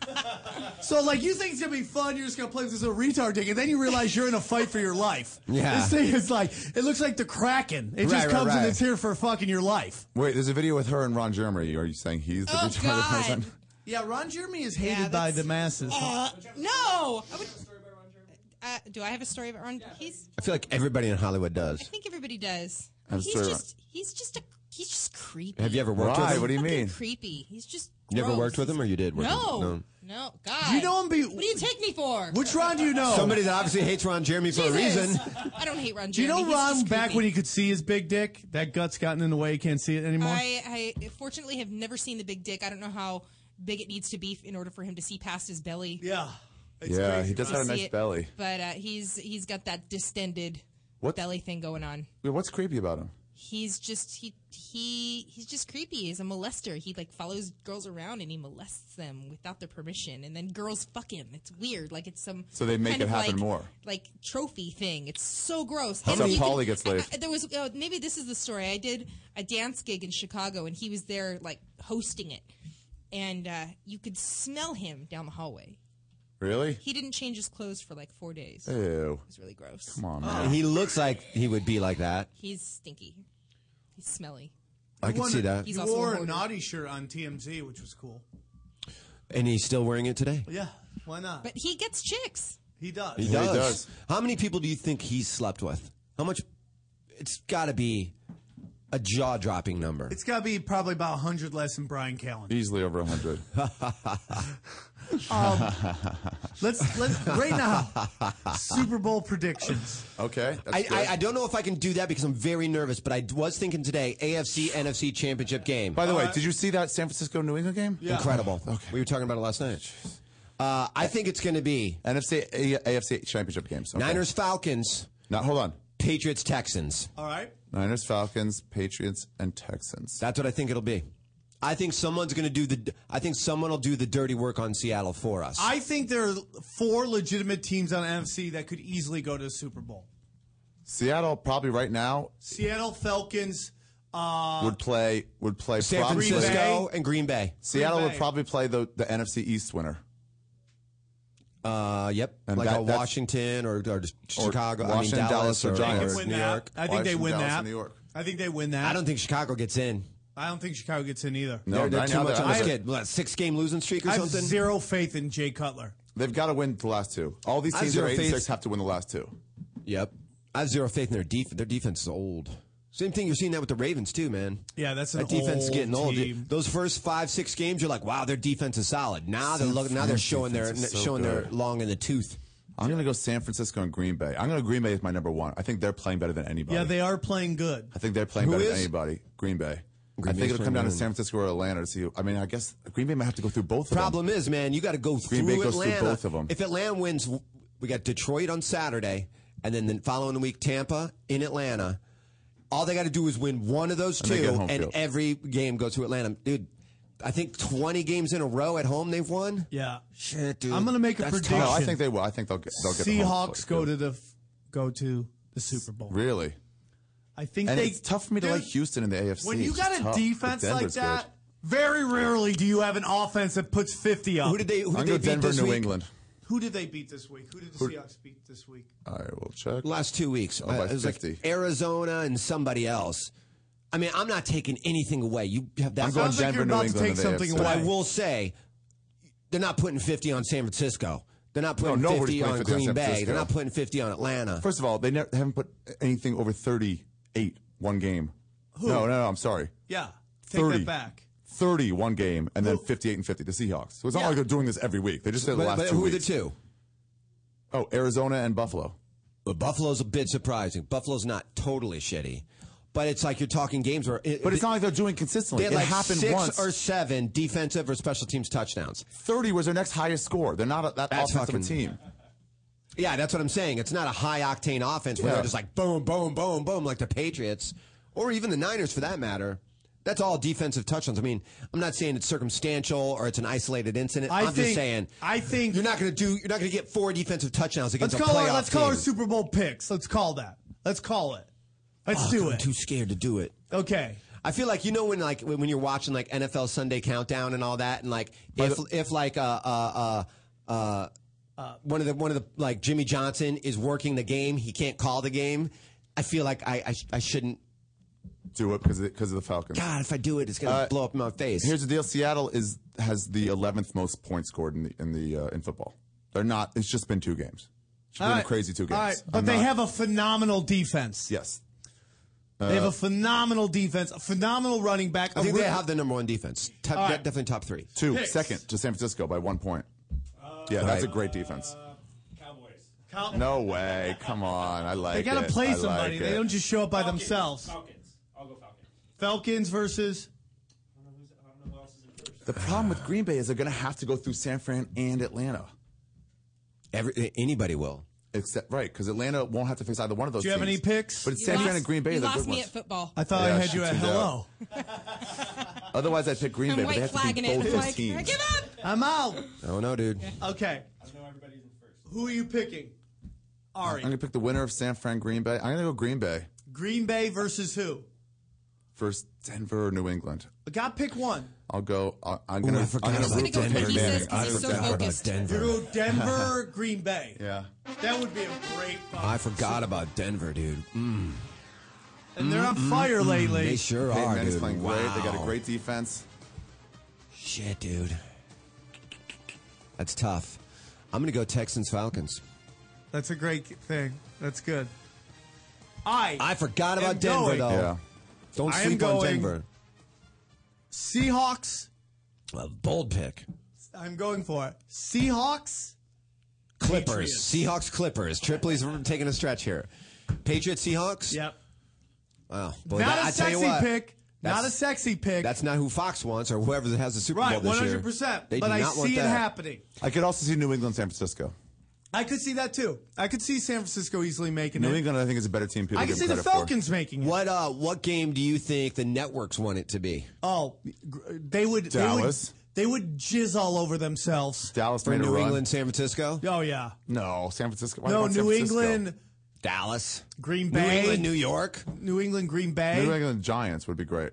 B: So, like, you think it's gonna be fun? You're just gonna play with this little retard dick, and then you realize you're in a fight for your life.
A: Yeah.
B: This thing is like, it looks like the Kraken. It
A: Right,
B: just
A: right,
B: comes
A: right.
B: and it's here for fucking your life.
C: Wait, there's a video with her and Ron Jeremy. Are you saying he's the
I: Oh,
C: retarded
I: God.
C: person?
B: Yeah, Ron Jeremy is
I: Yeah,
B: hated by
I: that's-
B: the masses.
I: Uh, no, I would. Uh, do I have a story about Ron? He's.
A: I feel like everybody in Hollywood
I: I
A: does.
I: think everybody does.
C: I'm
I: he's
C: sorry.
I: just. He's just a. He's just creepy.
A: Have you ever worked
C: Why?
A: with
C: What do
A: him?
C: you
I: Fucking
C: mean?
I: creepy? He's just.
A: You ever
I: gross.
A: worked with him or you did work
I: No,
A: with
I: no,
A: him?
I: God.
B: Do you know him be-
I: What do you take me for?
B: Which Ron do you know?
A: Somebody that obviously hates Ron Jeremy for a
I: Jesus.
A: reason.
I: I don't hate Ron.
B: Do you know
I: Jeremy. He's
B: Ron
I: just
B: back
I: creepy.
B: when he could see his big dick? That gut's gotten in the way. He can't see it anymore.
I: I, I fortunately have never seen the big dick. I don't know how big it needs to be in order for him to see past his belly.
B: yeah.
C: yeah, he does
I: to
C: have a
I: see
C: nice
I: it.
C: belly.
I: But uh, he's he's got that distended
C: What-
I: belly thing going on.
C: Wait, what's creepy about him?
I: He's just he he he's just creepy. He's a molester. He like follows girls around and he molests them without their permission, and then girls fuck him. It's weird. Like it's some
C: So they make
I: kind
C: it
I: of,
C: happen
I: like-
C: more.
I: like trophy thing. It's so gross.
C: How
I: And
C: many-
I: you
C: So Pauly gets
I: I- I-
C: laid.
I: there was uh, maybe this is the story. I did a dance gig in Chicago, and he was there like hosting it, and uh, you could smell him down the hallway.
C: Really?
I: He didn't change his clothes for like four days. It
C: Ew.
I: was really gross.
C: Come on, man.
A: He looks like he would be like that.
I: He's stinky. He's smelly.
A: I can see that.
I: He's
B: He
I: also a
B: wore a
I: hoarder.
B: naughty shirt on TMZ, which was cool.
A: And he's still wearing it today?
B: Yeah, why not?
I: But he gets chicks.
B: he does.
A: He
C: Yeah,
A: does.
C: he does.
A: How many people do you think he's slept with? How much? It's got to be a jaw dropping number.
B: It's got to be probably about 100 less than Brian Callen.
C: Easily over 100.
I: Um,
B: Let's let's right now Super Bowl predictions.
C: Okay. That's
A: I,
C: good.
A: I, I don't know if I can do that because I'm very nervous, but I d- was thinking today AFC NFC championship game.
C: By the way, did you see that San Francisco New England game?
A: Incredible. We were talking about it last night. Uh, I think it's going to be
C: NFC A- AFC Championship games. Okay.
A: Niners Falcons,
C: Now, hold on.
A: Patriots Texans.
B: All right.
C: Niners, Falcons, Patriots, and Texans.
A: That's what I think it'll be. I think someone's going to do the. I think someone will do the dirty work on Seattle for us.
B: I think there are four legitimate teams on NFC that could easily go to the Super Bowl.
C: Seattle probably right now
B: Seattle Falcons. uh,
C: would play would play
A: San
C: probably
A: Francisco
B: Bay.
A: and Green Bay.
C: Seattle
B: Green
C: would
B: Bay.
C: probably play the, the NFC East winner.
A: Uh, yep.
C: And
A: like
C: that-
A: a
C: that's-
A: Washington or, or Chicago.
C: Washington,
A: I mean, Dallas,
C: Dallas, or
A: or
C: Giants.
A: Giants,
C: Win
A: New
B: that.
A: York.
B: I think they
C: Washington,
B: win
C: Dallas,
B: that.
C: and New York.
B: I think they win that.
A: I don't think Chicago gets in.
B: I don't think Chicago gets in either.
C: No,
A: they're they're
C: right
A: too
C: now
A: much
C: they're
A: on this
C: out.
A: kid. What, six game losing streak or
B: I have
A: something?
B: zero faith in Jay Cutler.
C: They've got to win the last two. All these
A: I have
C: teams that are
A: zero
C: eight and
A: faith-
C: six have to win the last two.
A: Yep. I have zero faith in their defense. Their defense is old. Same thing you're seeing that with the Ravens too, man.
B: Yeah, that's an
A: that defense is
B: old
A: getting old.
B: team.
A: Those first five, six games, you're like, wow, their defense is solid. Now they're
C: San
A: look, now they're
C: Fran's
A: showing their
C: defense is so
A: showing their
C: good.
A: long in the tooth.
C: I'm going to go San Francisco and Green Bay. I'm going to Green Bay as my number one. I think they're playing better than anybody.
B: Yeah, they are playing good.
C: I think they're playing
A: Who
C: better than
A: is-
C: anybody. Green Bay. I
A: Green Bay's
C: think it'll
A: playing
C: come down
A: better
C: to
A: than-
C: San Francisco or Atlanta to see. who- I mean, I guess Green Bay might have to go through both of them.
A: Problem is, man, you got to go through
C: Green Bay goes through
A: Atlanta.
C: both of 'em.
A: If Atlanta wins, we got Detroit on Saturday, and then the following week Tampa in Atlanta. All they got to do is win one of those
C: And they get
A: two,
C: home
A: and
C: field.
A: every game goes to Atlanta, dude. I think 20 games in a row at home they've won.
B: Yeah.
A: Shit, dude.
B: I'm gonna make a
A: That's tough.
B: prediction.
C: No, I think they will. I think they'll get. They'll get the home
B: Seahawks
C: plate,
B: go
C: dude.
B: to the f- go to the Super Bowl.
C: really.
B: I think
C: And
B: they,
C: it's tough for me to
B: Dude,
C: like Houston in the AFC.
B: When you
C: It's just
B: got a
C: tough.
B: defense
C: But
B: like
C: Denver's
B: that,
C: good.
B: very rarely do you have an offense that puts 50 up.
A: Who did they? Who
C: I'm
A: did
C: going
A: they
C: to
A: beat
C: Denver,
A: this
C: New
A: week?
C: England.
B: Who did they beat this week? Who did the Seahawks beat this week?
C: I will check.
A: Last two weeks,
C: Oh, by
A: Uh, it was
C: 50.
A: like Arizona and somebody else. I mean, I'm not taking anything away. You have that.
C: I'm going
B: Sounds like
C: Denver,
B: you're
C: New
B: about to
C: England.
B: take
C: in the
B: something
C: AFC.
A: But
B: away.
A: I will say, they're not putting 50 on San Francisco. They're not putting 50
C: nobody's putting
A: on
C: 50 on
A: Green
C: San
A: Bay.
C: Francisco.
A: They're not putting 50 on Atlanta.
C: First of all, they, never, they haven't put anything over 38 one game. No, no, no. I'm sorry.
B: Yeah. Take
C: 30.
B: that back.
C: 30 one game and then 58 and 50 the Seahawks. So it's not
B: Yeah.
C: like they're doing this every week. They just did it the
A: but
C: last
A: but
C: two
A: who
C: weeks.
A: are the two?
C: Oh, Arizona and Buffalo.
A: Well, Buffalo's a bit surprising. Buffalo's not totally shitty, but it's like you're talking games where. It,
C: But it's not like they're doing consistently.
A: They
C: It
A: had like
C: happened
A: six
C: once.
A: or seven defensive or special teams touchdowns.
C: 30 was their next highest score. They're not a, that
A: That's
C: offensive of a
A: fucking-
C: team.
A: Yeah, that's what I'm saying. It's not a high octane offense where
C: Yeah.
A: they're just like boom, boom, boom, boom, like the Patriots or even the Niners for that matter. That's all defensive touchdowns. I mean, I'm not saying it's circumstantial or it's an isolated incident.
B: I
A: am just
B: think-
A: saying.
B: I think-
A: you're not going to do. You're not going to get four defensive touchdowns against
B: Let's
A: a
B: call
A: playoff
B: our, let's call our
A: team.
B: Super Bowl picks. Let's call that. Let's call it. Let's
A: Fuck,
B: do
A: I'm
B: it.
A: too scared to do it.
B: Okay.
A: I feel like you know when like when when you're watching like NFL Sunday Countdown and all that, and like if if like uh uh uh. uh one of the one of the like Jimmy Johnson is working the game. He can't call the game. I feel like I I, sh- I shouldn't.
C: Do it because of, because of the Falcons.
A: God, if I do it, it's gonna
C: Uh,
A: blow up in my face.
C: Here's the deal: Seattle is has the 11th most points scored in the in the uh, in football. They're not. It's just been two games. It's been
B: All
C: a
B: right.
C: crazy two games.
B: All right. But
C: I'm
B: they
C: not-
B: have a phenomenal defense.
C: yes.
B: They have a phenomenal defense, a phenomenal running back.
A: I
B: a
A: think they
B: real-
A: have the number one defense. Top,
B: All right.
A: Definitely top three.
C: Two second
B: Picks.
C: to San Francisco by one point. yeah, that's
A: Right.
C: a great defense.
D: Cowboys.
B: Cow-
C: No way. Come on. I like
B: They
C: it.
B: got to
C: I
B: play
C: like
B: somebody.
C: it.
B: they don't just show up by themselves.
D: Falcons. I'll go Falcons.
B: Falcons versus.
D: I don't know, who's, I don't know who else is in first.
C: The problem with Green Bay is they're going to have to go through San Fran and Atlanta.
A: Every, anybody will.
C: Except right, because Atlanta won't have to face either one of those.
B: Do you have
C: teams.
B: any picks?
C: But it's
I: You
C: San Fran
I: lost-
C: and Green Bay.
I: You
C: They're
I: lost
C: good
I: me
C: ones.
I: at football.
B: I thought
C: Yeah,
B: I had you at
C: she's
B: hello.
C: Otherwise, I'd pick Green
I: I'm
C: Bay. But they
I: white
C: have to
I: flagging
C: beat
I: it.
C: both
I: I'm
C: those
I: like, I
C: teams.
I: give up.
B: I'm out.
A: I don't know, dude.
B: Okay.
D: I don't know everybody's in first.
B: Who are you picking?
C: I'm
B: Ari.
C: going to pick the winner of San Fran Green Bay. I'm going to go Green Bay
B: Green Bay versus who?
C: versus Denver or New England.
B: Got to pick one.
C: I'll go. I- I'm
A: Ooh,
C: going
A: I
C: to.
A: forgot
C: I'm going
A: about
C: to root for
I: Denver.
C: Peyton
I: He
C: Manning.
I: says 'cause
C: I
I: he's
C: root
I: so
C: for Denver.
A: About
I: focused.
B: You
A: Denver.
B: go Denver, Green Bay.
C: Yeah.
B: That would be a great fight.
A: I forgot about Denver, dude. Mm,
B: And they're on fire lately.
A: They sure
C: Peyton
A: are,
C: Manning's
A: dude.
C: playing
A: wow.
C: great. They got a great defense.
A: Shit, dude. That's tough. I'm going to go Texans Falcons.
B: That's a great thing. That's good. I,
A: I forgot about
B: am
A: Denver,
B: going
A: though.
C: Yeah.
A: Don't
B: I am
A: sleep on
B: going-
A: Denver.
B: Seahawks.
A: A bold pick.
B: I'm going for it. Seahawks.
A: Clippers.
B: Patriots.
A: Seahawks Clippers. Tripoli's taking a stretch here. Patriots Seahawks?
B: Yep.
A: Wow. Boy,
B: not
A: that-
B: a
A: I tell you
B: sexy
A: what,
B: pick. Not
A: that's-
B: a sexy pick.
A: That's not who Fox wants or whoever that has the Super
B: right.
A: Bowl this
B: One
A: year.
B: hundred percent.
A: They
B: But
A: do
B: I
A: not want
B: see it
A: that.
B: happening.
C: I could also see New England, San Francisco.
B: I could see that too. I could see San Francisco easily making
C: New
B: it.
C: England, I think, is a better team. People
B: I could
C: give
B: see
C: them
B: the
C: credit for.
B: Falcons making it.
A: What uh? What game do you think the networks want it to be?
B: Oh, gr- they would.
C: Dallas.
B: They would, they would jizz all over themselves.
C: Dallas
A: For
C: made a
A: New
C: run.
A: England, San Francisco,
B: Oh yeah.
C: No, San Francisco. Why
B: No,
C: not San
B: New
C: Francisco?
B: England,
A: Dallas,
B: Green
A: New
B: Bay,
A: England, New York.
B: New England, Green Bay.
C: New England Giants would be great.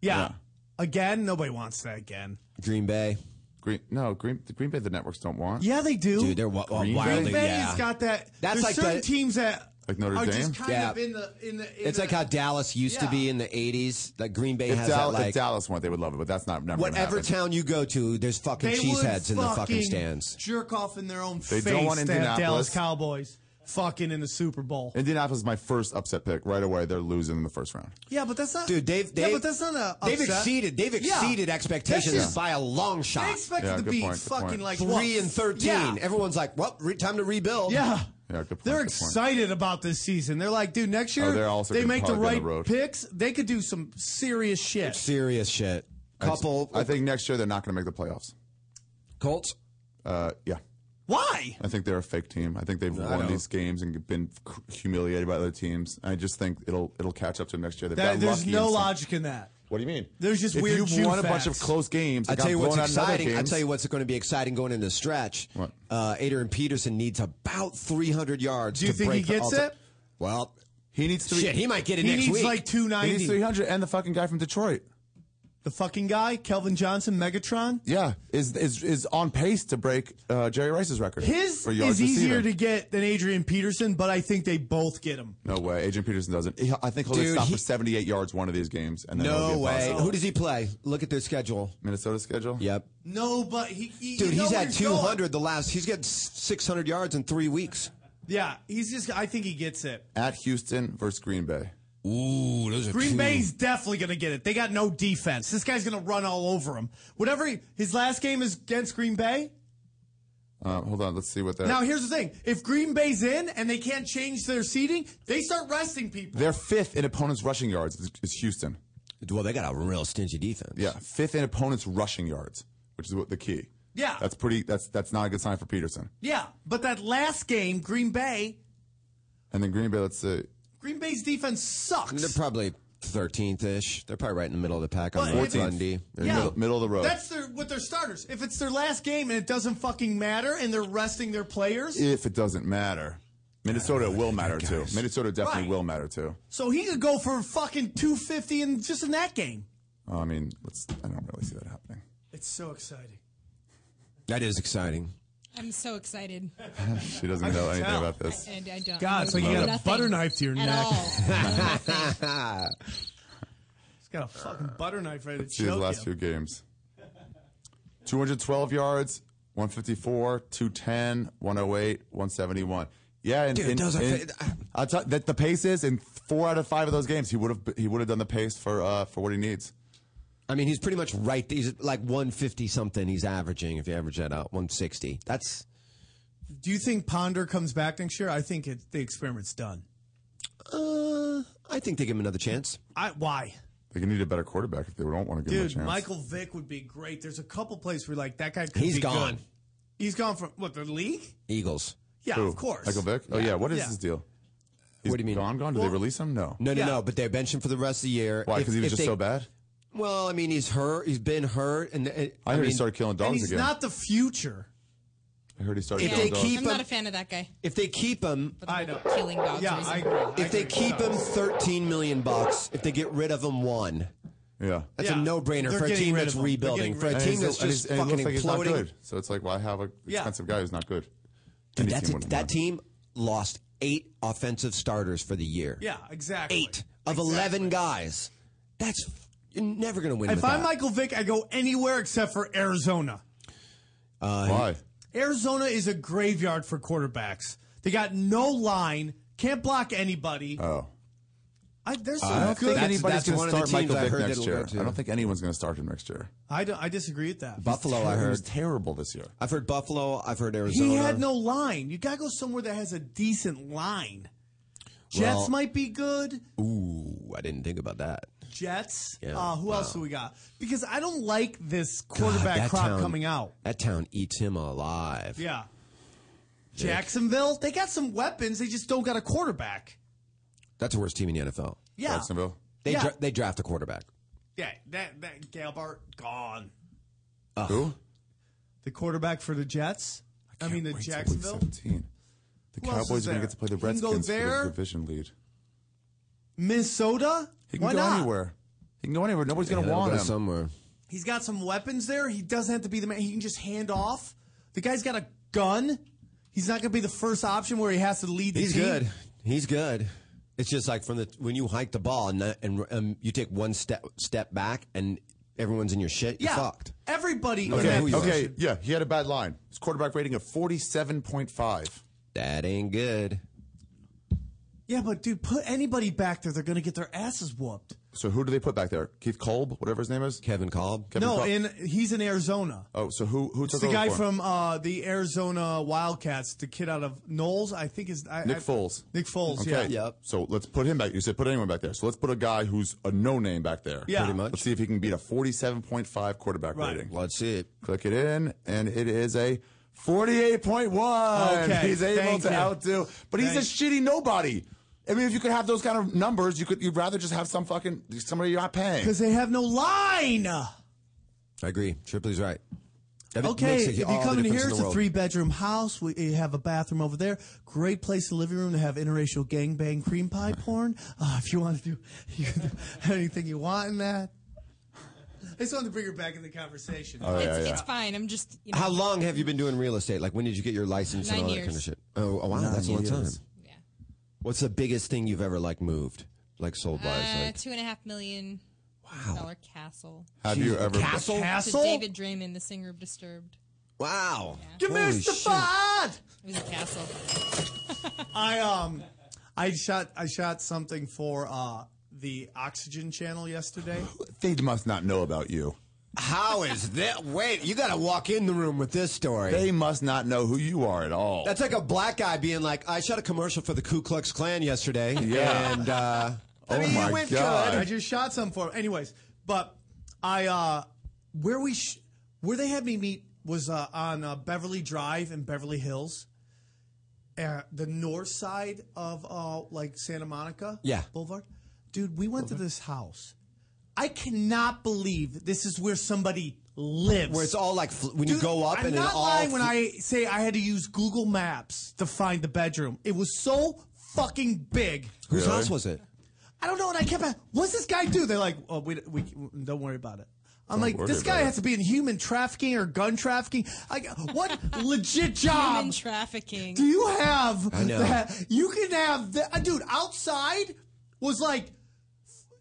B: yeah.
C: yeah.
B: Again, nobody wants that again.
A: Green Bay.
C: Green, no, Green, the Green Bay, the networks don't want.
B: Yeah, they do.
A: Dude, they're wa- wa-
C: Green
A: wildly-
B: Green Bay's
A: yeah.
B: got that.
A: That's
B: there's
A: like
B: certain
A: the-
B: teams that
C: Like Notre
B: are
C: Dame?
B: just kind
A: Yeah.
B: of in the in the. In
A: It's like
B: the-
A: how Dallas used to
B: Yeah.
A: be in the '80s. Like Green Bay
C: If,
A: has
C: Dal-
A: that like
C: if Dallas went, they would love it, but that's not never gonna
A: whatever
C: happen.
A: town you go to, there's fucking
B: They would
A: cheeseheads in the fucking stands.
B: Jerk off in their own
C: They
B: face.
C: don't want
B: to have Dallas
C: Indianapolis.
B: Cowboys fucking in the Super Bowl.
C: Indianapolis is my first upset pick. Right away, they're losing in the first round.
B: Yeah, but that's not.
A: Dude, they've, they've
B: yeah, but that's not a.
A: they've
B: upset.
A: exceeded they've
B: Yeah.
A: exceeded expectations
B: That's just-
A: by a long shot.
B: They expected
C: Yeah,
B: to
C: good
B: be
C: point, good
B: fucking
C: point.
B: like
A: Three
B: what?
A: and thirteen.
B: Yeah.
A: Everyone's like, "Well, re- time to rebuild."
B: Yeah.
C: Yeah, good point,
B: they're
C: good point.
B: excited about this season. They're like, dude, next year
C: Oh, they're also
B: they
C: gonna
B: make the
C: probably go on
B: right
C: the road.
B: picks. They could do some serious shit.
A: serious shit. Couple,
C: I think next year they're not going to make the playoffs.
A: Colts.
C: Uh, yeah.
B: Why?
C: I think they're a fake team. I think they've
A: don't.
C: won these games and been c- humiliated by other teams. I just think it'll it'll catch up to them next year. They've
B: That,
C: got
B: there's
C: lucky
B: no
C: in some-
B: logic in that.
C: What do you mean?
B: There's just
C: if
B: weird
C: you
B: Jew
C: won a bunch of
B: facts.
C: close games.
A: I
C: that
A: tell you
C: got
A: what's
C: blown out in other
A: exciting. I
C: games.
A: tell you what's going to be exciting going into the stretch.
C: What?
A: Uh, Adrian Peterson needs about 300 yards.
B: Do you
A: to
B: think he
A: break the
B: gets
A: all-time-
B: it?
A: Well,
C: he needs three.
A: shit, he might get it
B: He
A: next
B: needs
A: week.
B: like two
C: he needs
B: ninety.
C: 300 and the fucking guy from Detroit.
B: The fucking guy, Kelvin Johnson, Megatron.
C: Yeah, is is is on pace to break uh, Jerry Rice's record.
B: His
C: for yards
B: is easier
C: receiving.
B: to get than Adrian Peterson, but I think they both get him.
C: No way, Adrian Peterson doesn't. He- I think he'll
A: Dude,
C: get stopped
A: he-
C: for 78 yards one of these games. And then
A: no
C: he'll get
A: way.
C: busted.
A: Who does he play? Look at their schedule.
C: Minnesota schedule?
A: Yep.
B: No, but he, he
A: Dude,
B: you know
A: he's
B: where
A: had
B: going.
A: 200 the last. He's got 600 yards in three weeks.
B: Yeah, he's just. I think he gets it.
C: At Houston versus Green Bay.
A: Ooh, those are
B: Green Bay's definitely going to get it. They got no defense. This guy's going to run all over him. Whatever he, his last game is against Green Bay.
C: Uh, hold on, let's see what that.
B: Now here's the thing: if Green Bay's in and they can't change their seating, they start resting people.
C: They're fifth in opponents' rushing yards. Is, is Houston?
A: Well, they got a real stingy defense.
C: Yeah, fifth in opponents' rushing yards, which is what the key.
B: Yeah.
C: that's pretty. That's that's not a good sign for Peterson.
B: Yeah, but that last game, Green Bay,
C: And then Green Bay, let's see.
B: Green Bay's defense
A: They're
B: sucks.
A: probably 13th ish. They're probably right in the middle of the pack
B: But
A: on Mike
B: if-
A: Bundy. They're
B: Yeah.
C: middle, middle of the road.
B: That's their with their starters. If it's their last game and it doesn't fucking matter, and they're resting their players,
C: if it doesn't matter. Minnesota will matter too. Minnesota definitely
B: Right.
C: will matter too.
B: so he could go for fucking two fifty and just in that game.
C: Oh, I mean, let's, I don't really see that happening.
B: It's so exciting.
A: That is exciting.
I: I'm so excited.
C: She doesn't know anything about this.
I: And I don't.
B: God,
I: I
B: it's like you
I: know
B: got a
I: nothing
B: butter knife to your
I: at
B: neck.
I: all.
B: He's got a fucking butter knife right at
C: See his
B: choke
C: last few
B: you.
C: games. 212 yards, 154, 210, 108, 171. Yeah, and,
A: Dude,
C: and-
A: those are
C: and-
A: fa-
C: I'll tell- that the pace is in four out of five of those games he would have he would have done the pace for uh, for what he needs.
A: I mean, he's pretty much right. He's like 150 something. He's averaging, if you average that out, 160. That's.
B: Do you think Ponder comes back next year? I think it, the experiment's done.
A: Uh, I think they give him another chance.
B: I why?
C: They could need a better quarterback if they don't want to give him a
B: Dude,
C: chance.
B: Michael Vick would be great. There's a couple places where like that guy could
A: He's
B: be
A: gone.
B: good. He's gone from what the league?
A: Eagles.
B: Yeah,
C: Who?
B: of course.
C: Michael Vick. Oh yeah, what is
B: Yeah.
C: his deal? He's
A: What do you mean?
C: Gone, gone. Did they release him? No.
A: No, no,
B: Yeah.
A: no. But they bench him for the rest of the year.
C: Why?
A: If-
C: Because he was
A: if
C: just
A: they-
C: so bad.
A: Well, I mean, he's hurt. He's been hurt, and uh,
C: I,
A: I
C: heard
A: mean,
C: he started killing
B: And
C: dogs
B: he's
C: again.
B: not the future.
C: I heard he started
A: If
C: killing
A: they
C: dogs.
A: keep
I: I'm not
A: him-
I: a fan of that guy.
A: if they keep him,
I: But
B: I
I: the
B: know.
I: Killing dogs.
B: Yeah,
I: reason.
B: I agree. I
A: if they
B: agree.
A: keep him, 13 million bucks. If they get rid of him, one.
C: yeah.
A: That's a
B: Yeah.
A: no-brainer
B: They're
A: for a
B: getting
A: team
B: rid
A: that's
B: of him. They're
A: rebuilding,
B: getting
A: for a
B: rid
C: And
A: team
C: he's-
A: that's
C: and
A: just
C: he's- and
A: fucking
C: he looks like he's not
A: imploding.
C: good. So it's like, why have an
B: Yeah.
C: expensive guy who's not good?
A: Dude,
C: Any
A: that's
C: team
A: a,
C: wouldn't
A: that
C: want him.
A: team lost eight offensive starters for the year.
B: Yeah, exactly.
A: eight of 11 guys. That's you're never going to win.
B: If
A: with
B: I'm
A: that.
B: Michael Vick, I go anywhere except for Arizona.
C: Why?
B: Arizona is a graveyard for quarterbacks. They got no line, can't block anybody.
A: Uh,
C: Oh.
B: I, there's some
C: I don't
B: good.
C: think
A: that's-
C: anybody's
A: that's
C: going
A: one
C: to
A: of the
C: start
A: teams
C: Michael
A: I've
C: Vick
A: heard
C: next
A: that'll
C: year.
A: go to.
C: I don't think anyone's going to start him next year.
B: I don't. I disagree with that.
A: Buffalo, I
C: He
A: heard.
C: was terrible this year.
A: I've heard Buffalo. I've heard Arizona.
B: He had no line. You gotta go somewhere that has a decent line. Jets
A: Well-
B: might be good.
A: Ooh, I didn't think about that.
B: Jets.
A: Yeah,
B: uh, who else do we got? Because I don't like this
A: God,
B: quarterback
A: that
B: crop
A: town-
B: coming out.
A: That town eats him alive.
B: Yeah. Jacksonville. They got some weapons. They just don't got a quarterback.
A: That's the worst team in the NFL.
B: Yeah.
C: Jacksonville.
A: They
B: Yeah.
A: dra- they draft a quarterback.
B: Yeah. That that Galbart gone.
C: Who?
B: The quarterback for the Jets. I, mean the
C: Wait till week
B: Jacksonville.
C: 17. The
B: Who else is
C: Cowboys are going
B: there?
C: to get to play the
B: He can go
C: Redskins for
B: there.
C: the division lead.
B: Minnesota.
C: He can
B: Why
C: go
B: not?
C: anywhere. He can go anywhere. Nobody's going
A: Yeah,
C: to
A: they'll
C: want
A: go
C: him.
A: somewhere.
B: He's got some weapons there. He doesn't have to be the man. He can just hand off. The guy's got a gun. He's not going to be the first option where he has to lead the
A: He's
B: team.
A: good. He's good. It's just like from the when you hike the ball and that- and um, you take one step step back and everyone's in your shit. You're
B: Yeah.
A: fucked.
B: Everybody
A: No
B: in
A: matter
B: that
A: who you are.
C: Okay, yeah, he had a bad line. His quarterback rating of 47.5.
A: That ain't good.
B: Yeah, but dude, put anybody back there, they're going to get their asses whooped.
C: So who do they put back there? Keith Kolb, whatever his name is?
A: Kevin Kolb.
C: Kevin
B: no,
C: Kolb?
B: in he's in Arizona.
C: Oh, so who who
B: It's
C: took
B: the
C: over
B: guy
C: for him?
B: from uh, the Arizona Wildcats, the kid out of Knowles, I think is I,
C: Nick
B: I-
C: Foles.
B: Nick Foles,
C: Okay.
B: yeah.
C: So let's put him back. You said put anyone back there. So let's put a guy who's a no name back there.
B: Yeah. Pretty
A: much.
C: Let's see if he can beat a 47.5 quarterback
B: Right.
C: rating.
A: Let's see it.
C: Click it in, and it is a 48.1.
B: Okay,
C: He's able
B: thank
C: to
B: you.
C: outdo, but he's
B: Thank-
C: a shitty nobody. I mean, if you could have those kind of numbers, you could. You'd rather just have some fucking somebody you're not paying.
B: Because they have no line.
A: I agree. Tripley's right. That
B: Okay,
A: makes it
B: if you
A: all the
B: come in
A: difference in
B: here, it's
A: the
B: a
A: world.
B: three bedroom house. We you have a bathroom over there. Great place to living room to have interracial gangbang cream pie porn. Uh, if you want to do you can do anything you want in that. I just wanted to bring her back in the conversation.
I: it's, it's fine. I'm just you know,
A: How long have you been doing real estate? Like when did you get your license and
I: Nine
A: all that
I: years.
A: kind of shit? Oh, oh wow, that's a long time.
I: Yeah.
A: What's the biggest thing you've ever like moved, like sold wise?
I: Uh,
A: like
I: two and a half million dollar castle.
C: Have you ever?
B: Castle?
I: To
B: Castle?
I: David Draymond, the singer of Disturbed.
A: wow,
B: Give me
A: Holy
B: the
A: shit.
B: fad!
I: It was a castle.
B: I um, I shot I shot something for uh the Oxygen Channel yesterday.
C: They must not know about you.
A: How is that? Wait, you got to walk in the room with this story.
C: They must not know who you are at all.
A: That's like a black guy being like, I shot a commercial for the Ku Klux Klan yesterday.
C: Yeah.
A: And, uh,
C: Oh
A: I mean,
C: my
A: it went
C: God.
B: I just shot some for him. Anyways, but I uh where we sh- where they had me meet was uh, on uh, Beverly Drive in Beverly Hills. Uh, the north side of uh, like Santa Monica
A: Yeah.
B: Boulevard. Dude, we went to this house. I cannot believe this is where somebody lives.
A: Where it's all like, fl- when you
B: Dude,
A: go up
B: I'm
A: and
B: not
A: it all.
B: lying when
A: fl-
B: I say I had to use Google Maps to find the bedroom. It was so fucking big.
A: Whose
C: Really?
A: house was it?
B: I don't know, and I kept. a- What's this guy do? They're like, oh, we, we don't worry about it. I'm like,
C: worry
B: this guy
C: about
B: has
C: it.
B: to be in human trafficking or gun trafficking. Like, what legit job
I: Human trafficking.
B: do you have?
A: I know.
B: That you can have, the, uh, dude. Outside was like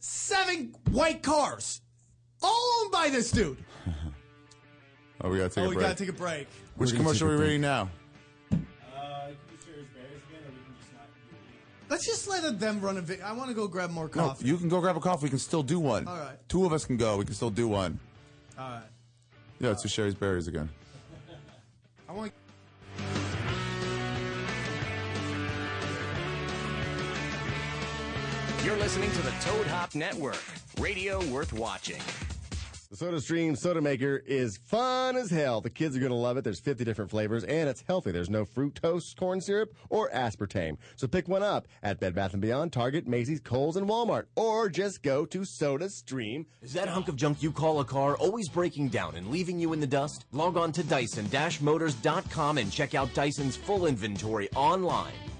B: seven white cars, all owned by this dude.
C: oh, we gotta take
B: oh,
C: a
B: we
C: break.
B: gotta take a break.
C: Which commercial are we reading now?
D: Uh,
B: Let's just let them run a video. I want to go grab more
C: No,
B: coffee.
C: you can go grab a coffee. We can still do one.
B: All right.
C: Two of us can go. We can still do one.
B: all right.
C: Yeah, it's to Sherry's Berries again.
B: I want.
E: You're listening to the Toad Hop Network, radio worth watching.
F: The SodaStream Soda Maker is fun as hell. The kids are going to love it. There's 50 different flavors and it's healthy. There's no fructose, corn syrup, or aspartame. So pick one up at Bed Bath & Beyond, Target, Macy's, Kohl's, and Walmart. Or just go to SodaStream.
K: Is that hunk of junk you call a car always breaking down and leaving you in the dust? Log on to Dyson-Motors.com and check out Dyson's full inventory online.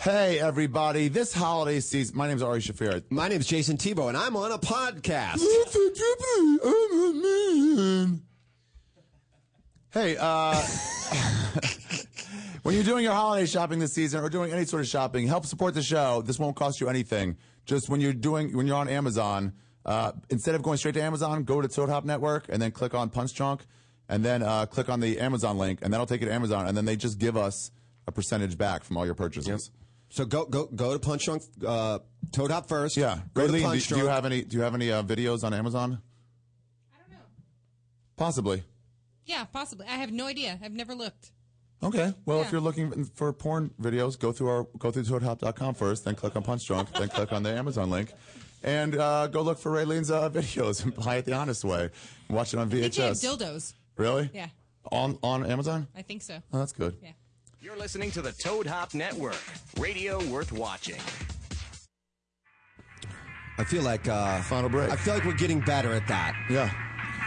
C: Hey, everybody. This holiday season, my name's Ari Shafir.
A: My name's Jason Tebow, and I'm on a podcast.
C: Hey, uh, when you're doing your holiday shopping this season or doing any sort of shopping, help support the show. This won't cost you anything. Just when you're doing, when you're on Amazon, uh, instead of going straight to Amazon, go to Toad Hop Network and then click on Punch Drunk and then uh, click on the Amazon link and that'll take you to Amazon and then they just give us a percentage back from all your purchases.
A: So go go go to Punch Drunk, uh, Toad Hop first.
C: Yeah.
A: Go to
C: Raylene,
A: Punch
C: do, do you
A: Drunk.
C: have any? Do you have any uh, videos on Amazon?
I: I don't know.
C: Possibly.
I: Yeah, possibly. I have no idea. I've never looked.
C: Okay. Well, if
I: Yeah.
C: you're looking for porn videos, go through our go through toadhop.com first, then click on Punch Drunk, then click on the Amazon link, and uh, go look for Raylene's uh, videos and buy it the honest way. And watch it on
I: I think they have
C: VHS.
I: dildos.
C: Really?
I: Yeah,
C: On on Amazon?
I: I think so.
C: Oh, that's good.
I: Yeah.
E: You're listening to the Toad Hop Network, radio worth watching.
A: I feel like uh, final break. I feel like we're getting better at that.
C: Yeah.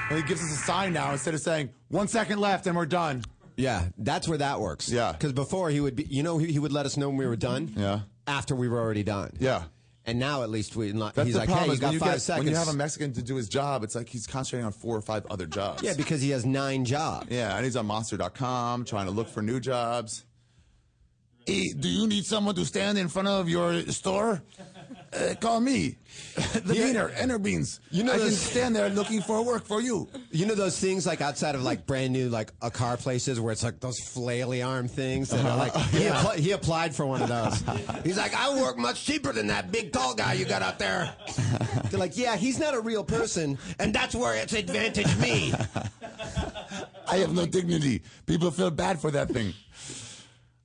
C: And he gives us a sign now instead of saying one second left and we're done.
A: Yeah, that's where that works. Yeah, because before he would be, you know, he, he would let us know when we were done.
C: Yeah.
A: After we were already done.
C: Yeah.
A: And now at least we, not,
C: That's
A: he's
C: the
A: like,
C: problem
A: hey, you
C: is
A: got
C: when, you
A: five
C: get-
A: seconds.
C: when you have a Mexican to do his job, it's like he's concentrating on four or five other jobs.
A: yeah, because he has nine jobs.
C: Yeah, and he's on monster.com trying to look for new jobs. Hey, do you need someone to stand in front of your store? Uh, call me, the beaner, Enter Beans. You know I can stand there looking for work for you.
A: You know those things like outside of like brand new like a car places where it's like those flaily arm things that are like he,
C: Uh-huh.
A: appli- he applied for one of those. He's like, I work much cheaper than that big tall guy you got out there. They're like, yeah, he's not a real person, and that's where it's advantage me.
C: I have no dignity. People feel bad for that thing.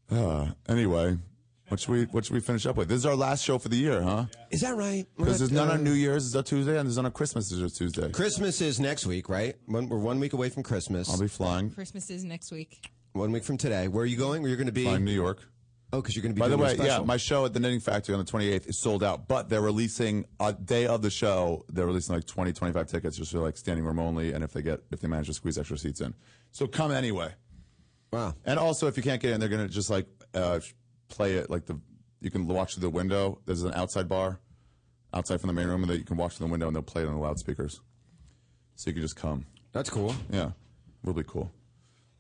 C: Uh, anyway, what should we what should we finish up with? This is our last show for the year, huh?
A: Is that right? We're
C: Because
A: not-
C: there's none
A: uh,
C: on New Year's, is a Tuesday, and there's none on Christmas, is a Tuesday.
A: Christmas is next week, right? One, we're one week away from Christmas.
C: I'll be flying
I: Christmas is next week.
A: one week from today. Where are you going? Where you're going to be?
C: flying New York.
A: Oh, because you're going to be.
C: By the
A: doing your
C: way, yeah,
A: special.
C: my show at the Knitting Factory on the 28th is sold out, but they're releasing a day of the show. They're releasing like 20, 25 tickets just for like standing room only, and if they get if they manage to squeeze extra seats in, so come anyway.
A: Wow.
C: And also, if you can't get in, they're gonna just like uh, play it like the you can watch through the window. There's an outside bar outside from the main room, and that you can watch through the window, and they'll play it on the loudspeakers, so you can just come.
A: That's cool.
C: Yeah, really cool.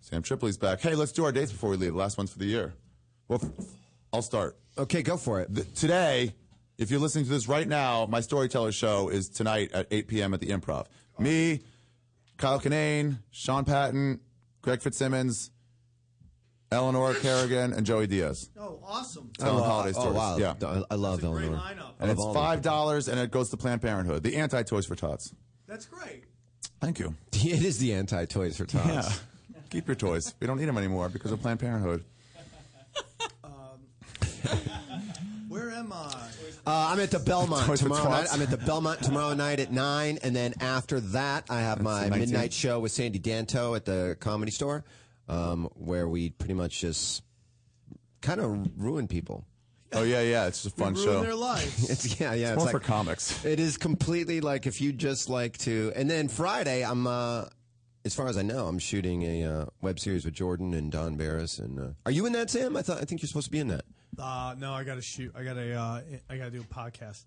C: Sam Tripoli's back. Hey, let's do our dates before we leave. Last ones for the year. Well, f- I'll start. Uh,
A: Okay, go for it.
C: today, if you're listening to this right now, my storyteller show is tonight at 8 p.m. at the Improv. Me, Kyle Kinane, Sean Patton, Greg Fitzsimmons, Eleanor Kerrigan, and Joey Diaz.
B: Oh, awesome.
C: Telling holiday stories.
A: Oh, wow.
C: Yeah.
A: I- I love Eleanor. Of
C: And it's
A: all of
C: five dollars, and it goes to Planned Parenthood, the anti-Toys for Tots.
B: That's great.
C: Thank you.
A: It is the anti Toys for Tots.
C: Yeah. Keep your toys. We don't need them anymore because of Planned Parenthood.
B: Where am I?
A: Uh, I'm at the Belmont
C: Toys for
A: tomorrow night.
C: Tots.
A: I'm at the Belmont tomorrow night at nine, and then after that, I have my
C: the 19th.
A: midnight show with Sandy Danto at the Comedy Store, um, where we pretty much just kind of ruin people.
C: Oh yeah, yeah. It's just a fun
B: Ruin
C: show.
B: their lives.
A: It's yeah, yeah. It's,
C: It's more
A: like
C: for comics.
A: It is completely like if you just like to. And then Friday, I'm. Uh, as far as I know, I'm shooting a uh, web series with Jordan and Don Barris. And uh, are you in that, Sam? I thought I think you're supposed to be in that.
B: Uh, no, I gotta shoot. I gotta. Uh, I gotta do a podcast.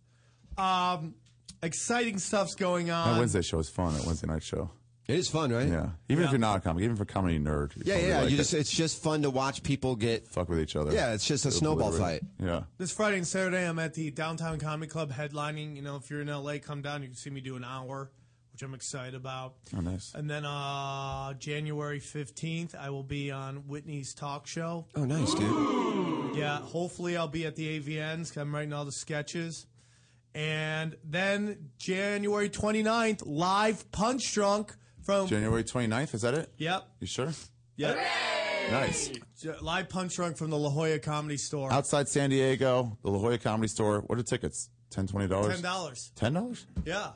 B: Um, exciting stuff's going on.
C: That Wednesday show is fun. That Wednesday night show.
A: It is fun, right?
C: Yeah. Even if you're not a comic, even if you're a comedy nerd. you
A: Yeah, yeah.
C: probably
A: yeah.
C: like
A: you
C: it.
A: just it's just fun to watch people get.
C: fuck with each other.
A: Yeah, it's just a snowball
C: Obliterate.
A: fight.
C: Yeah.
B: This Friday and Saturday, I'm at the Downtown Comedy Club headlining. You know, if you're in LA, come down. You can see me do an hour, which I'm excited about.
C: Oh, nice.
B: And then uh, January 15th, I will be on Whitney's talk show.
A: Oh, nice, dude.
B: Yeah, hopefully I'll be at the AVNs. 'cause I'm writing all the sketches. And then January 29th, live Punch Drunk from.
C: January 29th, is that it?
B: yep.
C: You sure?
B: Yep.
C: Nice.
B: J- Live Punch Drunk from the La Jolla Comedy Store.
C: Outside San Diego, the La Jolla Comedy Store. What are tickets? $10, $20?
B: $10.
C: $10?
B: Yeah.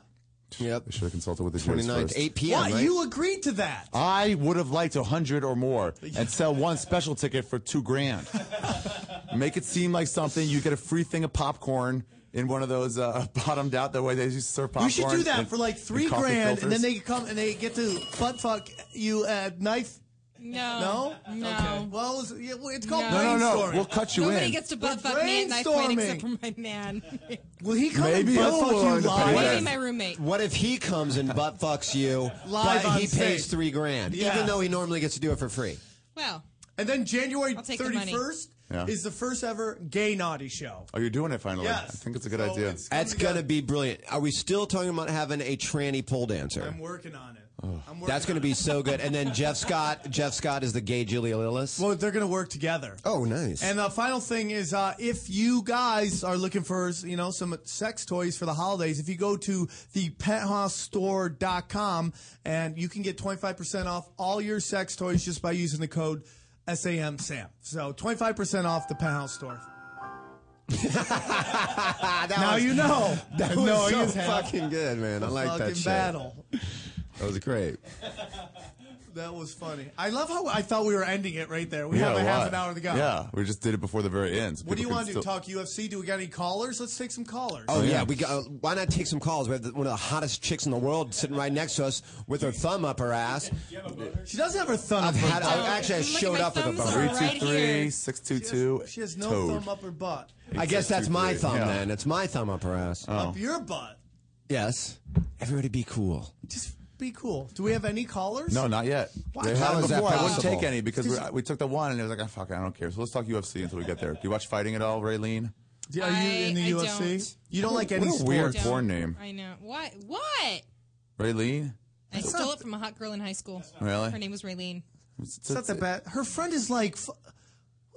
A: Yep.
C: I should have consulted with the Jews
A: 29th,
C: first.
A: 8 p.m.
B: What?
A: right?
B: You agreed to that.
C: I would have liked a 100 or more and sell one special ticket for two grand. Make it seem like something. You get a free thing of popcorn in one of those uh, bottomed out, the way they used to serve
B: You
C: popcorn.
B: should do that
C: and-
B: for like
C: and
B: three
C: coffee
B: grand, and
C: filters.
B: then they come and they get to butt fuck you at knife. No,
I: No. No.
B: Okay. Well, it's, yeah, well, it's called
I: No.
C: No,
B: brainstorming.
C: no, no. We'll cut you
I: Nobody
C: in.
I: gets to butt
B: We're
I: fuck me at knife point except for
B: brainstorming.
I: my man.
B: Will he come
C: Maybe
B: and butt
C: I'll
B: fuck
C: learn
B: you
C: to
B: live?
C: pay
I: Maybe
C: Yes.
I: my roommate.
A: What if he comes and butt fucks you,
B: Live
A: but
B: on
A: he pays
B: stage.
A: three grand,
B: Yeah.
A: even though he normally gets to do it for free?
I: Well,
B: And then January
I: I'll take the money.
B: thirty first
C: Yeah.
B: is the first ever gay naughty show.
C: Oh, you're doing it finally.
B: Yes.
C: I think it's a good
B: So
C: idea.
B: it's-
A: That's gonna be brilliant. Are we still talking about having a tranny pole dancer?
B: I'm working on it.
C: Oh.
B: I'm working
A: That's gonna
B: on
A: be
B: it.
A: so good. And then Jeff Scott, Jeff Scott is the gay Julia Lillis.
B: Well, they're gonna work together.
A: oh, nice. And
B: And the final thing is, uh, if you guys are looking for, you know, some sex toys for the holidays, if you go to the penthousestore.com and you can get 25% off all your sex toys just by using the code SAM SAM. So 25% off the penthouse store. Now you know.
A: that was
B: Knowing
A: so
B: is half
A: fucking good, man. I like
B: fucking
A: that shit.
B: battle.
A: That was great.
B: That was funny. I love how I thought we were ending it right there. We
C: Yeah,
B: have a
C: why?
B: half an hour to go.
C: Yeah, we just did it before the very end. so
B: What do you
C: people
B: want
C: can
B: to do?
C: still-
B: Talk UFC? Do we got any callers? Let's take some callers.
A: Oh, yeah. we got. Why not take some calls? We have the, one of the hottest chicks in the world sitting right next to us with her thumb up her ass.
B: She does have her thumb.
A: I've
B: up her
A: had.
B: butt.
A: I, actually, I showed up with a thumb.
C: Three two three six two two.
B: She has no
A: Toad.
B: thumb up her butt.
A: I guess that's my thumb
C: Yeah. Oh.
A: then. It's my thumb up her ass.
B: Up your butt.
A: Yes. Everybody be cool.
B: Be cool. Do we have any callers?
C: No, not yet.
B: Why?
C: They
B: How
C: had it
B: is that
C: before. I wouldn't
B: possible?
C: take any because we, we took the one and it was like, oh, fuck, it, I don't care. So let's talk UFC until we get there. Do you watch fighting at all, Raylene?
B: Are you in the
I: I
B: UFC?
I: don't.
B: You don't like any
C: What a weird
B: sports.
C: porn name,
I: I know. What? What?
C: Raylene.
I: I stole it from a hot girl in high school.
C: not- Really?
I: Her name was Raylene.
B: It's not that bad. Her friend is like. f-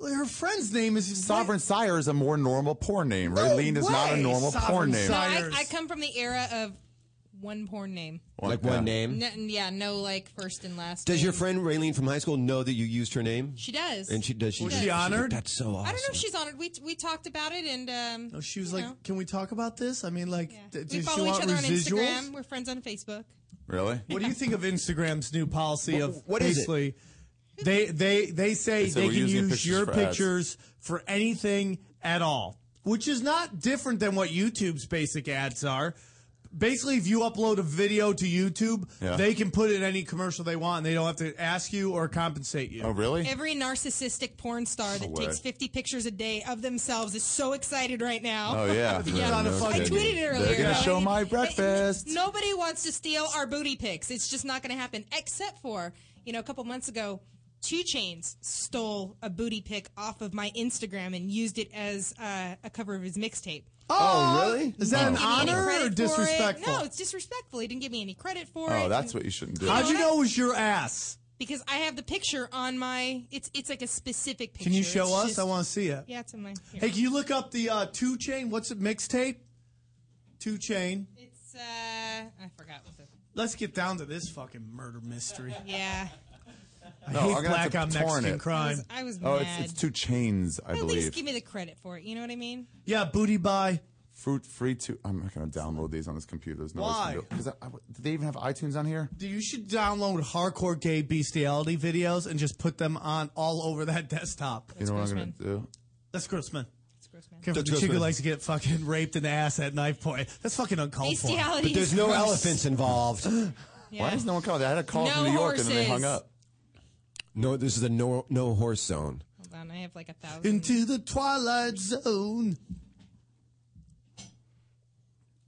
B: Her friend's name is
C: Sovereign Sire is a more normal porn name. Raylene is not a
B: way,
C: normal
B: Sovereign
C: porn name.
I: No, I, I come from the era of one porn name.
A: Like one name.
I: No, yeah, no, like first and last.
A: Does
I: name.
A: your friend Raylene from high school know that you used her name?
I: She does.
A: And she does. She
I: Was
A: does.
I: she honored?
A: That's so awesome.
I: I don't know if she's honored. We we talked about it, and um,
B: No, Oh, she was
I: you
B: like,
I: know,
B: "Can we talk about this?" I mean, like, d-
I: we
B: does she
I: follow each
B: want
I: other
B: residuals?
I: on Instagram. We're friends on Facebook.
C: Really?
B: What do you think of Instagram's new policy of
A: what is it?
B: basically they they they
A: They
B: say they,
A: said we're
B: can
A: using
B: use
A: pictures
B: your
A: for ads.
B: pictures for anything at all, which is not different than what YouTube's basic ads are. Basically, if you upload a video to YouTube,
C: Yeah.
B: they can put it in any commercial they want, and they don't have to ask you or compensate you.
C: Oh, really?
I: Every narcissistic porn star that
B: way.
I: takes 50 pictures a day of themselves is so excited right now.
C: Oh yeah.
I: I tweeted it earlier.
C: They're gonna show my breakfast.
I: Nobody wants to steal our booty pics. It's just not going to happen. Except for, you know, a couple months ago, Two Chains stole a booty pic off of my Instagram and used it as uh, a cover of his mixtape.
B: Oh, really? Is that
I: Didn't
B: an
I: give me any
B: honor
I: credit
B: or
I: for it.
B: disrespectful?
I: No, it's disrespectful. He didn't give me any credit for it.
C: Oh, that's what you shouldn't do.
B: How'd you know it was your ass?
I: because I have the picture on my. It's it's like a specific picture.
B: Can you show
I: It's
B: us?
I: just-
B: I want to see it.
I: Yeah, it's in my. here.
B: Hey, can you look up the uh, two chain? What's it mixtape? Two chain.
I: It's uh, I forgot what the.
B: Let's get down to this fucking murder mystery.
I: Yeah.
B: I
C: No,
B: hate
C: Oh, I'm gonna
B: black
C: have to
B: on
C: torrent
B: Mexican
C: it.
B: crime.
I: I was
C: Oh,
I: mad.
C: it's, it's two chains, I
I: At least
C: believe.
I: give me the credit for it. You know what I mean?
B: Yeah, booty buy.
C: Fruit free to. I'm not gonna download these on this computer. There's no way it's
B: Why?
C: gonna do- 'cause I, I, do they even have iTunes on here?
B: Dude, you should download hardcore gay bestiality videos and just put them on all over that desktop.
C: you know what I'm gonna do?
B: That's gross, man. That's
I: gross, man.
B: Care for
A: That's
B: the
A: gross,
B: chick who
A: man.
B: likes to get fucking raped in the ass at knife point. That's fucking uncalled for.
I: Bestiality
A: But there's
I: is
A: no
I: gross.
A: elephants involved.
I: Yeah.
C: Why does no one call? I had a call
I: No
C: from New York and then they hung
I: horses.
C: up.
A: No, this is a no no horse zone.
I: Hold on, I have like a thousand.
B: Into the twilight zone.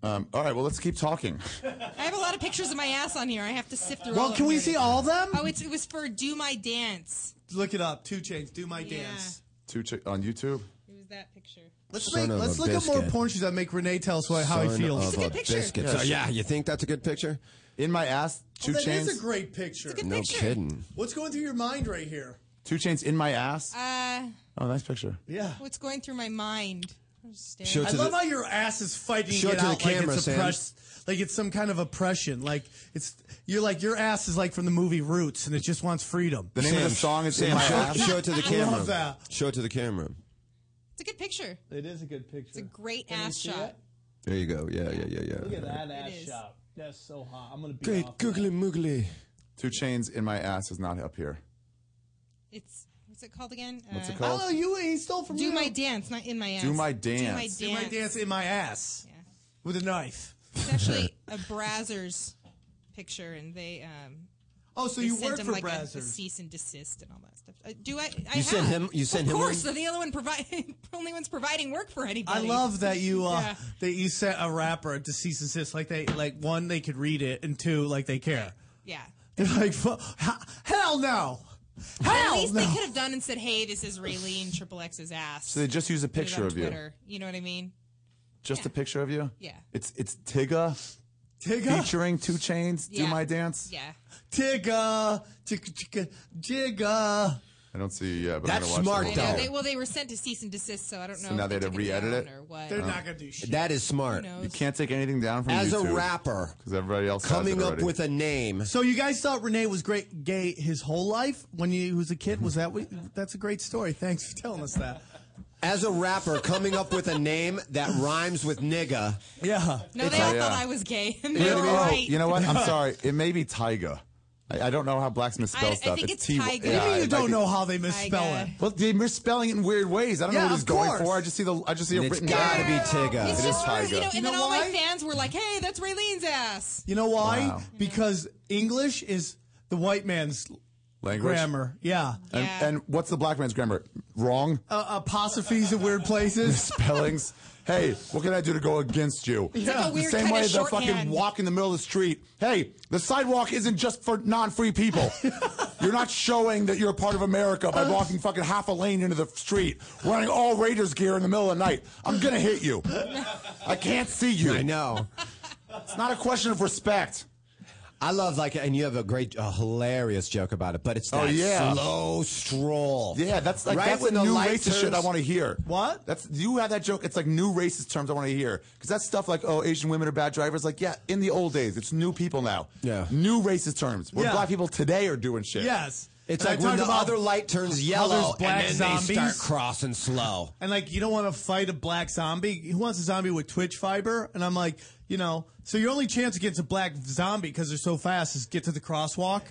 C: Um, all right, well let's keep talking.
I: I have a lot of pictures of my ass on here. I have to sift through.
B: Well,
I: all
B: can we see all them?
I: Oh, it's, it was for do my dance.
B: Look it up. Two chains. Do my
I: Yeah.
B: dance.
C: Two chi- on YouTube.
I: It was that picture.
B: Let's,
A: Son
B: make,
A: of
B: let's
A: a
B: look at more
A: biscuit.
B: porn shoes that make Renee tell us what, how he
A: Son
B: feels.
A: of
I: a good picture.
A: biscuit.
C: Yeah,
A: So,
C: sure.
A: yeah, you think that's a good picture?
C: In my ass. Two
B: Oh, that
C: chains.
B: is a great picture.
I: Good
A: No
I: picture.
A: kidding.
B: What's going through your mind right here?
C: two chains in my ass.
I: Uh,
C: oh, nice picture.
B: Yeah.
I: what's going through my mind? I'm just staring.
A: Show
B: I
A: to
B: love
A: the-
B: how your ass is fighting
A: Show
B: it
A: it to the
B: out like
A: camera,
B: it's
A: Sam.
B: oppressed, like it's some kind of oppression. Like it's you're like your ass is like from the movie Roots, and it just wants freedom.
C: The name of the
A: Sam,
C: song is
A: Sam,
C: in my
A: show,
C: ass.
A: show it to the
B: I
A: camera.
B: love that.
A: Show it to the camera.
I: It's a good picture.
B: It is a good picture.
I: It's a great ass shot.
A: There you go. Yeah, yeah, yeah, yeah.
B: that ass
I: is.
B: shot. That's so hot. I'm gonna be
A: Great googly moogly.
C: Two chains in my ass is not up here.
I: It's what's it called again?
C: What's
I: Uh,
C: it
B: I don't know.
C: called?
B: Oh, You he stole from
I: Do
B: you.
I: my dance, not in my ass.
C: Do my
I: Do my
C: dance.
I: dance.
B: Do my dance in my ass
I: Yeah.
B: with a knife.
I: It's actually a Brazzers picture, and they um,
B: Oh, so
I: they
B: you
I: sent
B: work
I: him
B: for
I: like a- a,
B: Brazzers.
I: cease and desist and all that stuff. Uh, do I? I
A: You sent
I: have.
A: him- you sent
I: of
A: him
I: Of course,
A: one?
I: they're the only one providing, only ones providing work for anybody.
B: I love that you uh,
I: Yeah.
B: that you sent a rapper to cease and desist. Like they like one they could read it, and two like they care.
I: Yeah.
B: They're like, "Fu- ha- hell no,
I: At
B: hell
I: least they
B: no.
I: could have done and said, "Hey, this is Raylene Triple X's ass."
C: So they just use a
I: Put it
C: picture
I: on
C: of you.
I: Twitter. You know what I mean?
C: Just a picture of you.
I: Yeah.
C: It's it's Tigga
B: Tigga,
C: featuring Two Chains. Do
I: Yeah.
C: my dance.
I: Yeah.
B: tigga, tigga, tigga, jigga.
C: I don't see. Yeah, but
A: That's
C: I'm gonna watch
A: smart,
C: the
I: I
C: whole
I: know.
A: Don't.
C: thing.
I: They, well, they were sent to cease and desist, so I don't know.
C: now
I: if
C: they had to
I: took
C: re-edit
I: down
C: it?
I: Or what?
B: They're not gonna do shit.
A: That is
I: Who
A: smart.
I: knows?
C: You can't take anything down from
A: As a
C: YouTube.
A: rapper,
C: because everybody else has
A: coming
C: it
A: up
C: already.
A: with a name.
B: So you guys thought Renee was great gay his whole life when he was a kid? Was that what, that's a great story? Thanks for telling us that.
A: As a rapper, coming up with a name that rhymes with nigga.
B: Yeah,
I: No, they all
C: yeah.
I: thought I was gay. And
C: You
I: they
C: know, what
I: were
C: I mean?
I: right.
C: you know what? I'm sorry. It may be Tyga. I, I don't know how blacksmiths spell
I: I
C: stuff.
I: think it's
C: T-
I: tiger.
C: yeah,
I: What do you mean you
C: it
B: don't
C: might be-
B: know how they misspell
I: Tyga.
B: it?
C: Well, they're spelling it in weird ways. I don't
B: Yeah,
C: know what he's
B: of
C: going
B: course.
C: for. I just see the I just see a
A: It's
C: written
A: gotta be Tigger.
I: It's
C: It is
I: just one of those, you know,
C: tiger.
I: and then all my fans were like, "Hey, that's Raylene's ass."
B: You know why?
C: Wow.
B: Because English is the white man's
C: Language.
B: grammar. Yeah.
C: And,
I: Yeah.
C: and what's the black man's grammar? Wrong
B: Uh, apostrophes in weird places.
C: spellings. Hey, what can I do to go against you?
I: like a
C: the
I: weird
C: same
I: kind
C: way
I: of
C: the fucking
I: shorthand.
C: walk in the middle of the street. Hey, the sidewalk isn't just for non-free people. you're not showing that you're a part of America by walking fucking half a lane into the street, wearing all Raiders gear in the middle of the night. I'm gonna hit you. I can't see you.
A: I know.
C: It's not a question of respect.
A: I love like, and you have a great, a hilarious joke about it, but it's
C: Oh,
A: that
C: yeah.
A: slow stroll.
C: Yeah, that's like
A: Right
C: that's
A: when
C: the
A: the
C: new
A: light
C: racist
A: turns-
C: shit I want to hear.
B: What?
C: That's you have that joke. It's like new racist terms I want to hear because that's stuff like oh Asian women are bad drivers. Like yeah, in the old days, it's new people now.
A: Yeah.
C: new racist terms. What
B: Yeah.
C: black people today are doing shit.
B: yes.
A: It's
B: And I
A: like when
B: talked
A: the
B: about-
A: other light turns yellow,
B: there's black
A: and then they start
B: zombies.
A: crossing slow.
B: And like, you don't want to fight a black zombie. Who wants a zombie with twitch fiber? And I'm like, you know, so your only chance against a black zombie because they're so fast is get to the crosswalk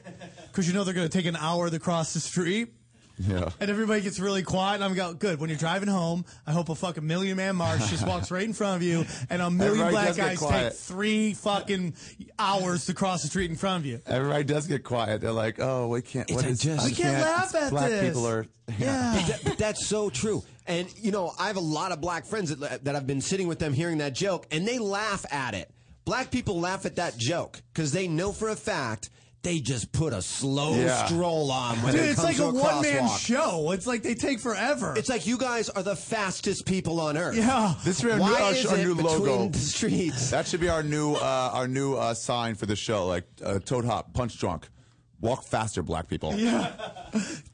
B: because you know they're going to take an hour to cross the street.
C: Yeah.
B: And everybody gets really quiet, and I'm going, good. When you're driving home, I hope a fucking million man march just walks right in front of you, and a million
C: Everybody
B: black
C: does get
B: guys take
C: quiet.
B: three fucking hours to cross the street in front of you.
C: Everybody does get quiet. They're like, "Oh, we can't. What
A: a
C: is,
A: jest.
C: I
A: We
B: can't laugh
C: it's
B: at
C: black
B: this.
C: people are.
B: Yeah.
A: That- but that's so true. And you know, I have a lot of black friends that, that I've been sitting with them hearing that joke, and they laugh at it. Black people laugh at that joke because they know for a fact they just put a slow
C: Yeah.
A: stroll on when
B: Dude,
A: it
B: it's
A: comes
B: like
A: to
B: a,
A: a,
B: one man
A: crosswalk.
B: show. It's like they take forever. Oh,
A: It's like you guys are the fastest people on earth.
B: yeah.
C: This should be our new,
A: Why
C: our,
A: is
C: our
A: it
C: new
A: between
C: logo.
A: the streets?
C: That should be our new uh, our new uh, sign for the show. Like uh, Toad Hop, Punch Drunk, walk faster, black people.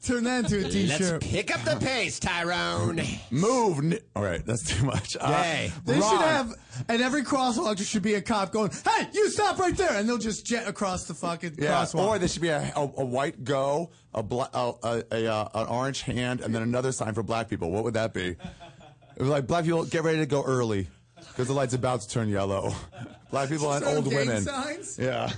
B: Turn that into a t
A: Let's
B: shirt.
A: pick up the pace, Tyrone.
C: Move. Ni- All right, that's too much. Uh,
A: Yay.
B: They
C: Ron.
B: should have, at every crosswalk, there should be a cop going, hey, you stop right there. And they'll just jet across the fucking
C: Yeah,
B: crosswalk.
C: or there should be a, a, a white go, a, bla- a, a, a uh, an orange hand, and then another sign for black people. What would that be? It was like black people get ready to go early because the light's about to turn yellow. Black people and
B: Some
C: old
B: gang
C: women.
B: signs?
C: Yeah.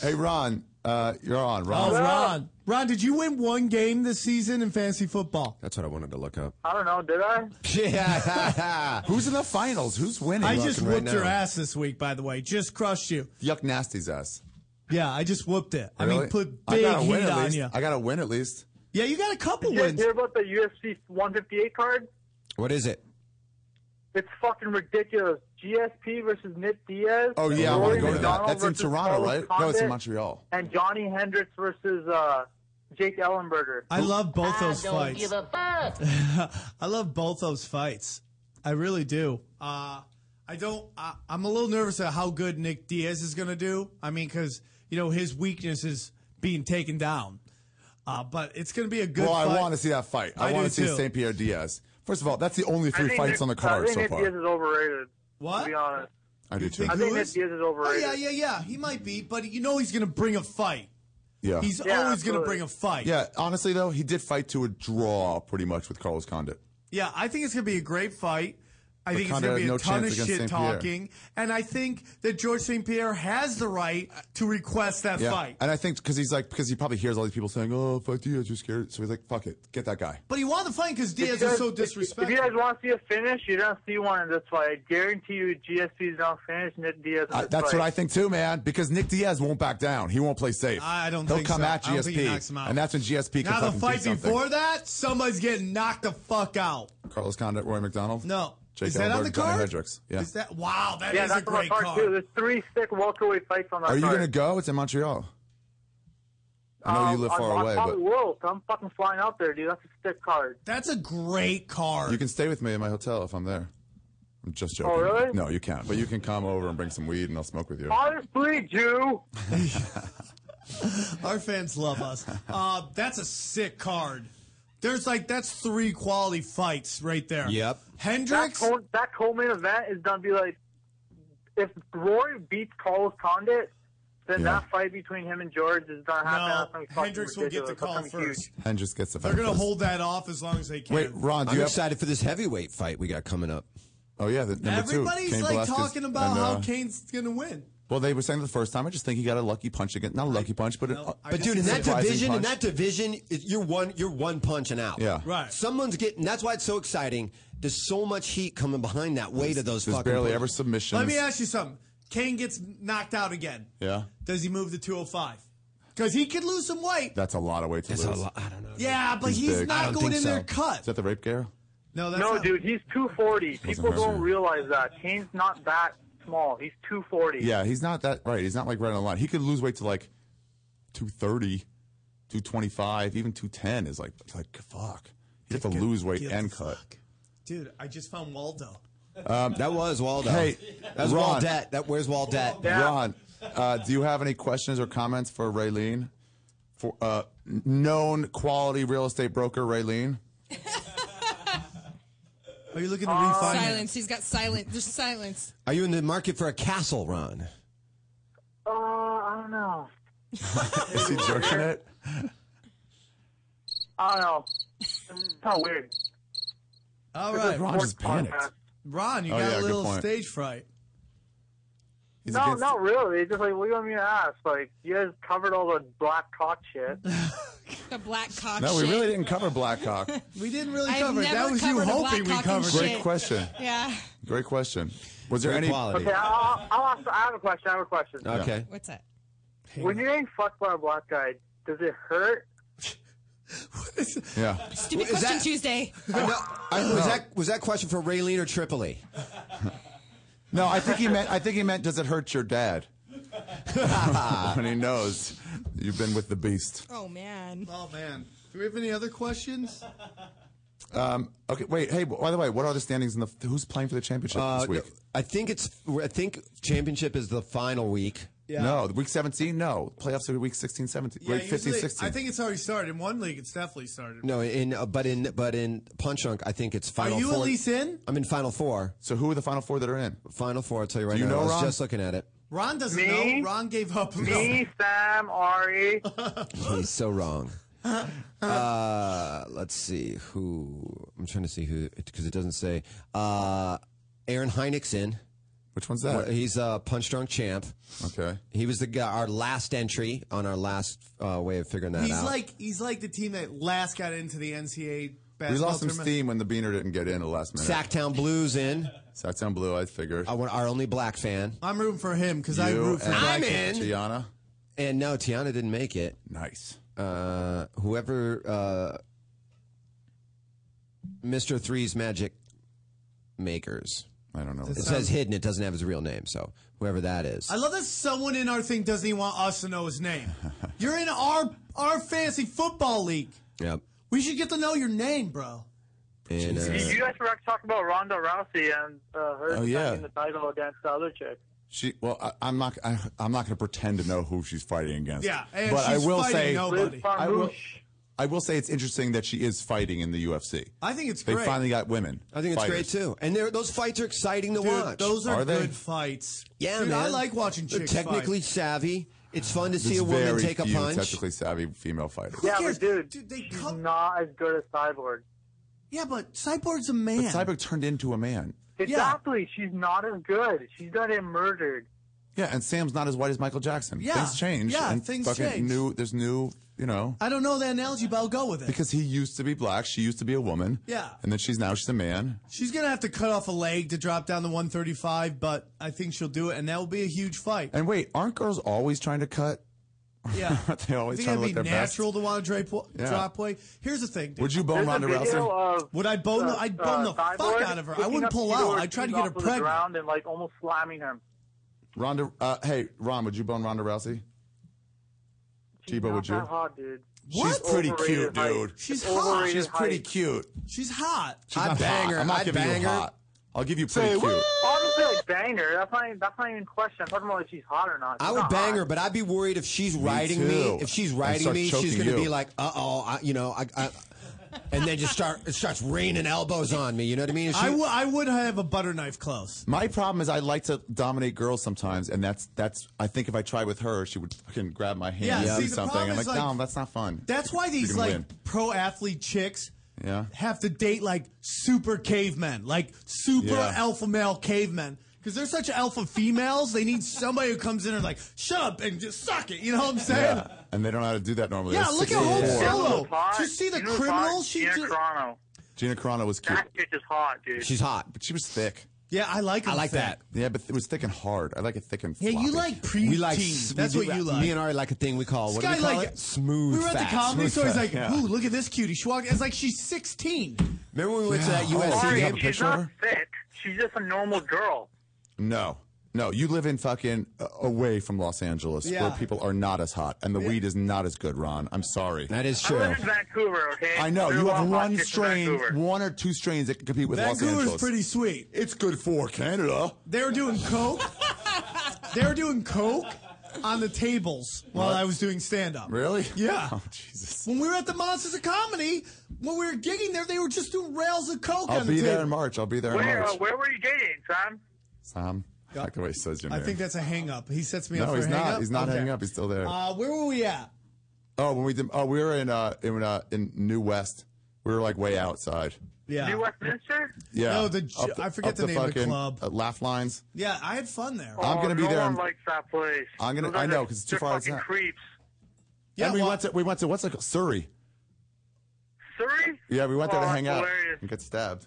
C: Hey Ron, uh, you're on. Ron,
B: Oh, Ron. Ron, did you win one game this season in fantasy football?
A: That's what I wanted to look up.
J: I don't know. Did I?
A: Yeah.
C: who's in the finals? Who's winning?
B: I just
A: right
B: whooped your
A: now.
B: ass this week, by the way. Just crushed you.
C: yuck nasty's ass.
B: Yeah, I just whooped it. I
C: Really?
B: mean, put
C: I
B: big
C: gotta win
B: heat
C: at
B: on
C: least.
B: you.
C: I gotta win at least.
B: yeah, you got a couple
J: Did you guys
B: wins.
J: hear about the UFC 158 card?
A: what is it?
J: It's fucking ridiculous. GSP versus Nick Diaz.
C: Oh yeah, I want
J: Rory
C: to go to that.
J: McDonald
C: That's in
J: versus
C: Toronto,
J: Carlos
C: right? No, it's in
J: Condit,
C: Montreal.
J: And Johnny Hendricks versus uh, Jake Ellenberger.
B: I love both those fights.
L: a fuck.
B: I love both those fights. I really do. Uh, I don't. I, I'm a little nervous at how good Nick Diaz is going to do. I mean, because you know his weakness is being taken down. Uh, but it's going to be a good.
C: Well, I
B: fight.
C: want to see that fight. I,
B: I
C: want
B: do,
C: to see
B: too.
C: St. Pierre Diaz. First of all, that's the only
J: I
C: three
J: think
C: fights
J: Nick-
C: on the
J: I
C: card
J: think
C: so
J: Nick
C: far.
J: Diaz is overrated.
B: What?
J: To be honest,
C: I do too.
J: I think
B: Who
J: Nick
B: is?
J: Diaz is
B: Oh
J: overrated.
B: yeah, yeah, yeah. He might be, but you know he's going to bring a fight.
C: Yeah.
B: He's
J: Yeah,
B: always going to
J: absolutely.
B: bring a fight.
C: yeah, honestly though, he did fight to a draw pretty much with Carlos Condit.
B: Yeah, I think it's going to be a great fight. I think it's
C: Conor
B: going to be
C: had
B: a
C: no
B: ton
C: chance
B: of
C: against
B: shit
C: St. Pierre.
B: talking, and I think that George St. Pierre has the right to request that
C: Yeah.
B: fight.
C: And I think because he's like because he probably hears all these people saying, "Oh, fuck Diaz, you're scared." So he's like, "Fuck it, get that guy."
B: But he wanted to fight because
J: If you
B: Diaz was
J: guys-
B: so
J: if- If,
B: disrespectful.
J: you guys want to see a finish, you don't see one in this fight. I guarantee you, GSP's not finished. Nick Diaz. in
C: I,
J: this
C: Uh, that's
J: fight.
C: what I think too, man. Because Nick Diaz won't back down. He won't play safe.
B: I don't
C: He'll
B: think
C: come
B: so.
C: at
B: I don't think he knocks him
C: GSP,
B: out.
C: and that's when GSP
B: Now
C: can
B: the
C: fucking
B: fight
C: do something.
B: before that, somebody's getting knocked the fuck out.
C: Carlos Condit, Roy McDonald.
B: No,
C: Jake
B: is that on
C: Ellenberg,
B: the
C: Johnny
B: card?
C: Hendricks. Yeah.
B: Is that wow? that is
J: Yeah,
B: a
J: that's on the
B: great
J: card
B: card.
J: too. There's three sick welterweight fights on that
C: Are you
J: card.
C: gonna go? It's in Montreal. I know you live
J: Um,
C: far
J: I'm,
C: away,
J: I
C: but
J: probably will. 'cause I'm fucking flying out there, dude. That's a sick card.
B: That's a great card.
C: you can stay with me in my hotel if I'm there. I'm just joking.
J: Oh, really?
C: No, you can't. But you can come over and bring some weed, and I'll smoke with you.
J: Honestly, Jew.
B: Our fans love us. Uh, that's a sick card. There's like that's three quality fights right there.
A: Yep.
J: That
B: Hendricks.
J: co that co-main event is gonna be like, if Rory beats Carlos Condit, then
C: Yeah.
J: that fight between him and George is gonna happen.
B: No,
J: That's gonna be fucking
B: Hendricks will get
J: ridiculous.
B: the
J: That's
B: call
J: gonna be huge.
B: first.
C: And just gets the.
B: They're gonna hold that off as long as they can.
C: Wait, Ron, do
A: I'm
C: you have?
A: excited for this heavyweight fight we got coming up.
C: Oh yeah, the number two.
B: Everybody's
C: Cain
B: like
C: Velasquez
B: talking about
C: and, uh,
B: how Kane's gonna win.
C: Well, they were saying the first time. I just think he got a lucky punch again. Not a lucky punch, but a,
A: But dude, in that
C: surprising
A: division, in
C: punch.
A: that division, it- you're one, you're one punch and out.
C: Yeah.
A: right. Someone's getting. That's why it's so exciting. There's so much heat coming behind that weight of those.
C: There's
A: fucking
C: barely
A: punches.
C: ever submissions.
B: Let me ask you something. Kane gets knocked out again.
C: Yeah,
B: Does he move to 205? Because he could lose some weight.
C: that's a lot of weight to
B: That's a
C: lose.
B: lot- I don't know. Yeah, but he's
C: big.
B: not going in there cut.
C: Is that the rape gear?
B: No, that's
J: no, dude, he's 240. People
C: hurt.
J: don't realize that. Kane's not that small. He's 240.
C: Yeah, he's not that right. He's not like right on the line. He could lose weight to like 230, 225, even 210 is like it's like fuck. You have to lose weight
B: give
C: and
B: the
C: cut.
B: Dude, I just found Waldo.
C: Um,
A: that was Waldo.
C: Hey,
A: That's
C: Ron,
A: Waldette. That where's Waldette?
C: Ron, uh, do you have any questions or comments for Raylene? For uh, known quality real estate broker Raylene.
B: Are you looking
I: Oh. Silence. He's got silence. There's silence.
A: Are you in the market for a castle, Ron?
J: Uh, I don't know.
C: Is he jerking it?
J: I don't know. It's kind of weird.
B: All
J: This is
B: right.
J: Ron just panicked.
B: Ron, you
J: Oh,
B: got
J: yeah,
B: a
J: good
B: little
J: point.
B: stage fright.
J: no, not really. It's just like, what do you want me to ask? Like, you guys covered all the black cock shit.
I: The black cock
C: No, we
I: shit.
C: really didn't cover Blackhawk.
B: We didn't really
I: I've
B: cover it.
I: never
B: That was you
I: covered a black
B: hoping we
I: cock and
B: covered it.
I: shit.
C: Great question.
I: Yeah.
C: Great question. Was there
A: Great
C: any
A: quality.
J: Okay, I'll, I'll ask, I have a question. I have a question.
A: Okay.
I: What's that?
J: When you're getting fucked by a black guy, does it hurt?
C: Yeah.
I: Stupid
A: Is
I: question
A: that-
I: Tuesday.
A: I know- I- was that was that question for Raylene or Tripoli?
C: No, I think he meant. I think he meant. Does it hurt your dad? when he knows you've been with the beast.
I: Oh man.
B: Oh man. Do we have any other questions?
C: Um, okay, wait. Hey, by the way, what are the standings in the? Who's playing for the championship
A: Uh,
C: this week?
A: I think it's. I think championship is the final week.
B: Yeah.
C: No, week 17. No, playoffs are week 16, 17,
B: Yeah,
C: week 15,
B: usually-
C: 16.
B: I think it's already started. In one league, it's definitely started.
A: No, in uh, but in but in Punch Drunk, I think it's final.
B: you at
A: four.
B: least in?
A: I'm in final four.
C: So who are the final four that are in?
A: Final four. I'll tell you right
C: Do you
A: now.
C: know,
A: I was
C: Ron?
A: just looking at it.
B: Ron doesn't
J: Me?
B: know. Ron gave up.
J: Me, Sam, Ari.
A: He's so wrong.
B: Uh-huh.
A: Uh, let's see who. I'm trying to see who because it doesn't say. Uh, Aaron Heinrich's in.
C: Which one's that?
A: He's a punch drunk champ.
C: Okay.
A: He was the guy, our last entry on our last uh, way of figuring that
B: He's
A: out.
B: like he's like the team that last got into the NCAA
C: we
B: basketball
C: lost some
B: tournament.
C: steam when the Beaner didn't get in the last minute.
A: Sacktown Blues in.
C: Sacktown Blue, I figured.
A: I want our only black fan.
B: I'm rooting for him because I
A: You
B: root for.
A: and
B: black
A: I'm
B: people.
A: in.
C: Tiana.
A: And no, Tiana didn't make it.
C: Nice.
A: Uh, whoever uh, Mr. Three's Magic Makers.
C: I don't know.
A: It
B: That
A: says
B: sounds-
A: hidden. It doesn't have his real name. So whoever that is.
B: I love that someone in our thing doesn't even want us to know his name. You're in our our fantasy football league.
A: Yep.
B: We should get to know your name, bro.
A: And, uh,
J: You you guys were talking about Ronda Rousey and uh, her
C: Oh, yeah.
J: defending the title against the other chick.
C: She well, I, I'm not. I, I'm not going to pretend to know who she's fighting against.
J: Yeah,
B: and
C: but
B: she's
C: I will
B: fighting
C: say,
B: nobody. Liz
C: I will,
B: Farmouche.
C: I will say it's interesting that she is fighting in the UFC.
B: I think it's
C: they
B: great.
C: finally got women.
A: I think it's
C: fighters.
A: great too. And they're- those fights are exciting to
B: Dude,
A: watch.
B: those are,
C: Are they?
B: good fights.
A: yeah,
B: Dude,
A: man.
B: I like watching
A: They're
B: chicks
A: technically
B: fight.
A: savvy. It's fun to see
C: There's
A: a woman
C: very
A: take a
C: few
A: punch.
C: Technically savvy female fighters.
J: yeah, but dude,
B: they
J: she's not as good as Cyborg.
B: Yeah, but Cyborg's a
C: But
B: man.
C: Cyborg turned into a man.
J: Exactly. She's not as good. She's got him murdered.
C: Yeah, and Sam's not as white as Michael Jackson.
B: Yeah,
C: things change.
B: yeah,
C: and
B: things
C: fucking
B: change.
C: New, there's new, you know,
B: I don't know that analogy, but I'll go with it.
C: because he used to be black, she used to be a woman.
B: Yeah.
C: and then she's now she's a man.
B: She's gonna have to cut off a leg to drop down to 135, but I think she'll do it, and that will be a huge fight.
C: And wait, aren't girls always trying to cut?
B: Yeah,
C: Aren't they
B: I
C: always
B: think
C: trying
B: it'd be
C: to look their best?
B: natural to want to drape,
C: Yeah.
B: drop weight. Here's the thing, dude.
C: Would you bone Ronda
J: There's a video
C: Rousey?
J: Of, uh,
B: Would I bone the- I'd bone the fuck
J: Cyborg
B: out of her. I
J: picking
B: wouldn't
J: up
B: pull
J: Tito
B: out. I'd try to get her
J: Ortiz off of The
B: pregnant.
J: ground and like almost slamming him.
C: Ronda, uh, hey Ron, would you bone Ronda Rousey?
J: She's
C: Chiba,
J: not
C: would you?
J: that hot, dude.
C: She's pretty
J: Overrated
C: cute,
J: height.
C: dude.
B: She's
J: Overrated
B: hot.
C: She's
J: height.
C: pretty cute.
B: She's hot.
C: She's
A: I'd
C: not
A: bang
C: hot.
A: her.
C: I'm not
A: I'd
C: giving
A: bang
C: you
A: her.
C: hot. I'll give you pretty cute.
J: Obviously, like bang her. That's not even, that's not even a question. I'm talking about if she's hot or not. She's
A: I would
J: not
A: bang
J: hot.
A: her, but I'd be worried if she's riding
C: too.
A: me. If she's
C: And
A: riding
C: start
A: me, she's
C: choking
A: going to
C: you.
A: be like, "Uh oh," I- you know, I, I, and then just start it starts raining elbows on me. You know what I mean? And she-
B: I, w- I would have a butter knife close.
C: My problem is I like to dominate girls sometimes, and that's that's. I think if I try with her, she would fucking grab my hand
B: Yeah,
C: and
B: see,
C: do
B: the
C: something.
B: problem
C: I'm like,
B: is, like-
C: no, that's not fun.
B: That's why
C: You
B: these
C: can
B: like
C: win.
B: pro athlete chicks
C: yeah.
B: have to date like super cavemen, like super
C: Yeah.
B: alpha male cavemen. Because they're such alpha females, they need somebody who comes in and like, shut up and just suck it. You know what I'm saying?
C: Yeah, and they don't know how to do that normally.
B: Yeah,
C: They're
B: look at
C: 64.
B: Hope Solo. Did you see the
J: You know who's
B: criminal
J: hot?
B: she
J: Gina
B: did?
J: Carano.
C: Gina Carano was cute.
J: That bitch is hot, dude.
C: She's hot, but she was thick.
B: Yeah, I like.
J: I like thick. that.
C: Yeah, but it was thick and hard. I like it thick and.
B: Yeah, you
C: floppy.
B: like pre-teen.
A: We like-
B: That's
A: we do-
B: what you like.
A: Me and Ari like a thing we call what do
B: This
A: we
B: guy
A: call
B: like-
A: it? Smooth.
B: we were at
A: fat.
B: the comedy
A: Smooth
B: store. He's
A: fat.
B: like,
A: Yeah.
B: "Ooh, look at this cutie." She walked. It's like she's 16.
A: Remember when we went to that
C: Yeah.
A: USC?
C: Oh,
A: Do you
C: Ari,
A: have a
C: she's
A: picture?
J: She's
A: of
J: not
A: her?
J: thick. She's just a normal girl.
C: No, no, you live in fucking uh, away from Los Angeles,
J: Yeah.
C: where people are not as hot, and the weed is not as good. Ron, I'm sorry. That is
J: I live in Vancouver, okay?
C: I know
J: There's
C: you
J: a lot
C: have
J: of hot
C: one
J: chicks in
C: strain,
J: Vancouver.
C: one or two strains that can compete with Los
B: Vancouver's
C: Angeles.
B: pretty sweet.
C: It's good for Canada.
B: They were doing coke. they were doing coke on the tables while
C: What?
B: I was doing stand up.
C: Really?
B: Yeah.
C: Oh,
B: When we were at the Monsters of Comedy, when we were gigging there, they were just doing rails of coke
C: I'll
B: on the
C: be there
B: table.
C: in March. I'll be there in
J: Where, uh,
C: March.
J: where were you dating, Sam?
C: Sam, I like the way he says your
B: I
C: name.
B: think that's a hang up. He sets me up
C: no,
B: for
C: he's
B: a hang
C: not.
B: up.
C: He's not
B: Okay.
C: hanging up. He's still there.
B: Uh, where were we at?
C: oh, when we did, oh, we were in uh in uh, in New West. We were like way outside.
B: Yeah.
J: New Westminster?
C: Yeah.
B: No, the, j-
C: Up
B: I forget
C: up
B: the name of the
C: fucking,
B: club.
C: Uh, laugh lines.
B: Yeah, I had fun there.
C: I'm gonna be
J: Oh, no
C: there
J: one
C: in-
J: likes that place.
C: I'm gonna-
J: Those
C: I
J: are
C: know,
J: just-
C: 'cause it's too
J: they're
C: far
J: Fucking
C: outside.
J: creeps.
C: Yeah, and we went to we went to what's like Surrey.
J: Surrey?
C: Yeah, we went there to
B: Oh,
C: hang out
B: hilarious.
C: and get stabbed.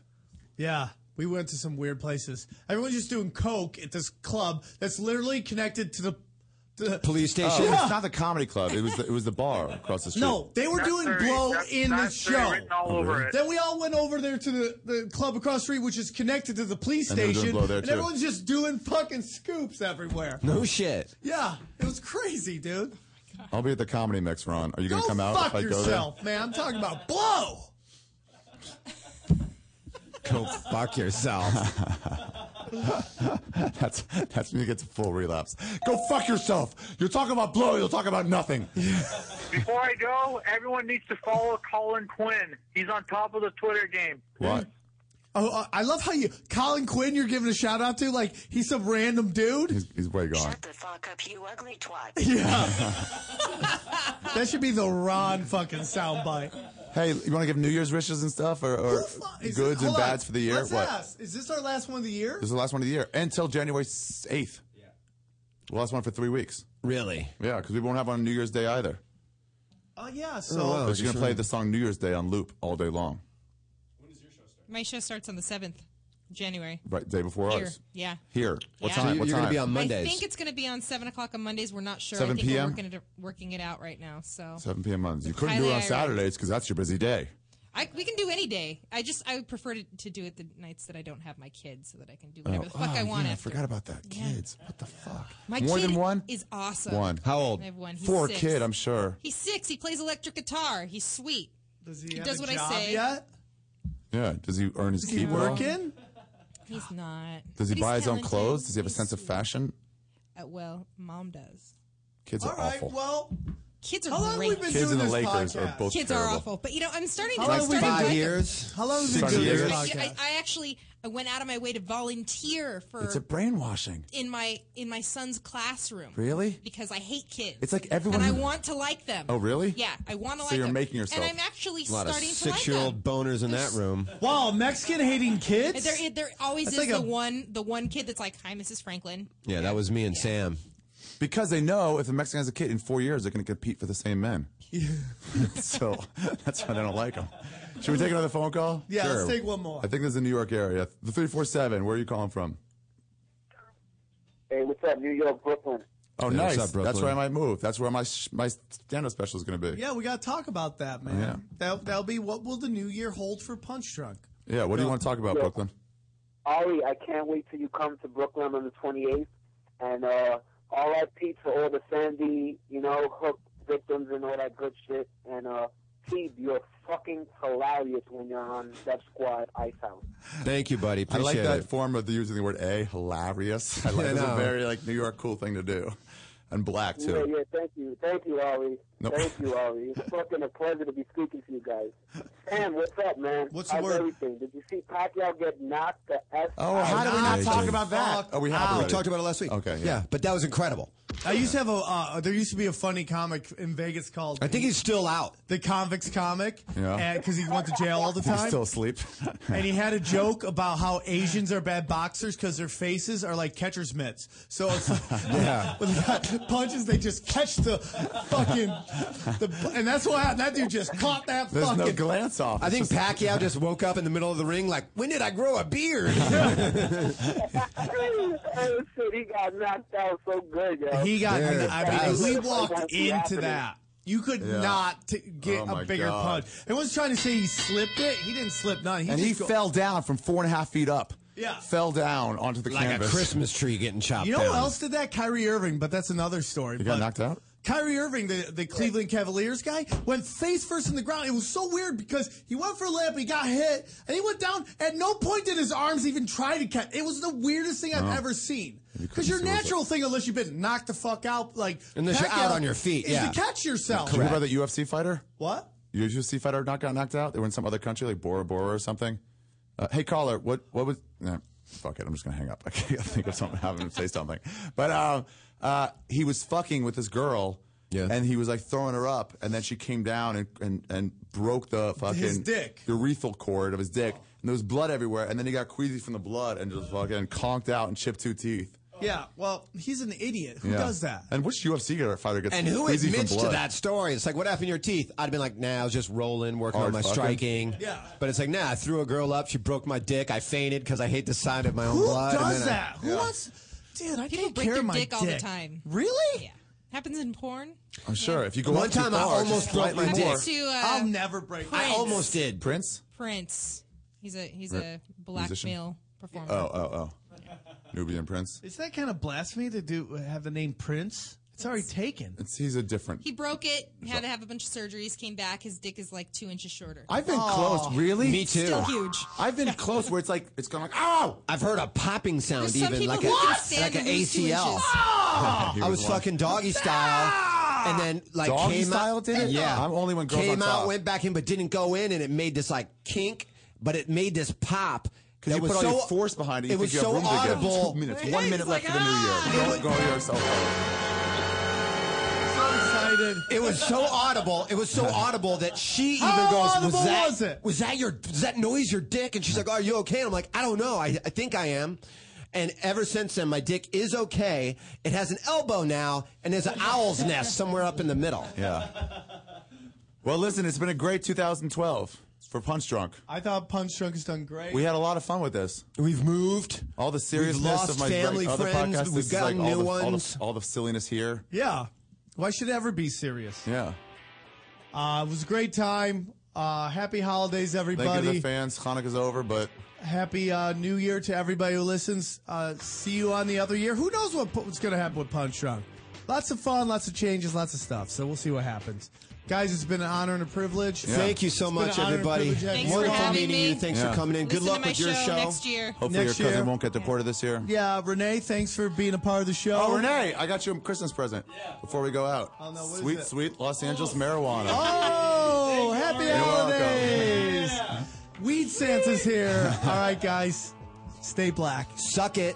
B: Yeah, we went to some weird places. Everyone's just doing coke at this club that's literally connected to the, the
A: police
C: Oh,
B: Yeah.
C: It's not the comedy club. It was the, it was the bar across the street.
B: No, they were doing blow in the show.
C: Oh, really?
B: Then we all went over there to the, the club across the street, which is connected to the police
C: And they were doing
B: station,
C: blow there,
B: and
C: too.
B: everyone's just doing fucking scoops everywhere.
A: No shit.
B: Yeah, it was crazy, dude.
C: I'll be at the comedy mix, Ron. Are you gonna
B: Go
C: come out
B: fuck
C: if I
B: yourself, man. I'm talking about blow.
A: Go fuck yourself.
C: that's that's when you get to full relapse. Go fuck yourself. You're talking about blow. You're talking about nothing.
J: Before I go, everyone needs to follow Colin Quinn. He's on top of the Twitter game.
C: What?
B: Oh, uh, I love how you, Colin Quinn, you're giving a shout out to. Like, he's some random dude.
C: He's, he's way gone.
L: the fuck up, you ugly twat.
B: That should be the Ron fucking soundbite.
C: Hey, you want to give New Year's wishes and stuff, or, or
B: Is-
C: goods and
B: hold on.
C: bads for the year?
B: Let's
C: what?
B: ask, Is this our last one of the year?
C: This is the last one of the year until January 8th. Yeah. The last one for three weeks.
A: Really?
C: Yeah, because we won't have one on New Year's Day either.
B: Oh, yeah. So,
C: but you're going to play the song New Year's Day on loop all day long.
I: My show starts on the seventh, January.
C: Right, day before
I: Here.
C: ours.
I: Yeah.
C: Here. What
I: Yeah.
C: time? what time?
I: I think it's going to be on seven o'clock on Mondays. We're not sure.
C: 7
I: I think
C: p.m.?
I: We're working it, working it out right now. So
C: 7 p.m. Mondays. You couldn't do
I: Highly
C: it on
I: irate.
C: Saturdays because that's your busy day.
I: I, we can do any day. I just I would prefer to, to do it the nights that I don't have my kids, so that I can do whatever the fuck
C: Oh,
I: I want.
C: yeah, I
I: after.
C: forgot about that. Kids. What the fuck?
I: My
C: More
I: kid
C: than one?
I: is awesome.
C: One. How old?
I: I have one. He's
C: Four
I: six.
C: kid, I'm sure.
I: He's six. He plays electric guitar. He's sweet.
B: Does
I: he
B: have
I: does
B: a
I: what
B: job
I: I say?
B: yet?
C: Yeah. Does he earn his
B: Is
C: keep?
B: he
C: at all?
B: working?
I: He's not.
C: Does he
I: But
C: buy
I: he's
C: his own
I: talented.
C: clothes? Does he have a sense of fashion?
I: Uh, well, mom does.
C: Kids are awful.
B: Well,
I: kids are
B: How long
I: great.
B: we been
C: Kids
B: doing
C: and the
B: this
C: Lakers are
B: podcast?
C: both
I: kids are
C: terrible.
I: awful. But you know, I'm starting
B: How
I: to.
B: long
I: I'm
B: have Oh, we been
I: starting to
B: doing-
I: like
B: How long have we been
C: Six
B: doing this
C: years.
I: it.
B: podcast?
I: I, I actually I went out of my way to volunteer for
C: It's a brainwashing.
I: in my in my son's classroom.
C: Really?
I: Because I hate kids.
C: It's like everyone
I: And I
C: who-
I: want to like them.
C: Oh, really?
I: Yeah, I want to
C: So
I: like
C: you're
I: them.
C: making yourself.
I: And I'm actually
A: a lot of
I: starting to like
A: six year old boners in that room.
B: Wow, Mexican hating
I: them.
B: kids?
I: There, there always
A: That's
I: is
A: like
I: the
A: a-
I: one the one kid that's like, "Hi, Mrs. Franklin."
A: Yeah, that was me and Sam.
C: Because they know if a Mexican has a kid in four years, they're going to compete for the same men. so that's why they don't like them. Should we take another phone call?
B: Yeah, let's take one more.
C: I think this is the New York area. The 347, where are you calling from?
M: Hey, what's up, New York, Brooklyn?
C: Oh,
A: Hey, what's
C: nice.
A: up, Brooklyn?
C: that's where I might move. That's where my sh- my stand up special is going to be.
B: Yeah, we got to talk about that, man.
C: Yeah.
B: That, that'll be what will the new year hold for Punch Drunk?
C: Yeah, what do you want to talk about,
M: Yeah.
C: Brooklyn?
M: Ari, I can't wait till you come to Brooklyn on the 28th. And uh, all that pizza, all the Sandy, you know, hook victims and all that good shit. And uh, Steve, you're fucking hilarious when you're on Death Squad Ice House.
A: Thank you, buddy.
C: I like
A: Appreciate
C: that
A: it.
C: form of the, using the word A, hilarious. I like
A: I
C: It's a
A: know.
C: very like New York cool thing to do. And black,
M: Yeah,
C: too.
M: yeah, thank you. Thank you, Ari.
C: No.
M: Thank you, Ari. It's fucking a pleasure to be speaking to you guys. Sam, what's up, man?
B: What's the
M: How's
B: word?
M: everything? Did you see Pacquiao get knocked the F
C: Oh, how
M: out?
C: did we not talk about that?
B: Fuck
C: Oh, we have
B: out.
C: already.
A: We talked about it last week.
C: Okay, yeah.
A: Yeah, but that was incredible.
B: I used to have a. Uh, there used to be a funny comic in Vegas called.
A: I think he's still out.
B: The convicts comic.
C: Yeah.
B: Because he went to jail all the
C: He's
B: time.
C: still asleep.
B: and he had a joke about how Asians are bad boxers because their faces are like catcher's mitts. So it's like,
C: Yeah.
B: when they got punches, they just catch the fucking. The, and that's what happened. That dude just caught that fucking.
C: glance off.
A: I think
B: It's just-
A: Pacquiao just woke up in the middle of the ring like, when did I grow a beard?
M: oh, shit, he got knocked out so good, yo.
B: He got.
A: Yeah,
B: I mean,
A: that's-
B: we walked
M: That's
B: into
M: happening.
B: that. You could
C: Yeah.
B: not t- get
C: Oh my
B: a bigger
C: God.
B: punch. Everyone's trying to say he slipped it. He didn't slip none. He
C: and
B: just
C: he
B: go-
C: fell down from four and a half feet up.
B: Yeah.
C: Fell down onto the
A: like
C: canvas.
A: a Christmas tree getting chopped
B: You know
A: down.
B: who else did that? Kyrie Irving, but that's another story.
C: He got
B: But
C: knocked out.
B: Kyrie Irving, the, the Cleveland Cavaliers guy, went face first in the ground. It was so weird because he went for a layup, he got hit, and he went down. At no point did his arms even try to catch. It was the weirdest thing I've
A: Oh.
B: ever seen.
A: You couldn't
B: Because your
A: see what's
B: natural thing, unless you've been knocked the fuck out, like
A: Unless you're out
B: Pacquiao,
A: on your feet,
B: is
A: yeah.
B: to catch yourself.
C: Did you hear about that UFC fighter?
B: What?
C: Your UFC fighter not got knocked out? They were in some other country, like Bora Bora or something. Uh, hey, caller, what what was? Nah, fuck it, I'm just gonna hang up. I can't think of something. Have him say something. But um, uh, he was fucking with this girl. Yeah. And he was like throwing her up, and then she came down and, and, and broke the fucking
B: His dick.
C: the urethral cord of his dick, and there was blood everywhere. And then he got queasy from the blood and just fucking conked out and chipped two teeth.
B: Yeah, well, he's an idiot. Who
C: Yeah.
B: does that?
C: And which UFC fighter gets
A: And who
C: queasy from
A: admits to
C: blood?
A: that story? It's like, what happened to your teeth? I'd have been like, nah, I was just rolling, working
C: Hard
A: on my
C: fucking.
A: striking.
B: Yeah.
A: But it's like, nah, I threw a girl up. She broke my dick. I fainted because I hate the sound of my own
B: Who
A: blood. and
B: does
A: then I-
B: that? Who wants? Dude, I
I: People
B: can't
I: break
B: care
I: their
B: my
I: dick, all the time.
B: Really?
I: Yeah. Happens in porn.
C: I'm sure. If you go
A: One
C: up too
A: time I
C: far, just
A: almost broke
C: slightly
A: my
C: more.
A: dick.
I: To, uh,
B: I'll never break.
A: I
I: Prince.
A: almost did.
C: Prince.
I: Prince. He's a he's a
C: Right.
I: black
C: Musician?
I: male performer.
C: Oh, oh, oh. Nubian Prince.
B: Is that kind of blasphemy to do have the name Prince? It's already taken.
C: It's, he's a different.
I: He broke it, had to have a bunch of surgeries, came back. His dick is like two inches shorter.
C: I've been close, really.
A: Me too. Still huge.
C: I've been close where it's like it's gone like ow.
A: I've heard a popping sound,
I: There's some
A: even
I: people
A: like
I: who
A: a
I: can stand
A: like an
I: to lose two
A: ACL.
I: inches. Oh!
C: He
A: I
C: was
A: was
C: one.
A: fucking doggy style, and then like
C: Doggy
A: came
C: style
A: out,
C: did it?
A: Yeah,
C: I'm only when girls
A: came
C: on
A: out,
C: top.
A: went back in, but didn't go in, and it made this like kink, but it made this pop.
C: Because
A: that
C: you
A: was
C: put all
A: so,
C: your force behind it. You
A: it was
C: think you
A: so
C: have room To
A: audible.
C: get two minutes, one minute left for the new
I: "Ah!"
C: year. Don't go to yourself.
B: So excited.
A: It was so audible. It was so audible that she even
B: How
A: goes,
B: audible
A: was that,
B: was it?"
A: that your was that noise your dick?" And she's like, "Are you okay?" And I'm like, "I don't know. I, I think I am." And ever since then, my dick is okay. It has an elbow now, and there's an owl's nest somewhere up in the middle.
C: Yeah. Well, listen, it's been a great 2012 for Punch Drunk.
B: I thought Punch Drunk has done great.
C: We had a lot of fun with this.
A: We've moved.
C: All the seriousness
A: lost
C: of my
A: family,
C: other
A: friends,
C: podcast.
A: we've
C: this is
A: gotten
C: like all
A: new
C: the, all,
A: ones.
C: the, all the silliness here.
B: yeah. Why should it ever be serious?
C: Yeah.
B: Uh, it was a great time. Uh, happy holidays,
C: Thank you to the
B: everybody.
C: fans. Hanukkah's over, but
B: Happy uh, New Year to everybody who listens. Uh, see you on the other year. Who knows what, what's going to happen with Punch Drunk? Lots of fun, lots of changes, lots of stuff. So we'll see what happens. Guys, it's been an honor and a privilege.
A: Thank you so
B: It's been
A: much,
B: an honor and
A: everybody.
B: privilege having
I: Thanks
B: you
I: for
B: on.
I: having
A: meeting
I: me.
A: you. Thanks
C: Yeah.
A: for coming in. Good
I: Listen to
A: luck
I: my
A: with your show.
I: next year.
C: hopefully
B: Next
C: your cousin
B: year.
C: won't get deported this year.
B: Yeah, Renee, thanks for being a part of the show.
C: Oh, Renee, I got you a Christmas present before we go out.
B: Oh, no, what is
C: sweet,
B: it?
C: sweet Los Angeles marijuana.
B: Oh, happy
C: You're welcome.
B: holidays. Weed Santa's here. All right, guys, stay black.
A: Suck it.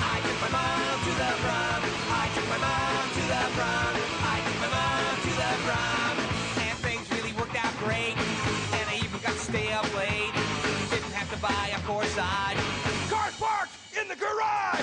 E: I took my mom to the prom. I took my mom to the prom. I took my mom to the prom. And things really worked out great. And I even got to stay up late. Didn't have to buy a Ford side. Cars parked in the garage.